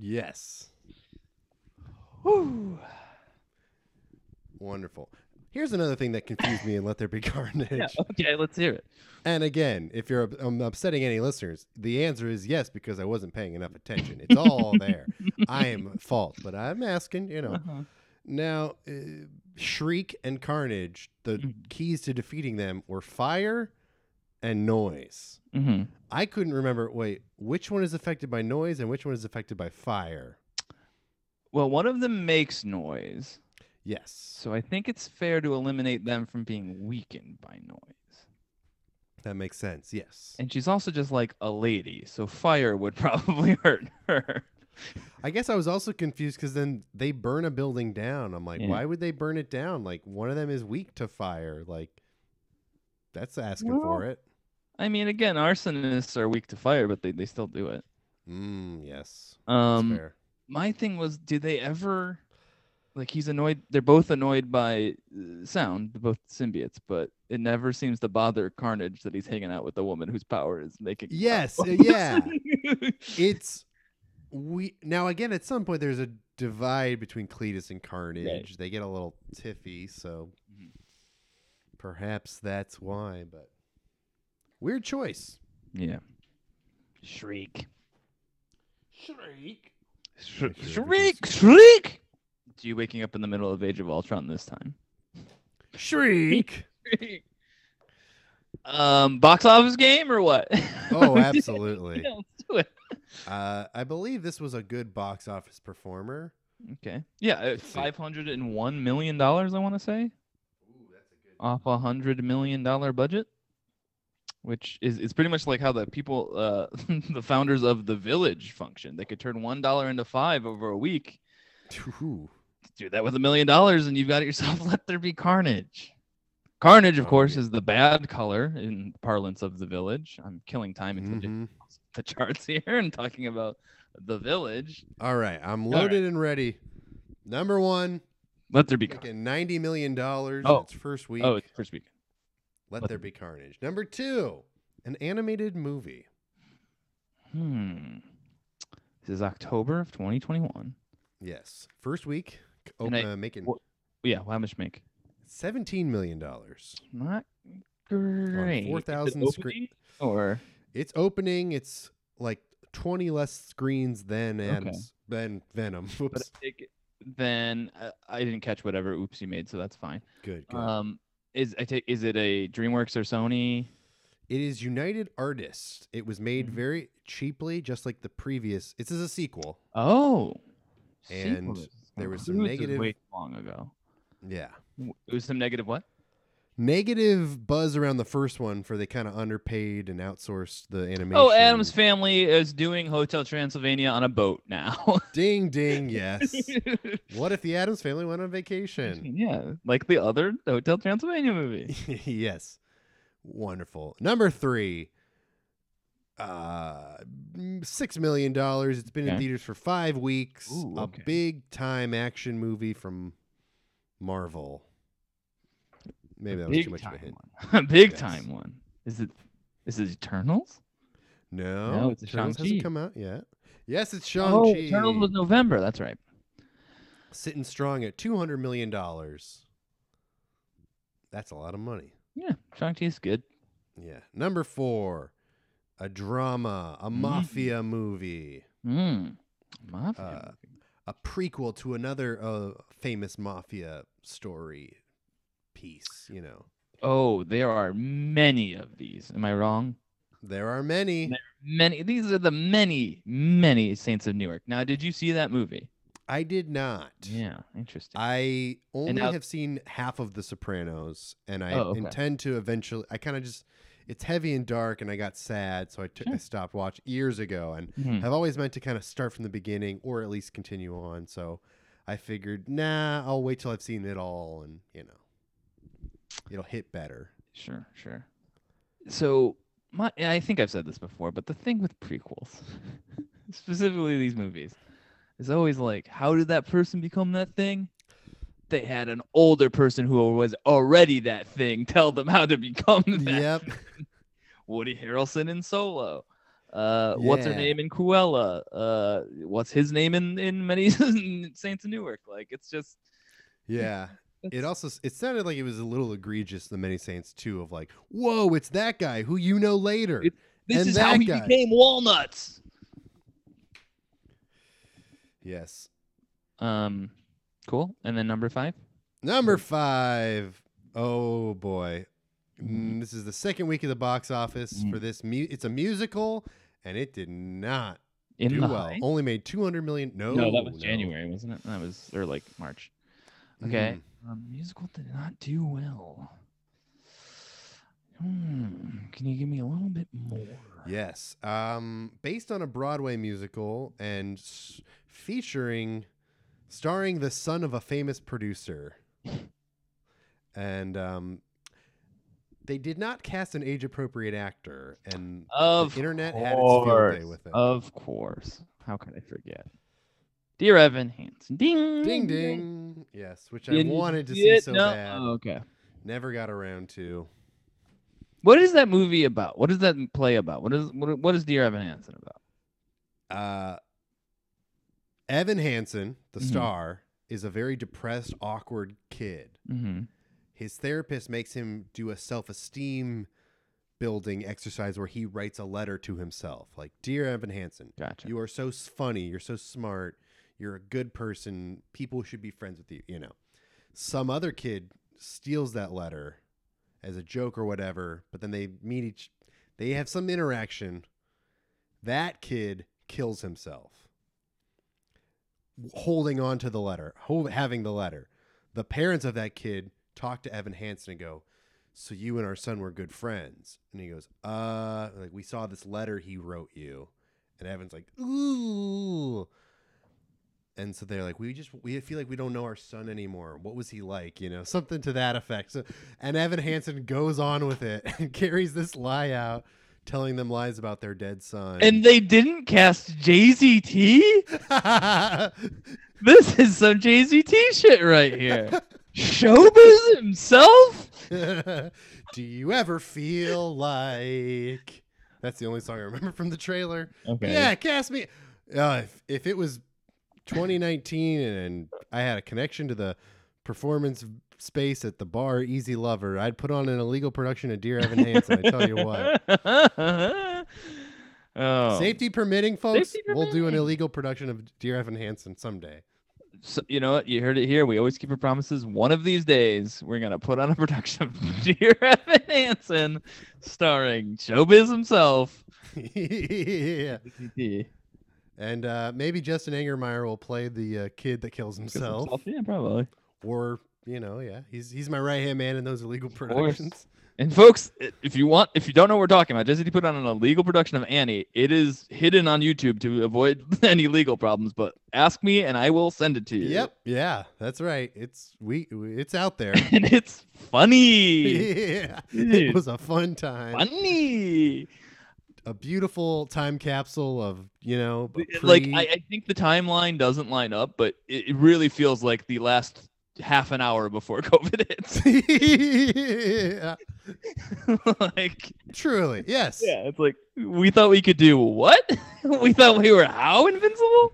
[SPEAKER 1] Yes.
[SPEAKER 3] Whew.
[SPEAKER 1] Wonderful. Here's another thing that confused me in Let There Be Carnage.
[SPEAKER 3] Yeah. Okay. Let's hear it.
[SPEAKER 1] And again, if you're um, upsetting any listeners, the answer is yes because I wasn't paying enough attention. It's all there. I am at fault, but I'm asking, you know.
[SPEAKER 3] Uh-huh.
[SPEAKER 1] Now, uh, Shriek and Carnage, the
[SPEAKER 3] Mhm.
[SPEAKER 1] keys to defeating them were fire and noise.
[SPEAKER 3] hmm
[SPEAKER 1] I couldn't remember, wait, which one is affected by noise and which one is affected by fire?
[SPEAKER 3] Well, one of them makes noise,
[SPEAKER 1] Yes,
[SPEAKER 3] so I think it's fair to eliminate them from being weakened by noise.
[SPEAKER 1] that makes sense. Yes.
[SPEAKER 3] And she's also just like a lady, so fire would probably hurt her.
[SPEAKER 1] I guess I was also confused because then they burn a building down. I'm like,
[SPEAKER 3] Yeah.
[SPEAKER 1] why would they burn it down? Like, one of them is weak to fire. Like, that's asking for it.
[SPEAKER 3] I mean, again, arsonists are weak to fire, but they, they still do it.
[SPEAKER 1] Mm, yes. That's
[SPEAKER 3] Um,
[SPEAKER 1] fair.
[SPEAKER 3] my thing was, did they ever, like, he's annoyed? They're both annoyed by uh, sound, both symbiotes, but it never seems to bother Carnage that he's hanging out with a woman whose power is making.
[SPEAKER 1] Yes. uh,
[SPEAKER 3] sound.
[SPEAKER 1] Yeah. it's we now again at some point there's a divide between Cletus and Carnage. They get a little tiffy, so
[SPEAKER 3] Mhm.
[SPEAKER 1] perhaps that's why. But Weird choice.
[SPEAKER 3] Yeah. Shriek.
[SPEAKER 1] Shriek.
[SPEAKER 3] Sh-
[SPEAKER 1] Make sure
[SPEAKER 3] shriek. Shriek. Do you waking up in the middle of Age of Ultron this time?
[SPEAKER 1] Shriek.
[SPEAKER 3] um, box office game or what?
[SPEAKER 1] Oh, absolutely.
[SPEAKER 3] Yeah, let's do it.
[SPEAKER 1] Uh, I believe this was a good box office performer.
[SPEAKER 3] Okay. Yeah, uh,
[SPEAKER 1] see.
[SPEAKER 3] five hundred and one million dollars. I want to say
[SPEAKER 1] Ooh, that's a good.
[SPEAKER 3] off a hundred million dollar budget, which is it's pretty much like how the people, uh, the founders of the Village function. They could turn one dollar into five over a week.
[SPEAKER 1] Ooh.
[SPEAKER 3] do that with a million dollars and you've got yourself let there be carnage carnage of
[SPEAKER 1] Oh,
[SPEAKER 3] course
[SPEAKER 1] yeah.
[SPEAKER 3] is the bad color in parlance of the village i'm killing time into the-
[SPEAKER 1] Mhm.
[SPEAKER 3] the charts here and talking about the village
[SPEAKER 1] All right, I'm
[SPEAKER 3] right.
[SPEAKER 1] loaded and ready. Number one,
[SPEAKER 3] let there be carnage
[SPEAKER 1] making ninety million dollars
[SPEAKER 3] Oh.
[SPEAKER 1] in its first week.
[SPEAKER 3] oh it's first week
[SPEAKER 1] Let there be carnage. Number two, an animated movie.
[SPEAKER 3] hmm this is october of 2021
[SPEAKER 1] Yes, first week, c- oh,
[SPEAKER 3] And I-
[SPEAKER 1] uh, making
[SPEAKER 3] wha- yeah how much make
[SPEAKER 1] seventeen million dollars.
[SPEAKER 3] not great
[SPEAKER 1] 4,000
[SPEAKER 3] Is it
[SPEAKER 1] scre-
[SPEAKER 3] opening or
[SPEAKER 1] It's opening. It's like twenty less screens than
[SPEAKER 3] Okay.
[SPEAKER 1] Adam's than Venom. Whoops.
[SPEAKER 3] but I think then uh, i didn't catch whatever oopsie made so that's fine
[SPEAKER 1] good. good.
[SPEAKER 3] um is i take is it a dreamworks or sony
[SPEAKER 1] It is United Artists. It was made
[SPEAKER 3] Mhm.
[SPEAKER 1] very cheaply, just like the previous. This is a sequel.
[SPEAKER 3] Oh.
[SPEAKER 1] And
[SPEAKER 3] sequels.
[SPEAKER 1] there
[SPEAKER 3] Oh,
[SPEAKER 1] was some
[SPEAKER 3] this is
[SPEAKER 1] negative-
[SPEAKER 3] way long ago.
[SPEAKER 1] Yeah.
[SPEAKER 3] W- It was some negative what?
[SPEAKER 1] Negative buzz around the first one for they kind of underpaid and outsourced the animation.
[SPEAKER 3] Oh, Adam's family is doing Hotel Transylvania on a boat now.
[SPEAKER 1] ding ding. Yes. what if the Adams family went on vacation?
[SPEAKER 3] yeah, like the other Hotel Transylvania movie.
[SPEAKER 1] yes. Wonderful. Number three. Uh, mm, six million dollars. It's been in
[SPEAKER 3] Okay.
[SPEAKER 1] theaters for five weeks.
[SPEAKER 3] Ooh, okay.
[SPEAKER 1] A big time action movie from Marvel. Maybe that was
[SPEAKER 3] Big
[SPEAKER 1] too much of
[SPEAKER 3] time
[SPEAKER 1] a hint.
[SPEAKER 3] one. Big
[SPEAKER 1] Yes.
[SPEAKER 3] time one. Is it? Is it Eternals?
[SPEAKER 1] No,
[SPEAKER 3] No, it's a
[SPEAKER 1] Eternals hasn't
[SPEAKER 3] Shang-Chi.
[SPEAKER 1] come out yet. Yes, it's
[SPEAKER 3] Oh,
[SPEAKER 1] Shang Chi.
[SPEAKER 3] Eternals was November. That's right.
[SPEAKER 1] Sitting strong at two hundred million dollars. That's a lot of money.
[SPEAKER 3] Yeah, Shang Chi is good.
[SPEAKER 1] Yeah. Number four, a drama, a
[SPEAKER 3] Mm.
[SPEAKER 1] mafia movie,
[SPEAKER 3] Mm. Mafia.
[SPEAKER 1] Uh,
[SPEAKER 3] movie.
[SPEAKER 1] a prequel to another uh, famous mafia story piece. You know,
[SPEAKER 3] oh, there are many of these. Am I wrong?
[SPEAKER 1] there are many.
[SPEAKER 3] many these are the many many saints of newark now did you see that movie
[SPEAKER 1] I did not.
[SPEAKER 3] yeah interesting
[SPEAKER 1] I only
[SPEAKER 3] now-
[SPEAKER 1] have seen half of The Sopranos, and I
[SPEAKER 3] Oh, okay.
[SPEAKER 1] intend to eventually. I kind of just. It's heavy and dark, and I got sad, so I took I
[SPEAKER 3] Sure.
[SPEAKER 1] stopped watch years ago, and
[SPEAKER 3] Mhm.
[SPEAKER 1] have always meant to kind of start from the beginning or at least continue on. So I figured, nah, I'll wait till I've seen it all, and you know, it'll hit better.
[SPEAKER 3] sure sure so my i think i've said this before but the thing with prequels specifically these movies is always like how did that person become that thing they had an older person who was already that thing tell them how to become that
[SPEAKER 1] yep.
[SPEAKER 3] Woody Harrelson in Solo. Uh, what's her
[SPEAKER 1] Yeah.
[SPEAKER 3] name in Cruella? Uh, what's his name in in many Saints of Newark? Like it's just
[SPEAKER 1] Yeah. It
[SPEAKER 3] it's-
[SPEAKER 1] also s- it sounded like it was a little egregious. The Many Saints too, of like, whoa, it's that guy who you know later.
[SPEAKER 3] It- this
[SPEAKER 1] and
[SPEAKER 3] is how
[SPEAKER 1] that
[SPEAKER 3] he
[SPEAKER 1] guy.
[SPEAKER 3] became walnuts.
[SPEAKER 1] yes.
[SPEAKER 3] Um, cool. And then number five.
[SPEAKER 1] Number five. Oh boy.
[SPEAKER 3] Mhm.
[SPEAKER 1] Mm, This is the second week of the box office
[SPEAKER 3] Mm.
[SPEAKER 1] for this. Mu- it's a musical, and it did not
[SPEAKER 3] In
[SPEAKER 1] do
[SPEAKER 3] the
[SPEAKER 1] well.
[SPEAKER 3] Heights?
[SPEAKER 1] Only made two hundred million. No,
[SPEAKER 3] no, that was
[SPEAKER 1] no. Mm-hmm.
[SPEAKER 3] January, wasn't it? That was or like March. Okay. Um, musical did not do well. Hmm. Can you give me a little bit more?
[SPEAKER 1] Yes. Um, based on a Broadway musical and s- featuring, starring the son of a famous producer. And um, they did not cast an age appropriate actor. And
[SPEAKER 3] Of
[SPEAKER 1] the internet had its field day
[SPEAKER 3] course.
[SPEAKER 1] with it.
[SPEAKER 3] Of course. How could I forget? Dear Evan Hansen. Ding.
[SPEAKER 1] ding ding. Yes, which I
[SPEAKER 3] Did you
[SPEAKER 1] wanted to see
[SPEAKER 3] it?
[SPEAKER 1] so
[SPEAKER 3] No-
[SPEAKER 1] bad.
[SPEAKER 3] oh, okay.
[SPEAKER 1] Never got around to.
[SPEAKER 3] What is that movie about? What is that play about? What is what, what is Dear Evan Hansen about?
[SPEAKER 1] uh, Evan Hansen, the
[SPEAKER 3] Mhm.
[SPEAKER 1] star, is a very depressed, awkward kid.
[SPEAKER 3] Mm-hmm.
[SPEAKER 1] His therapist makes him do a self esteem building exercise where he writes a letter to himself, like, "Dear Evan Hansen,
[SPEAKER 3] Gotcha.
[SPEAKER 1] you are so s- funny. You're so smart. You're a good person. People should be friends with you. You know, some other kid steals that letter as a joke or whatever, but then they meet each, they have some interaction. That kid kills himself, holding on to the letter, ho- having the letter. The parents of that kid talk to Evan Hansen and go, so you and our son were good friends. And he goes, uh, like we saw this letter he wrote you. And Evan's like, ooh. And so they're like, we just we feel like we don't know our son anymore. What was he like? You know, something to that effect. So, and Evan Hansen goes on with it and carries this lie out, telling them lies about their dead son.
[SPEAKER 3] And they didn't cast JZT? This is some JZT shit right here. Showbiz himself?
[SPEAKER 1] Do you ever feel like? That's the only song I remember from the trailer.
[SPEAKER 3] Okay.
[SPEAKER 1] Yeah, cast me. Uh, if, if it was 2019 and I had a connection to the performance space at the bar Easy Lover, I'd put on an illegal production of Dear Evan Hansen. I tell you what.
[SPEAKER 3] oh.
[SPEAKER 1] Safety permitting, folks,
[SPEAKER 3] Safety
[SPEAKER 1] we'll do an
[SPEAKER 3] permitting.
[SPEAKER 1] illegal production of Dear Evan Hansen someday.
[SPEAKER 3] So, you know what? You heard it here. We always keep our promises. One of these days, we're gonna put on a production of Dear Evan Hansen, starring Showbiz himself.
[SPEAKER 1] yeah.
[SPEAKER 3] JZT.
[SPEAKER 1] And uh, maybe Justin Angermeyer will play the uh, kid that kills himself.
[SPEAKER 3] Yeah, probably.
[SPEAKER 1] Or, you know, yeah, he's he's my right hand man in those illegal productions.
[SPEAKER 3] And folks, i- if you want, if you don't know what we're talking about, JZT put on an illegal production of Annie. It is hidden on YouTube to avoid any legal problems. But ask me, and I will send it to you.
[SPEAKER 1] Yep. Yeah, that's right. It's we it's out there.
[SPEAKER 3] And it's funny.
[SPEAKER 1] yeah. It
[SPEAKER 3] Dude.
[SPEAKER 1] was a fun time.
[SPEAKER 3] funny.
[SPEAKER 1] A beautiful time capsule of, you know, b- pre-
[SPEAKER 3] like I, I think the timeline doesn't line up, but it, it really feels like the last half an hour before COVID hits.
[SPEAKER 1] Yeah,
[SPEAKER 3] like
[SPEAKER 1] Truly. Yes.
[SPEAKER 3] yeah, it's like we thought we could do what? we thought we were how invincible?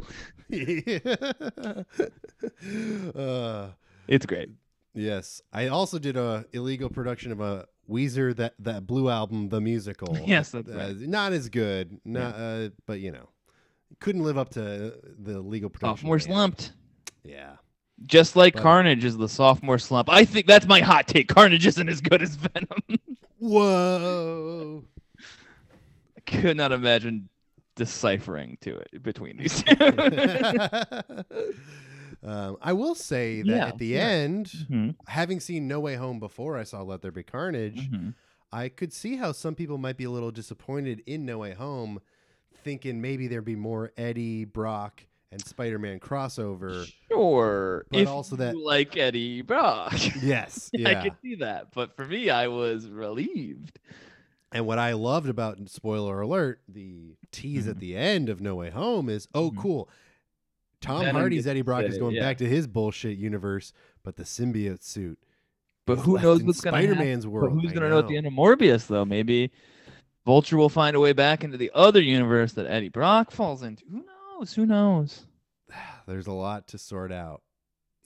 [SPEAKER 1] uh,
[SPEAKER 3] It's great.
[SPEAKER 1] yes. I also did a illegal production of a Weezer that that blue album the musical.
[SPEAKER 3] Yes, that's
[SPEAKER 1] Uh,
[SPEAKER 3] right.
[SPEAKER 1] Not as good. Not uh, but you know. Couldn't live up to uh, the legal production. of
[SPEAKER 3] Sophomore
[SPEAKER 1] Annie.
[SPEAKER 3] slumped.
[SPEAKER 1] Yeah.
[SPEAKER 3] Just like
[SPEAKER 1] But-
[SPEAKER 3] Carnage is the sophomore slump. I think that's my hot take. Carnage isn't as good as Venom.
[SPEAKER 1] Whoa.
[SPEAKER 3] I could not imagine deciphering to it between these two.
[SPEAKER 1] um, I will say that
[SPEAKER 3] Yeah,
[SPEAKER 1] at the
[SPEAKER 3] yeah.
[SPEAKER 1] end,
[SPEAKER 3] Mhm,
[SPEAKER 1] having seen No Way Home before I saw Let There Be Carnage,
[SPEAKER 3] mhm.
[SPEAKER 1] I could see how some people might be a little disappointed in No Way Home, thinking maybe there'd be more Eddie, Brock, and Spider Man crossover.
[SPEAKER 3] Sure.
[SPEAKER 1] But
[SPEAKER 3] if
[SPEAKER 1] also that-
[SPEAKER 3] you like Eddie Brock.
[SPEAKER 1] yes.
[SPEAKER 3] I
[SPEAKER 1] Yeah.
[SPEAKER 3] could see that, but for me, I was relieved.
[SPEAKER 1] And what I loved about spoiler alert, the tease at the end of No Way Home is oh
[SPEAKER 3] Mhm.
[SPEAKER 1] cool. Tom
[SPEAKER 3] Venom
[SPEAKER 1] Hardy's
[SPEAKER 3] gets
[SPEAKER 1] Eddie Brock
[SPEAKER 3] to
[SPEAKER 1] is
[SPEAKER 3] say,
[SPEAKER 1] going
[SPEAKER 3] yeah.
[SPEAKER 1] back to his bullshit universe, but the symbiote suit.
[SPEAKER 3] But
[SPEAKER 1] is
[SPEAKER 3] who
[SPEAKER 1] left
[SPEAKER 3] knows
[SPEAKER 1] in
[SPEAKER 3] what's going to happen?
[SPEAKER 1] Spider-Man's
[SPEAKER 3] But
[SPEAKER 1] world?
[SPEAKER 3] who's
[SPEAKER 1] I
[SPEAKER 3] going to know at the end of Morbius, though? Maybe Vulture will find a way back into the other universe that Eddie Brock falls into. Who knows? Who knows?
[SPEAKER 1] There's a lot to sort out.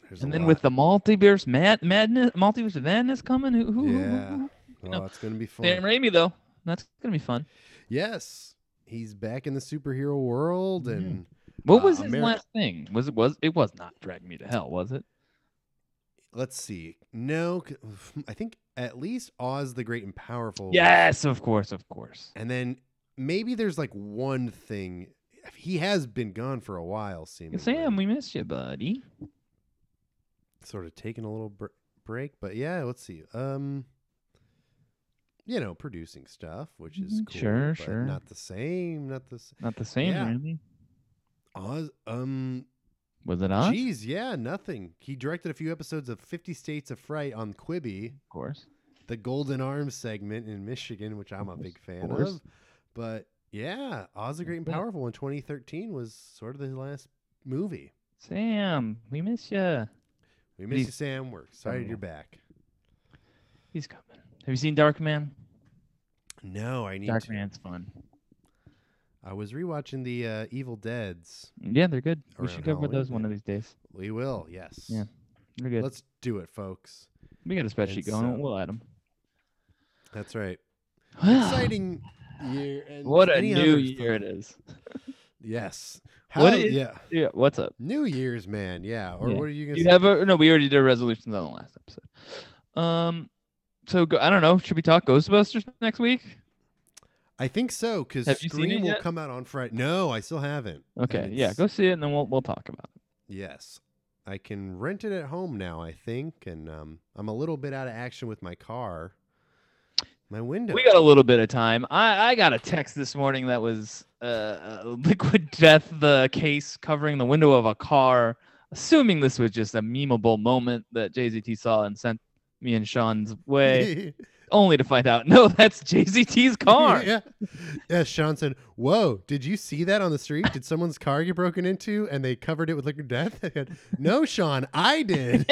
[SPEAKER 1] There's
[SPEAKER 3] and
[SPEAKER 1] a
[SPEAKER 3] then
[SPEAKER 1] lot.
[SPEAKER 3] with the multiverse mad- madness, multiverse madness coming. Who? who, who-
[SPEAKER 1] Yeah.
[SPEAKER 3] who- who-
[SPEAKER 1] oh,
[SPEAKER 3] you know,
[SPEAKER 1] it's gonna be fun.
[SPEAKER 3] Sam Raimi, though. That's going to be fun.
[SPEAKER 1] Yes, he's back in the superhero world,
[SPEAKER 3] Mhm.
[SPEAKER 1] and
[SPEAKER 3] What
[SPEAKER 1] Uh,
[SPEAKER 3] was his
[SPEAKER 1] Ameri-
[SPEAKER 3] last thing? Was it was it was not Drag Me to Hell, was it?
[SPEAKER 1] let's see. No, c- I think at least Oz the Great and Powerful. was-
[SPEAKER 3] Yes, of course, of course.
[SPEAKER 1] and then maybe there's like one thing. He has been gone for a while, seemingly.
[SPEAKER 3] Sam, we missed you, buddy.
[SPEAKER 1] sort of taking a little br- break, but yeah, let's see. Um, you know, producing stuff, which is
[SPEAKER 3] Mhm.
[SPEAKER 1] cool,
[SPEAKER 3] Sure,
[SPEAKER 1] but
[SPEAKER 3] sure.
[SPEAKER 1] not the same, not the s-
[SPEAKER 3] Not the same,
[SPEAKER 1] Yeah.
[SPEAKER 3] Raimi.
[SPEAKER 1] Oz. Um,
[SPEAKER 3] Was it on?
[SPEAKER 1] Jeez, yeah, nothing. He directed a few episodes of Fifty States of Fright on Quibi,
[SPEAKER 3] Of course.
[SPEAKER 1] the Golden Arms segment in Michigan, which I'm a
[SPEAKER 3] course,
[SPEAKER 1] big
[SPEAKER 3] of
[SPEAKER 1] fan
[SPEAKER 3] course.
[SPEAKER 1] of. But yeah, Oz the Great and
[SPEAKER 3] Yeah.
[SPEAKER 1] Powerful in 2013 was sort of his last movie.
[SPEAKER 3] Sam, we miss you.
[SPEAKER 1] We miss you,
[SPEAKER 3] He's-
[SPEAKER 1] Sam. We're excited you're back.
[SPEAKER 3] He's coming. Have you seen Dark Man?
[SPEAKER 1] No, I need
[SPEAKER 3] Dark
[SPEAKER 1] to.
[SPEAKER 3] Man's fun.
[SPEAKER 1] I was rewatching the uh, Evil Dead's.
[SPEAKER 3] Yeah, they're good. We
[SPEAKER 1] Around
[SPEAKER 3] should go over
[SPEAKER 1] Halloween,
[SPEAKER 3] those one
[SPEAKER 1] yeah.
[SPEAKER 3] of these days.
[SPEAKER 1] We will, yes.
[SPEAKER 3] Yeah, They're good.
[SPEAKER 1] Let's do it, folks.
[SPEAKER 3] we got a spreadsheet
[SPEAKER 1] and
[SPEAKER 3] going.
[SPEAKER 1] so-
[SPEAKER 3] We'll add them.
[SPEAKER 1] That's right. Exciting year. And
[SPEAKER 3] what a
[SPEAKER 1] any
[SPEAKER 3] new
[SPEAKER 1] other
[SPEAKER 3] year it
[SPEAKER 1] fun-
[SPEAKER 3] is.
[SPEAKER 1] Yes. How,
[SPEAKER 3] What is-
[SPEAKER 1] yeah.
[SPEAKER 3] Yeah, what's up?
[SPEAKER 1] New Year's, man. Yeah. Or
[SPEAKER 3] Yeah.
[SPEAKER 1] what are you
[SPEAKER 3] Do
[SPEAKER 1] gonna
[SPEAKER 3] you
[SPEAKER 1] say?
[SPEAKER 3] have a no? We already did resolutions on the last episode. Um, so go, I don't know. Should we talk Ghostbusters next week?
[SPEAKER 1] I think so because
[SPEAKER 3] Have you seen
[SPEAKER 1] Scream
[SPEAKER 3] it
[SPEAKER 1] will
[SPEAKER 3] yet?
[SPEAKER 1] come out on Friday. No, I still haven't. and
[SPEAKER 3] Okay, yeah,
[SPEAKER 1] it's-
[SPEAKER 3] go see it and then we'll we'll talk about it.
[SPEAKER 1] Yes. I can rent it at home now, I think, and um, I'm a little bit out of action with my car. My window.
[SPEAKER 3] We got a little bit of time. I I got a text this morning that was uh, uh Liquid Death the case covering the window of a car. Assuming this was just a memeable moment that JZT saw and sent me and Sean's way, only to find out no, that's JZT's car.
[SPEAKER 1] yeah. Yeah, Sean said, Whoa, did you see that on the street? Did someone's car get broken into and they covered it with liquid death? I said, no, Sean, I did.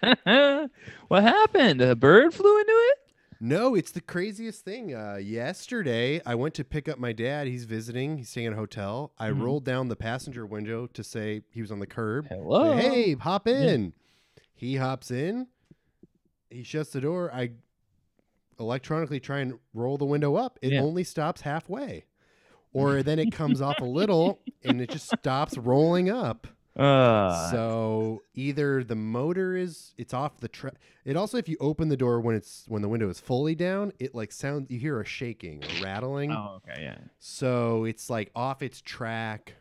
[SPEAKER 3] what happened? A bird flew into it.
[SPEAKER 1] No, it's the craziest thing. Uh, yesterday, I went to pick up my dad. He's visiting, he's staying at a hotel. I
[SPEAKER 3] Mhm.
[SPEAKER 1] rolled down the passenger window to say he was on the curb.
[SPEAKER 3] Hello.
[SPEAKER 1] Hey, hop in. He hops in. He shuts the door. I electronically try and roll the window up. It
[SPEAKER 3] Yeah.
[SPEAKER 1] only stops halfway. Or then it comes off a little and it just stops rolling up.
[SPEAKER 3] Uh,
[SPEAKER 1] so either the motor is it's off the track. It also if you open the door when it's when the window is fully down, it like sounds you hear a shaking or rattling.
[SPEAKER 3] oh, okay, yeah.
[SPEAKER 1] So it's like off its track,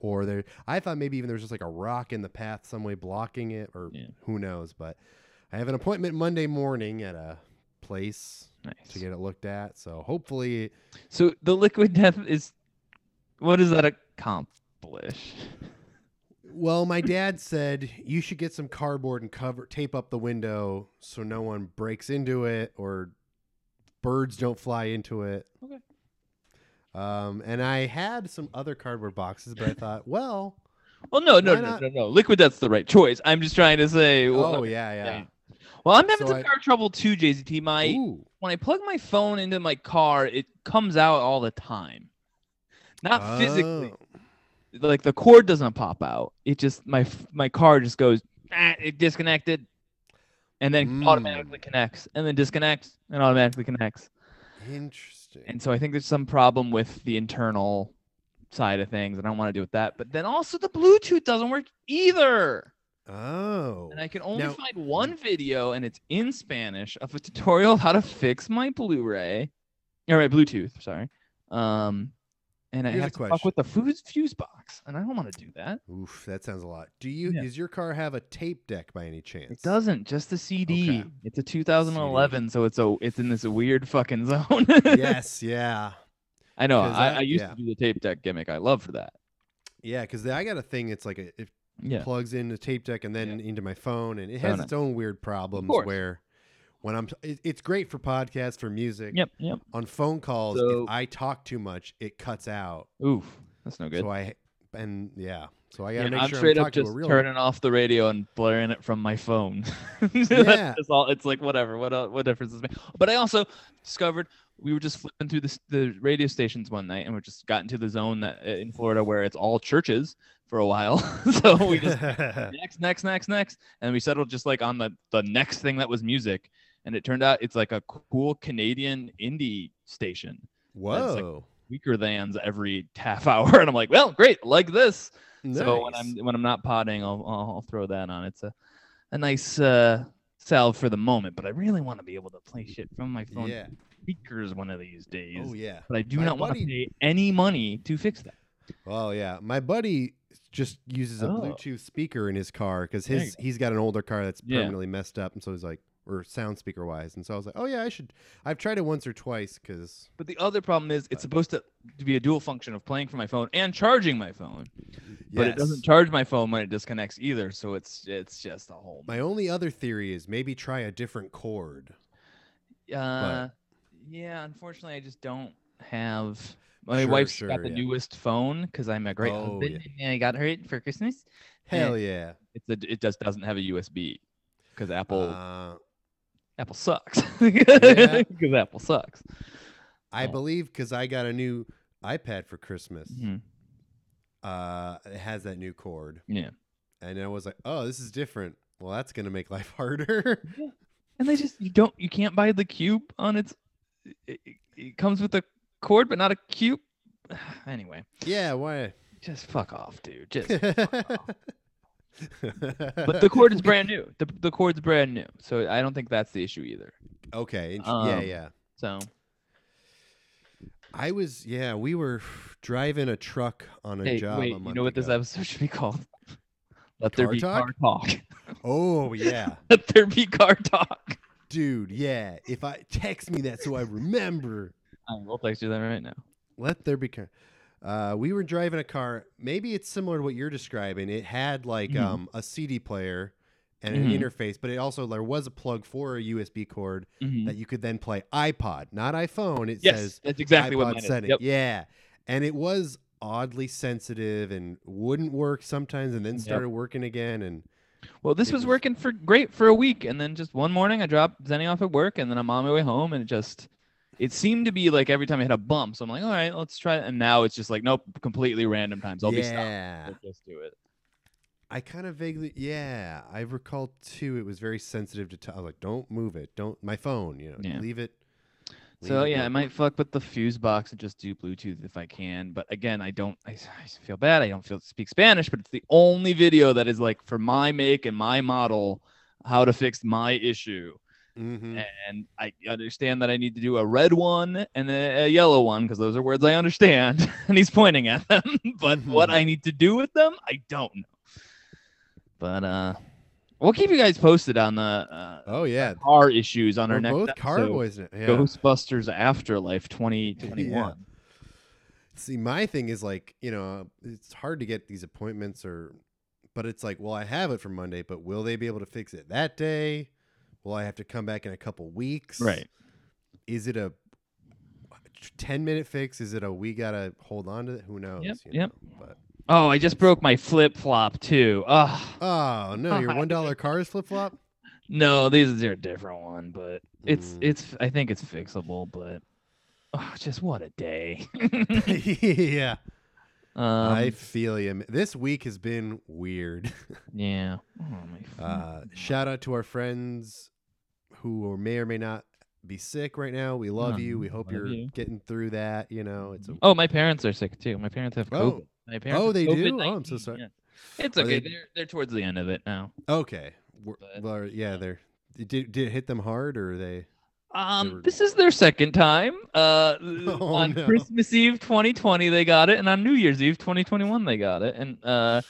[SPEAKER 1] or there. I thought maybe even there was just like a rock in the path some way blocking it, or
[SPEAKER 3] Yeah.
[SPEAKER 1] who knows. But I have an appointment Monday morning at a place to
[SPEAKER 3] Nice.
[SPEAKER 1] get it looked at. So hopefully,
[SPEAKER 3] So the liquid death is what does that accomplish?
[SPEAKER 1] well, my dad said you should get some cardboard and cover tape up the window so no one breaks into it or birds don't fly into it.
[SPEAKER 3] Okay.
[SPEAKER 1] Um, and I had some other cardboard boxes, but I thought, well.
[SPEAKER 3] Well, no, no,
[SPEAKER 1] Why
[SPEAKER 3] no,
[SPEAKER 1] not?
[SPEAKER 3] no, no. Liquid death's the right choice. I'm just trying to say. Well,
[SPEAKER 1] Oh yeah, yeah.
[SPEAKER 3] well I'm having
[SPEAKER 1] So
[SPEAKER 3] some
[SPEAKER 1] I-
[SPEAKER 3] car trouble too, JZT. My
[SPEAKER 1] Ooh.
[SPEAKER 3] when I plug my phone into my car, it comes out all the time. Not physically.
[SPEAKER 1] Oh.
[SPEAKER 3] Like the cord doesn't pop out. It just my f- my car just goes. "Ah, it disconnected, and then automatically
[SPEAKER 1] Mm.
[SPEAKER 3] connects, and then disconnects, and automatically connects.
[SPEAKER 1] Interesting.
[SPEAKER 3] And so I think there's some problem with the internal side of things, and I don't want to deal with that. But then also the Bluetooth doesn't work either.
[SPEAKER 1] oh.
[SPEAKER 3] And I can only
[SPEAKER 1] Now-
[SPEAKER 3] find one video, and it's in Spanish of a tutorial how to fix my Blu-ray, or my Bluetooth. Sorry. Um, and I
[SPEAKER 1] Here's a
[SPEAKER 3] have to fuck with the fuse fuse box, and I don't want to do that.
[SPEAKER 1] Oof, that sounds a lot. Do you
[SPEAKER 3] Yeah.
[SPEAKER 1] does your car have a tape deck by any chance?
[SPEAKER 3] It doesn't. Just the CD. It's a 2011, so it's a it's in this weird fucking zone.
[SPEAKER 1] yes, yeah.
[SPEAKER 3] I know.
[SPEAKER 1] 'Cause
[SPEAKER 3] I,
[SPEAKER 1] I-
[SPEAKER 3] I used
[SPEAKER 1] yeah.
[SPEAKER 3] to do the tape deck gimmick. I love for that.
[SPEAKER 1] Yeah, cuz I got a thing it's like a, it
[SPEAKER 3] Yeah.
[SPEAKER 1] plugs into tape deck and then into my phone and it has
[SPEAKER 3] Phone.
[SPEAKER 1] its own weird problems
[SPEAKER 3] course.
[SPEAKER 1] where when I'm it, it's great for podcasts for music.
[SPEAKER 3] Yep. Yep.
[SPEAKER 1] On phone calls
[SPEAKER 3] So-
[SPEAKER 1] if I talk too much, it cuts out.
[SPEAKER 3] Oof, that's no good.
[SPEAKER 1] So I and yeah. So I got
[SPEAKER 3] Yeah,
[SPEAKER 1] to make
[SPEAKER 3] I'm
[SPEAKER 1] sure
[SPEAKER 3] straight
[SPEAKER 1] I'm
[SPEAKER 3] up
[SPEAKER 1] talking
[SPEAKER 3] just
[SPEAKER 1] to a real
[SPEAKER 3] turning off the radio and blaring it from my phone.
[SPEAKER 1] Yeah.
[SPEAKER 3] That's just all. It's like whatever. What el- what difference does it make? But I also discovered we were just flipping through the, s- the radio stations one night, and we just got into the zone that uh, in Florida where it's all churches for a while. so we just next, next, next, next, and we settled just like on the the next thing that was music, and it turned out it's like a cool Canadian indie station.
[SPEAKER 1] Whoa.
[SPEAKER 3] Weaker than's every half hour, and I'm like, well, great, like this. So when
[SPEAKER 1] Nice.
[SPEAKER 3] I'm when I'm not potting, I'll I'll I'll throw that on. It's a a nice uh, salve for the moment, but I really want to be able to play shit from my phone
[SPEAKER 1] Yeah.
[SPEAKER 3] speakers one of these days.
[SPEAKER 1] Oh yeah.
[SPEAKER 3] But I do
[SPEAKER 1] My
[SPEAKER 3] not want to
[SPEAKER 1] buddy-
[SPEAKER 3] pay any money to fix that.
[SPEAKER 1] Well, Oh, yeah, my buddy just uses a
[SPEAKER 3] Oh.
[SPEAKER 1] Bluetooth speaker in his car because
[SPEAKER 3] There you
[SPEAKER 1] his he's got an older car that's
[SPEAKER 3] Yeah.
[SPEAKER 1] permanently messed up, and so he's like, or sound speaker wise, and so I was like, oh yeah, I should. I've tried it once or twice because
[SPEAKER 3] But the other problem is it's supposed to, to be a dual function of playing for my phone and charging my phone, but it doesn't charge my phone when it disconnects either. So it's it's just a whole.
[SPEAKER 1] my only other theory is maybe try a different cord.
[SPEAKER 3] Uh, yeah, unfortunately, I just don't have. My
[SPEAKER 1] Sure,
[SPEAKER 3] wife's got
[SPEAKER 1] sure,
[SPEAKER 3] the
[SPEAKER 1] yeah.
[SPEAKER 3] newest phone because I'm a great
[SPEAKER 1] Oh,
[SPEAKER 3] husband
[SPEAKER 1] yeah.
[SPEAKER 3] and I got her it for Christmas.
[SPEAKER 1] Hell yeah.
[SPEAKER 3] It's a, it just doesn't have a USB because Apple
[SPEAKER 1] Uh,
[SPEAKER 3] Apple sucks because Apple sucks.
[SPEAKER 1] I
[SPEAKER 3] Yeah.
[SPEAKER 1] believe because I got a new iPad for Christmas.
[SPEAKER 3] Mhm.
[SPEAKER 1] Uh, it has that new cord,
[SPEAKER 3] Yeah,
[SPEAKER 1] and I was like, oh, this is different. Well, that's gonna make life harder.
[SPEAKER 3] and they just you don't you can't buy the cube on its it, it- it comes with a cord, but not a cube. Anyway,
[SPEAKER 1] Yeah, why?
[SPEAKER 3] just fuck off, dude. Just
[SPEAKER 1] but
[SPEAKER 3] but the cord is brand new. The the cord's brand new, so I don't think that's the issue either.
[SPEAKER 1] Okay. int- yeah,
[SPEAKER 3] Um,
[SPEAKER 1] yeah.
[SPEAKER 3] So
[SPEAKER 1] I was yeah, we were driving a truck on a
[SPEAKER 3] hey,
[SPEAKER 1] job
[SPEAKER 3] wait,
[SPEAKER 1] a
[SPEAKER 3] you
[SPEAKER 1] month
[SPEAKER 3] know what this
[SPEAKER 1] ago.
[SPEAKER 3] episode should be called? Let there
[SPEAKER 1] Car
[SPEAKER 3] be
[SPEAKER 1] talk?
[SPEAKER 3] car talk.
[SPEAKER 1] Oh yeah.
[SPEAKER 3] Let there be car talk.
[SPEAKER 1] Dude, yeah. If I text me that so I remember.
[SPEAKER 3] I will text you that right now.
[SPEAKER 1] Let there be car. Uh, we were driving a car. Maybe it's similar to what you're describing. It had like
[SPEAKER 3] Mhm.
[SPEAKER 1] um, a CD player and an
[SPEAKER 3] Mhm.
[SPEAKER 1] interface, but it also there was a plug for a USB cord
[SPEAKER 3] Mhm.
[SPEAKER 1] that you could then play iPod, not iPhone. It
[SPEAKER 3] Yes,
[SPEAKER 1] says
[SPEAKER 3] that's exactly what
[SPEAKER 1] iPod
[SPEAKER 3] mine is.
[SPEAKER 1] setting.
[SPEAKER 3] Yep.
[SPEAKER 1] Yeah, and it was oddly sensitive and wouldn't work sometimes, and then
[SPEAKER 3] Yep.
[SPEAKER 1] started working again. And
[SPEAKER 3] Well, this
[SPEAKER 1] It
[SPEAKER 3] was
[SPEAKER 1] was-
[SPEAKER 3] working for great for a week, and then just one morning I dropped Zenny off at work, and then I'm on my way home, and it just it seemed to be like every time I hit a bump, so I'm like, all right, let's try it. And now it's just like, nope, completely random times. I'll be stopped.
[SPEAKER 1] yeah,
[SPEAKER 3] We'll just do it.
[SPEAKER 1] I kind of vaguely yeah, I recall too. It was very sensitive to t- I was like don't move it, don't my phone, you know,
[SPEAKER 3] Yeah.
[SPEAKER 1] leave it.
[SPEAKER 3] So
[SPEAKER 1] leave it
[SPEAKER 3] yeah, I
[SPEAKER 1] be."
[SPEAKER 3] might fuck with the fuse box and just do Bluetooth if I can. But again, I don't. I, s- I feel bad. I don't feel speak Spanish, but it's the only video that is like for my make and my model, how to fix my issue.
[SPEAKER 1] Mhm.
[SPEAKER 3] and I understand that I need to do a red one and a, a yellow one because those are words I understand. and he's pointing at them, but
[SPEAKER 1] Mm-hmm.
[SPEAKER 3] what I need to do with them, I don't know. But uh, we'll keep you guys posted on the uh,
[SPEAKER 1] Oh yeah,
[SPEAKER 3] car issues on
[SPEAKER 1] we're
[SPEAKER 3] our next
[SPEAKER 1] both
[SPEAKER 3] episode,
[SPEAKER 1] carboys now. Yeah.
[SPEAKER 3] Ghostbusters Afterlife 2021.
[SPEAKER 1] See, my thing is like you know, it's hard to get these appointments, or but it's like, well, I have it for Monday, but will they be able to fix it that day? Will I have to come back in a couple weeks?
[SPEAKER 3] Right.
[SPEAKER 1] Is it a ten minute fix? Is it a we gotta hold on to it? Who knows?
[SPEAKER 3] Yep,
[SPEAKER 1] you
[SPEAKER 3] yep.
[SPEAKER 1] know, But
[SPEAKER 3] Oh, I just broke my flip flop too. Ugh.
[SPEAKER 1] oh no, your
[SPEAKER 3] God.
[SPEAKER 1] one dollar cars flip flop.
[SPEAKER 3] No, these is a different one, but it's
[SPEAKER 1] Mm.
[SPEAKER 3] it's I think it's fixable, but oh, just what a day.
[SPEAKER 1] yeah,
[SPEAKER 3] Um,
[SPEAKER 1] I feel you. This week has been weird.
[SPEAKER 3] Yeah. Oh, my
[SPEAKER 1] Uh,
[SPEAKER 3] fucking-
[SPEAKER 1] shout out to our friends who are- may or may not be sick right now. We love
[SPEAKER 3] Yeah,
[SPEAKER 1] you. We hope
[SPEAKER 3] Mm-hmm. love
[SPEAKER 1] you're
[SPEAKER 3] you.
[SPEAKER 1] getting through that. You know, it's a,
[SPEAKER 3] oh, my parents are sick too. My parents have
[SPEAKER 1] Oh.
[SPEAKER 3] COVID. My parents
[SPEAKER 1] Oh,
[SPEAKER 3] have
[SPEAKER 1] they do?
[SPEAKER 3] COVID-19,
[SPEAKER 1] Oh, I'm so sorry.
[SPEAKER 3] yeah. It's
[SPEAKER 1] Are they-
[SPEAKER 3] okay. They... are they're towards the end of it now.
[SPEAKER 1] okay. We're,
[SPEAKER 3] But-
[SPEAKER 1] well, yeah, they're did, did it hit them hard or are they?
[SPEAKER 3] Um,
[SPEAKER 1] were-
[SPEAKER 3] this is their second time. Uh,
[SPEAKER 1] Oh,
[SPEAKER 3] on
[SPEAKER 1] no.
[SPEAKER 3] Christmas Eve 2020 they got it, and on New Year's Eve 2021 they got it, and uh,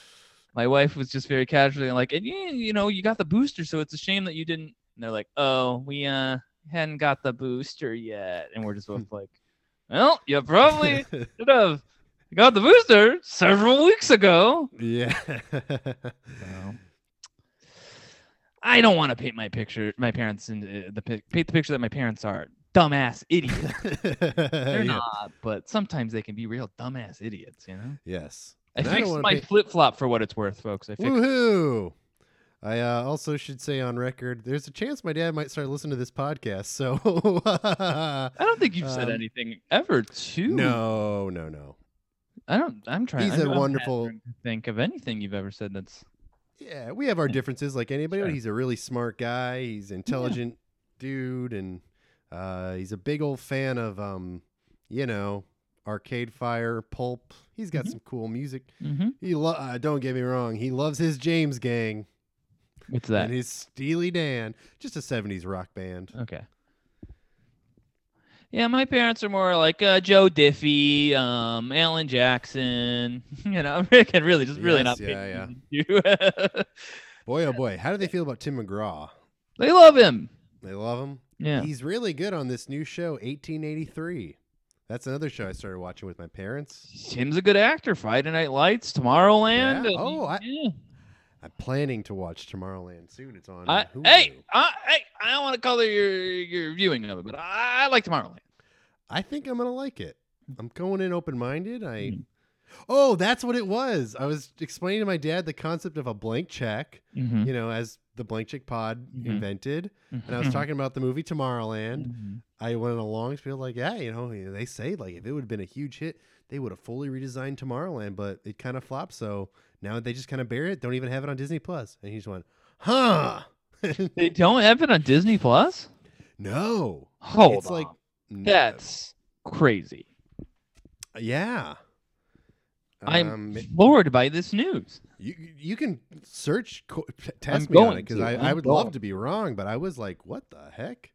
[SPEAKER 3] my wife was just very casually like, and you, you know, you got the booster, so it's a shame that you didn't. And they're like, oh, we uh hadn't got the booster yet, and we're just both like, well, you probably should have got the booster several weeks ago.
[SPEAKER 1] yeah.
[SPEAKER 3] I don't want to paint my picture, my parents, in uh, the pic- paint the picture that my parents are dumbass idiots. They're
[SPEAKER 1] Yeah.
[SPEAKER 3] not, but sometimes they can be real dumbass idiots, you know.
[SPEAKER 1] Yes.
[SPEAKER 3] I
[SPEAKER 1] And I don't
[SPEAKER 3] fixed
[SPEAKER 1] wanna
[SPEAKER 3] my
[SPEAKER 1] paint-
[SPEAKER 3] flip flop for what it's worth, folks. I fixed.
[SPEAKER 1] Woohoo! I uh, also should say on record, there's a chance my dad might start listening to this podcast. So
[SPEAKER 3] I don't think you've said
[SPEAKER 1] Um,
[SPEAKER 3] anything ever to.
[SPEAKER 1] no, no, no.
[SPEAKER 3] I don't. I'm trying.
[SPEAKER 1] He's
[SPEAKER 3] I'm-
[SPEAKER 1] a
[SPEAKER 3] I'm trying
[SPEAKER 1] wonderful-
[SPEAKER 3] to think of anything you've ever said that's.
[SPEAKER 1] Yeah, we have our
[SPEAKER 3] Yeah.
[SPEAKER 1] differences like anybody. but
[SPEAKER 3] Sure.
[SPEAKER 1] He's a really smart guy. He's intelligent dude, and uh, he's a big old fan of um, you know, Arcade Fire, Pulp. He's got
[SPEAKER 3] Mhm.
[SPEAKER 1] some cool music.
[SPEAKER 3] Mm-hmm.
[SPEAKER 1] He lo- uh, don't get me wrong. He loves his James Gang
[SPEAKER 3] What's that?
[SPEAKER 1] and his Steely Dan, just a '70s rock band.
[SPEAKER 3] Okay. Yeah, my parents are more like uh, Joe Diffie, um, Alan Jackson. You know, I can really just really not.
[SPEAKER 1] Yes, yeah,
[SPEAKER 3] paying attention to-
[SPEAKER 1] Boy, oh boy, how do they feel about Tim McGraw?
[SPEAKER 3] they love him.
[SPEAKER 1] They love him.
[SPEAKER 3] Yeah.
[SPEAKER 1] He's really good on this new show, 1883. That's another show I started watching with my parents.
[SPEAKER 3] Tim's a good actor. Friday Night Lights, Tomorrowland.
[SPEAKER 1] Yeah?
[SPEAKER 3] and-
[SPEAKER 1] Oh, I-
[SPEAKER 3] yeah.
[SPEAKER 1] I'm planning to watch Tomorrowland soon. It's on.
[SPEAKER 3] I,
[SPEAKER 1] Hulu.
[SPEAKER 3] hey, I, hey, I don't want to color your your viewing of it, but I, I like Tomorrowland.
[SPEAKER 1] I think I'm gonna like it. I'm going in open minded. I
[SPEAKER 3] Mhm.
[SPEAKER 1] Oh, that's what it was. I was explaining to my dad the concept of a blank check,
[SPEAKER 3] Mm-hmm.
[SPEAKER 1] you know, as the blank check pod
[SPEAKER 3] Mhm.
[SPEAKER 1] invented. And I
[SPEAKER 3] Hmm.
[SPEAKER 1] was talking about the movie Tomorrowland.
[SPEAKER 3] Mm-hmm.
[SPEAKER 1] I went on a long spiel like, yeah, you know, they say like if it would have been a huge hit, they would have fully redesigned Tomorrowland, but it kind of flopped. So now they just kind of bury it. Don't even have it on Disney Plus. And he just went, huh?
[SPEAKER 3] They don't have it on Disney Plus.
[SPEAKER 1] no.
[SPEAKER 3] Hold
[SPEAKER 1] it's
[SPEAKER 3] on.
[SPEAKER 1] like uh, No.
[SPEAKER 3] That's crazy.
[SPEAKER 1] yeah.
[SPEAKER 3] I'm
[SPEAKER 1] Um,
[SPEAKER 3] floored by this news.
[SPEAKER 1] You you can search co- t- test
[SPEAKER 3] I'm
[SPEAKER 1] me on it
[SPEAKER 3] going
[SPEAKER 1] because
[SPEAKER 3] to.
[SPEAKER 1] I, I
[SPEAKER 3] I'm
[SPEAKER 1] would love
[SPEAKER 3] going.
[SPEAKER 1] to be wrong, but I was like, what the heck?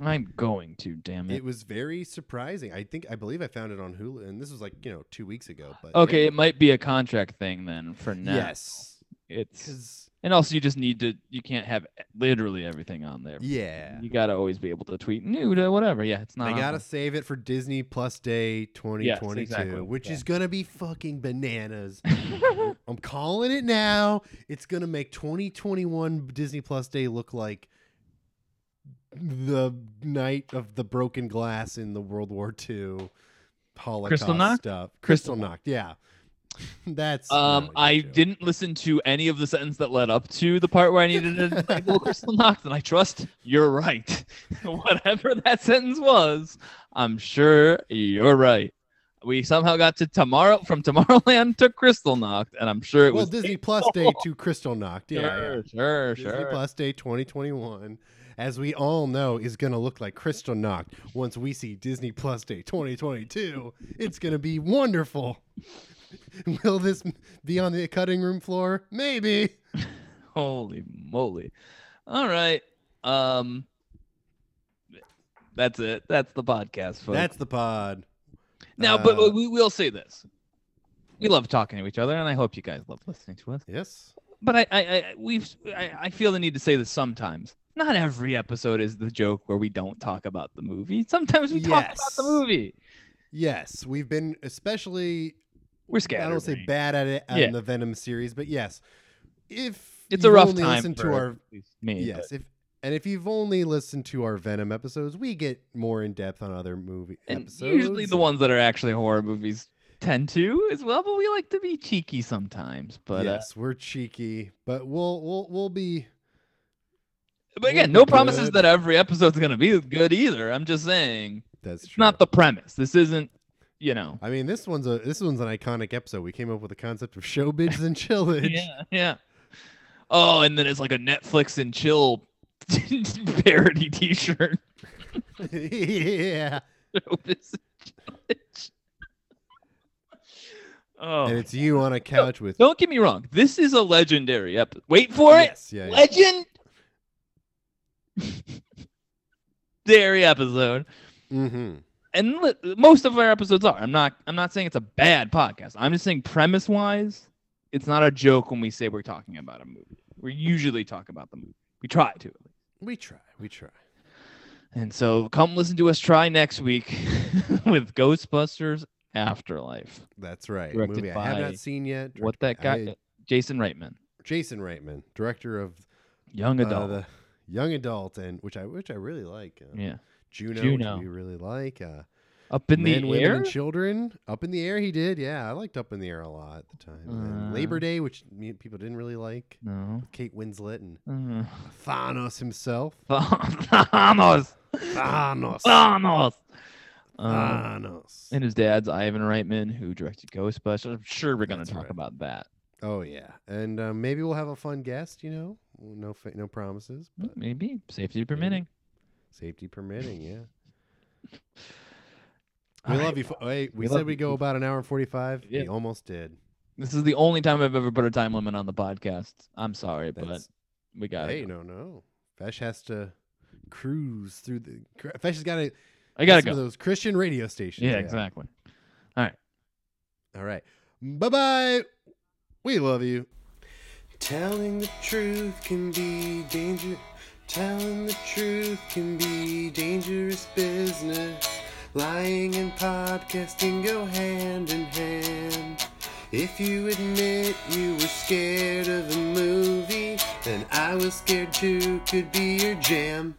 [SPEAKER 3] I'm going to, damn it.
[SPEAKER 1] It was very surprising. I think I believe I found it on Hulu, and this was like you know two weeks ago. But
[SPEAKER 3] Okay, it might be a contract thing then for now.
[SPEAKER 1] yes,
[SPEAKER 3] It's
[SPEAKER 1] because
[SPEAKER 3] and also you just need to you can't have literally everything on there.
[SPEAKER 1] yeah,
[SPEAKER 3] You gotta always be able to tweet new to whatever. Yeah, it's not
[SPEAKER 1] they
[SPEAKER 3] on
[SPEAKER 1] gotta
[SPEAKER 3] there.
[SPEAKER 1] save it for Disney Plus Day 2022,
[SPEAKER 3] exactly.
[SPEAKER 1] which
[SPEAKER 3] Yeah.
[SPEAKER 1] is gonna be fucking bananas. I'm calling it now. It's gonna make 2021 Disney Plus Day look like the night of the broken glass in the World War II Holocaust
[SPEAKER 3] Kristallnacht?
[SPEAKER 1] stuff. Crystal knocked, yeah. That's
[SPEAKER 3] Um,
[SPEAKER 1] not a
[SPEAKER 3] I
[SPEAKER 1] good joke.
[SPEAKER 3] didn't listen to any of the sentence that led up to the part where I needed to label Crystal Knox, and I trust you're right. Whatever that sentence was, I'm sure you're right. We somehow got to tomorrow from Tomorrowland to Crystal Knocked, and I'm sure it
[SPEAKER 1] Well,
[SPEAKER 3] was
[SPEAKER 1] Disney Plus Day to Crystal knocked, yeah. yeah.
[SPEAKER 3] sure, sure,
[SPEAKER 1] Disney
[SPEAKER 3] sure.
[SPEAKER 1] Plus Day 2021, as we all know, is going to look like Crystal Knocked once we see Disney Plus Day 2022. It's going to be wonderful. Will this m- be on the cutting room floor? Maybe.
[SPEAKER 3] Holy moly! All right, um, that's it. That's the podcast, folks.
[SPEAKER 1] That's the pod.
[SPEAKER 3] now, but
[SPEAKER 1] uh,
[SPEAKER 3] we will say this: we love talking to each other, and I hope you guys love listening to us.
[SPEAKER 1] Yes.
[SPEAKER 3] but I, I, I we've I, I feel the need to say this sometimes. Not every episode is the joke where we don't talk about the movie. Sometimes we talk about
[SPEAKER 1] Yes.
[SPEAKER 3] the movie.
[SPEAKER 1] Yes. We've been especially,
[SPEAKER 3] We're
[SPEAKER 1] I
[SPEAKER 3] scared.
[SPEAKER 1] don't say bad at it on
[SPEAKER 3] Yeah.
[SPEAKER 1] the Venom series, but yes. If
[SPEAKER 3] It's a
[SPEAKER 1] you've
[SPEAKER 3] rough
[SPEAKER 1] only
[SPEAKER 3] time
[SPEAKER 1] listened to
[SPEAKER 3] for
[SPEAKER 1] our
[SPEAKER 3] me. but-
[SPEAKER 1] Yes, if and if you've only listened to our Venom episodes, we get more in depth on other movie
[SPEAKER 3] and
[SPEAKER 1] episodes.
[SPEAKER 3] usually the ones that are actually horror movies tend to as well. But we like to be cheeky sometimes. But uh,
[SPEAKER 1] yes, we're cheeky, but we'll we'll we'll be
[SPEAKER 3] but again,
[SPEAKER 1] we'll
[SPEAKER 3] no
[SPEAKER 1] be
[SPEAKER 3] promises
[SPEAKER 1] good.
[SPEAKER 3] that every episode's gonna be good either. I'm just saying
[SPEAKER 1] that's
[SPEAKER 3] it's
[SPEAKER 1] true.
[SPEAKER 3] not the premise. This isn't you know.
[SPEAKER 1] I mean, this one's a this one's an iconic episode. We came up with the concept of showbiz and chillage.
[SPEAKER 3] Yeah, yeah. Oh, and then it's like a Netflix and chill parody T-shirt. Oh,
[SPEAKER 1] yeah.
[SPEAKER 3] Showbiz and chillage. oh,
[SPEAKER 1] and it's you on a couch with
[SPEAKER 3] don't get me wrong. This is a legendary episode. Wait for it,
[SPEAKER 1] yes, yeah, yeah.
[SPEAKER 3] legend. Dairy episode,
[SPEAKER 1] Mm-hmm.
[SPEAKER 3] and li- most of our episodes are. I'm not. I'm not saying it's a bad podcast. I'm just saying premise wise, it's not a joke when we say we're talking about a movie. We usually talk about the movie. We try to.
[SPEAKER 1] We try, we try.
[SPEAKER 3] And so come listen to us try next week with Ghostbusters Afterlife.
[SPEAKER 1] That's right.
[SPEAKER 3] Directed
[SPEAKER 1] movie I have
[SPEAKER 3] by
[SPEAKER 1] not seen yet. directed
[SPEAKER 3] what that guy,
[SPEAKER 1] by
[SPEAKER 3] Jason Reitman,
[SPEAKER 1] Jason Reitman, director of
[SPEAKER 3] young
[SPEAKER 1] uh,
[SPEAKER 3] adult.
[SPEAKER 1] the young adult, and which I which I really like. Uh,
[SPEAKER 3] yeah.
[SPEAKER 1] Juno,
[SPEAKER 3] Juno.
[SPEAKER 1] which we really like. Uh,
[SPEAKER 3] Up in
[SPEAKER 1] Men,
[SPEAKER 3] the
[SPEAKER 1] Women,
[SPEAKER 3] air.
[SPEAKER 1] and Children. Up in the Air, he did. Yeah, I liked Up in the Air a lot at the time. And then
[SPEAKER 3] Uh.
[SPEAKER 1] Labor Day, which me- people didn't really like.
[SPEAKER 3] No.
[SPEAKER 1] Kate Winslet and
[SPEAKER 3] Uh,
[SPEAKER 1] Thanos himself.
[SPEAKER 3] Thanos.
[SPEAKER 1] Ah. Thanos.
[SPEAKER 3] Thanos.
[SPEAKER 1] Ah.
[SPEAKER 3] Um,
[SPEAKER 1] Thanos.
[SPEAKER 3] and his dad's Ivan Reitman, who directed Ghostbusters. I'm sure we're going to
[SPEAKER 1] That's
[SPEAKER 3] talk
[SPEAKER 1] right.
[SPEAKER 3] about that.
[SPEAKER 1] oh yeah, and uh, maybe we'll have a fun guest. You know, no fa- no promises, but
[SPEAKER 3] Maybe. Safety permitting.
[SPEAKER 1] safety permitting. Yeah.
[SPEAKER 3] All
[SPEAKER 1] We
[SPEAKER 3] right.
[SPEAKER 1] love you. Fo- wait, we,
[SPEAKER 3] We
[SPEAKER 1] said
[SPEAKER 3] love
[SPEAKER 1] we
[SPEAKER 3] you,
[SPEAKER 1] go about an hour and forty-five.
[SPEAKER 3] Yeah.
[SPEAKER 1] We almost did.
[SPEAKER 3] This is the only time I've ever put a time limit on the podcast. I'm sorry, but uh,
[SPEAKER 1] That's
[SPEAKER 3] we got
[SPEAKER 1] hey,
[SPEAKER 3] it.
[SPEAKER 1] no, no. Fesh has to cruise through the. cr- Fesh has got to.
[SPEAKER 3] I got to
[SPEAKER 1] Some
[SPEAKER 3] go.
[SPEAKER 1] of those Christian radio stations.
[SPEAKER 3] Yeah, exactly.
[SPEAKER 1] All right. Bye bye. We love you.
[SPEAKER 2] Telling the truth can be dangerous. Telling the truth can be dangerous business. Lying and podcasting go hand in hand. If you admit you were scared of a movie, then I was scared too could be your jam.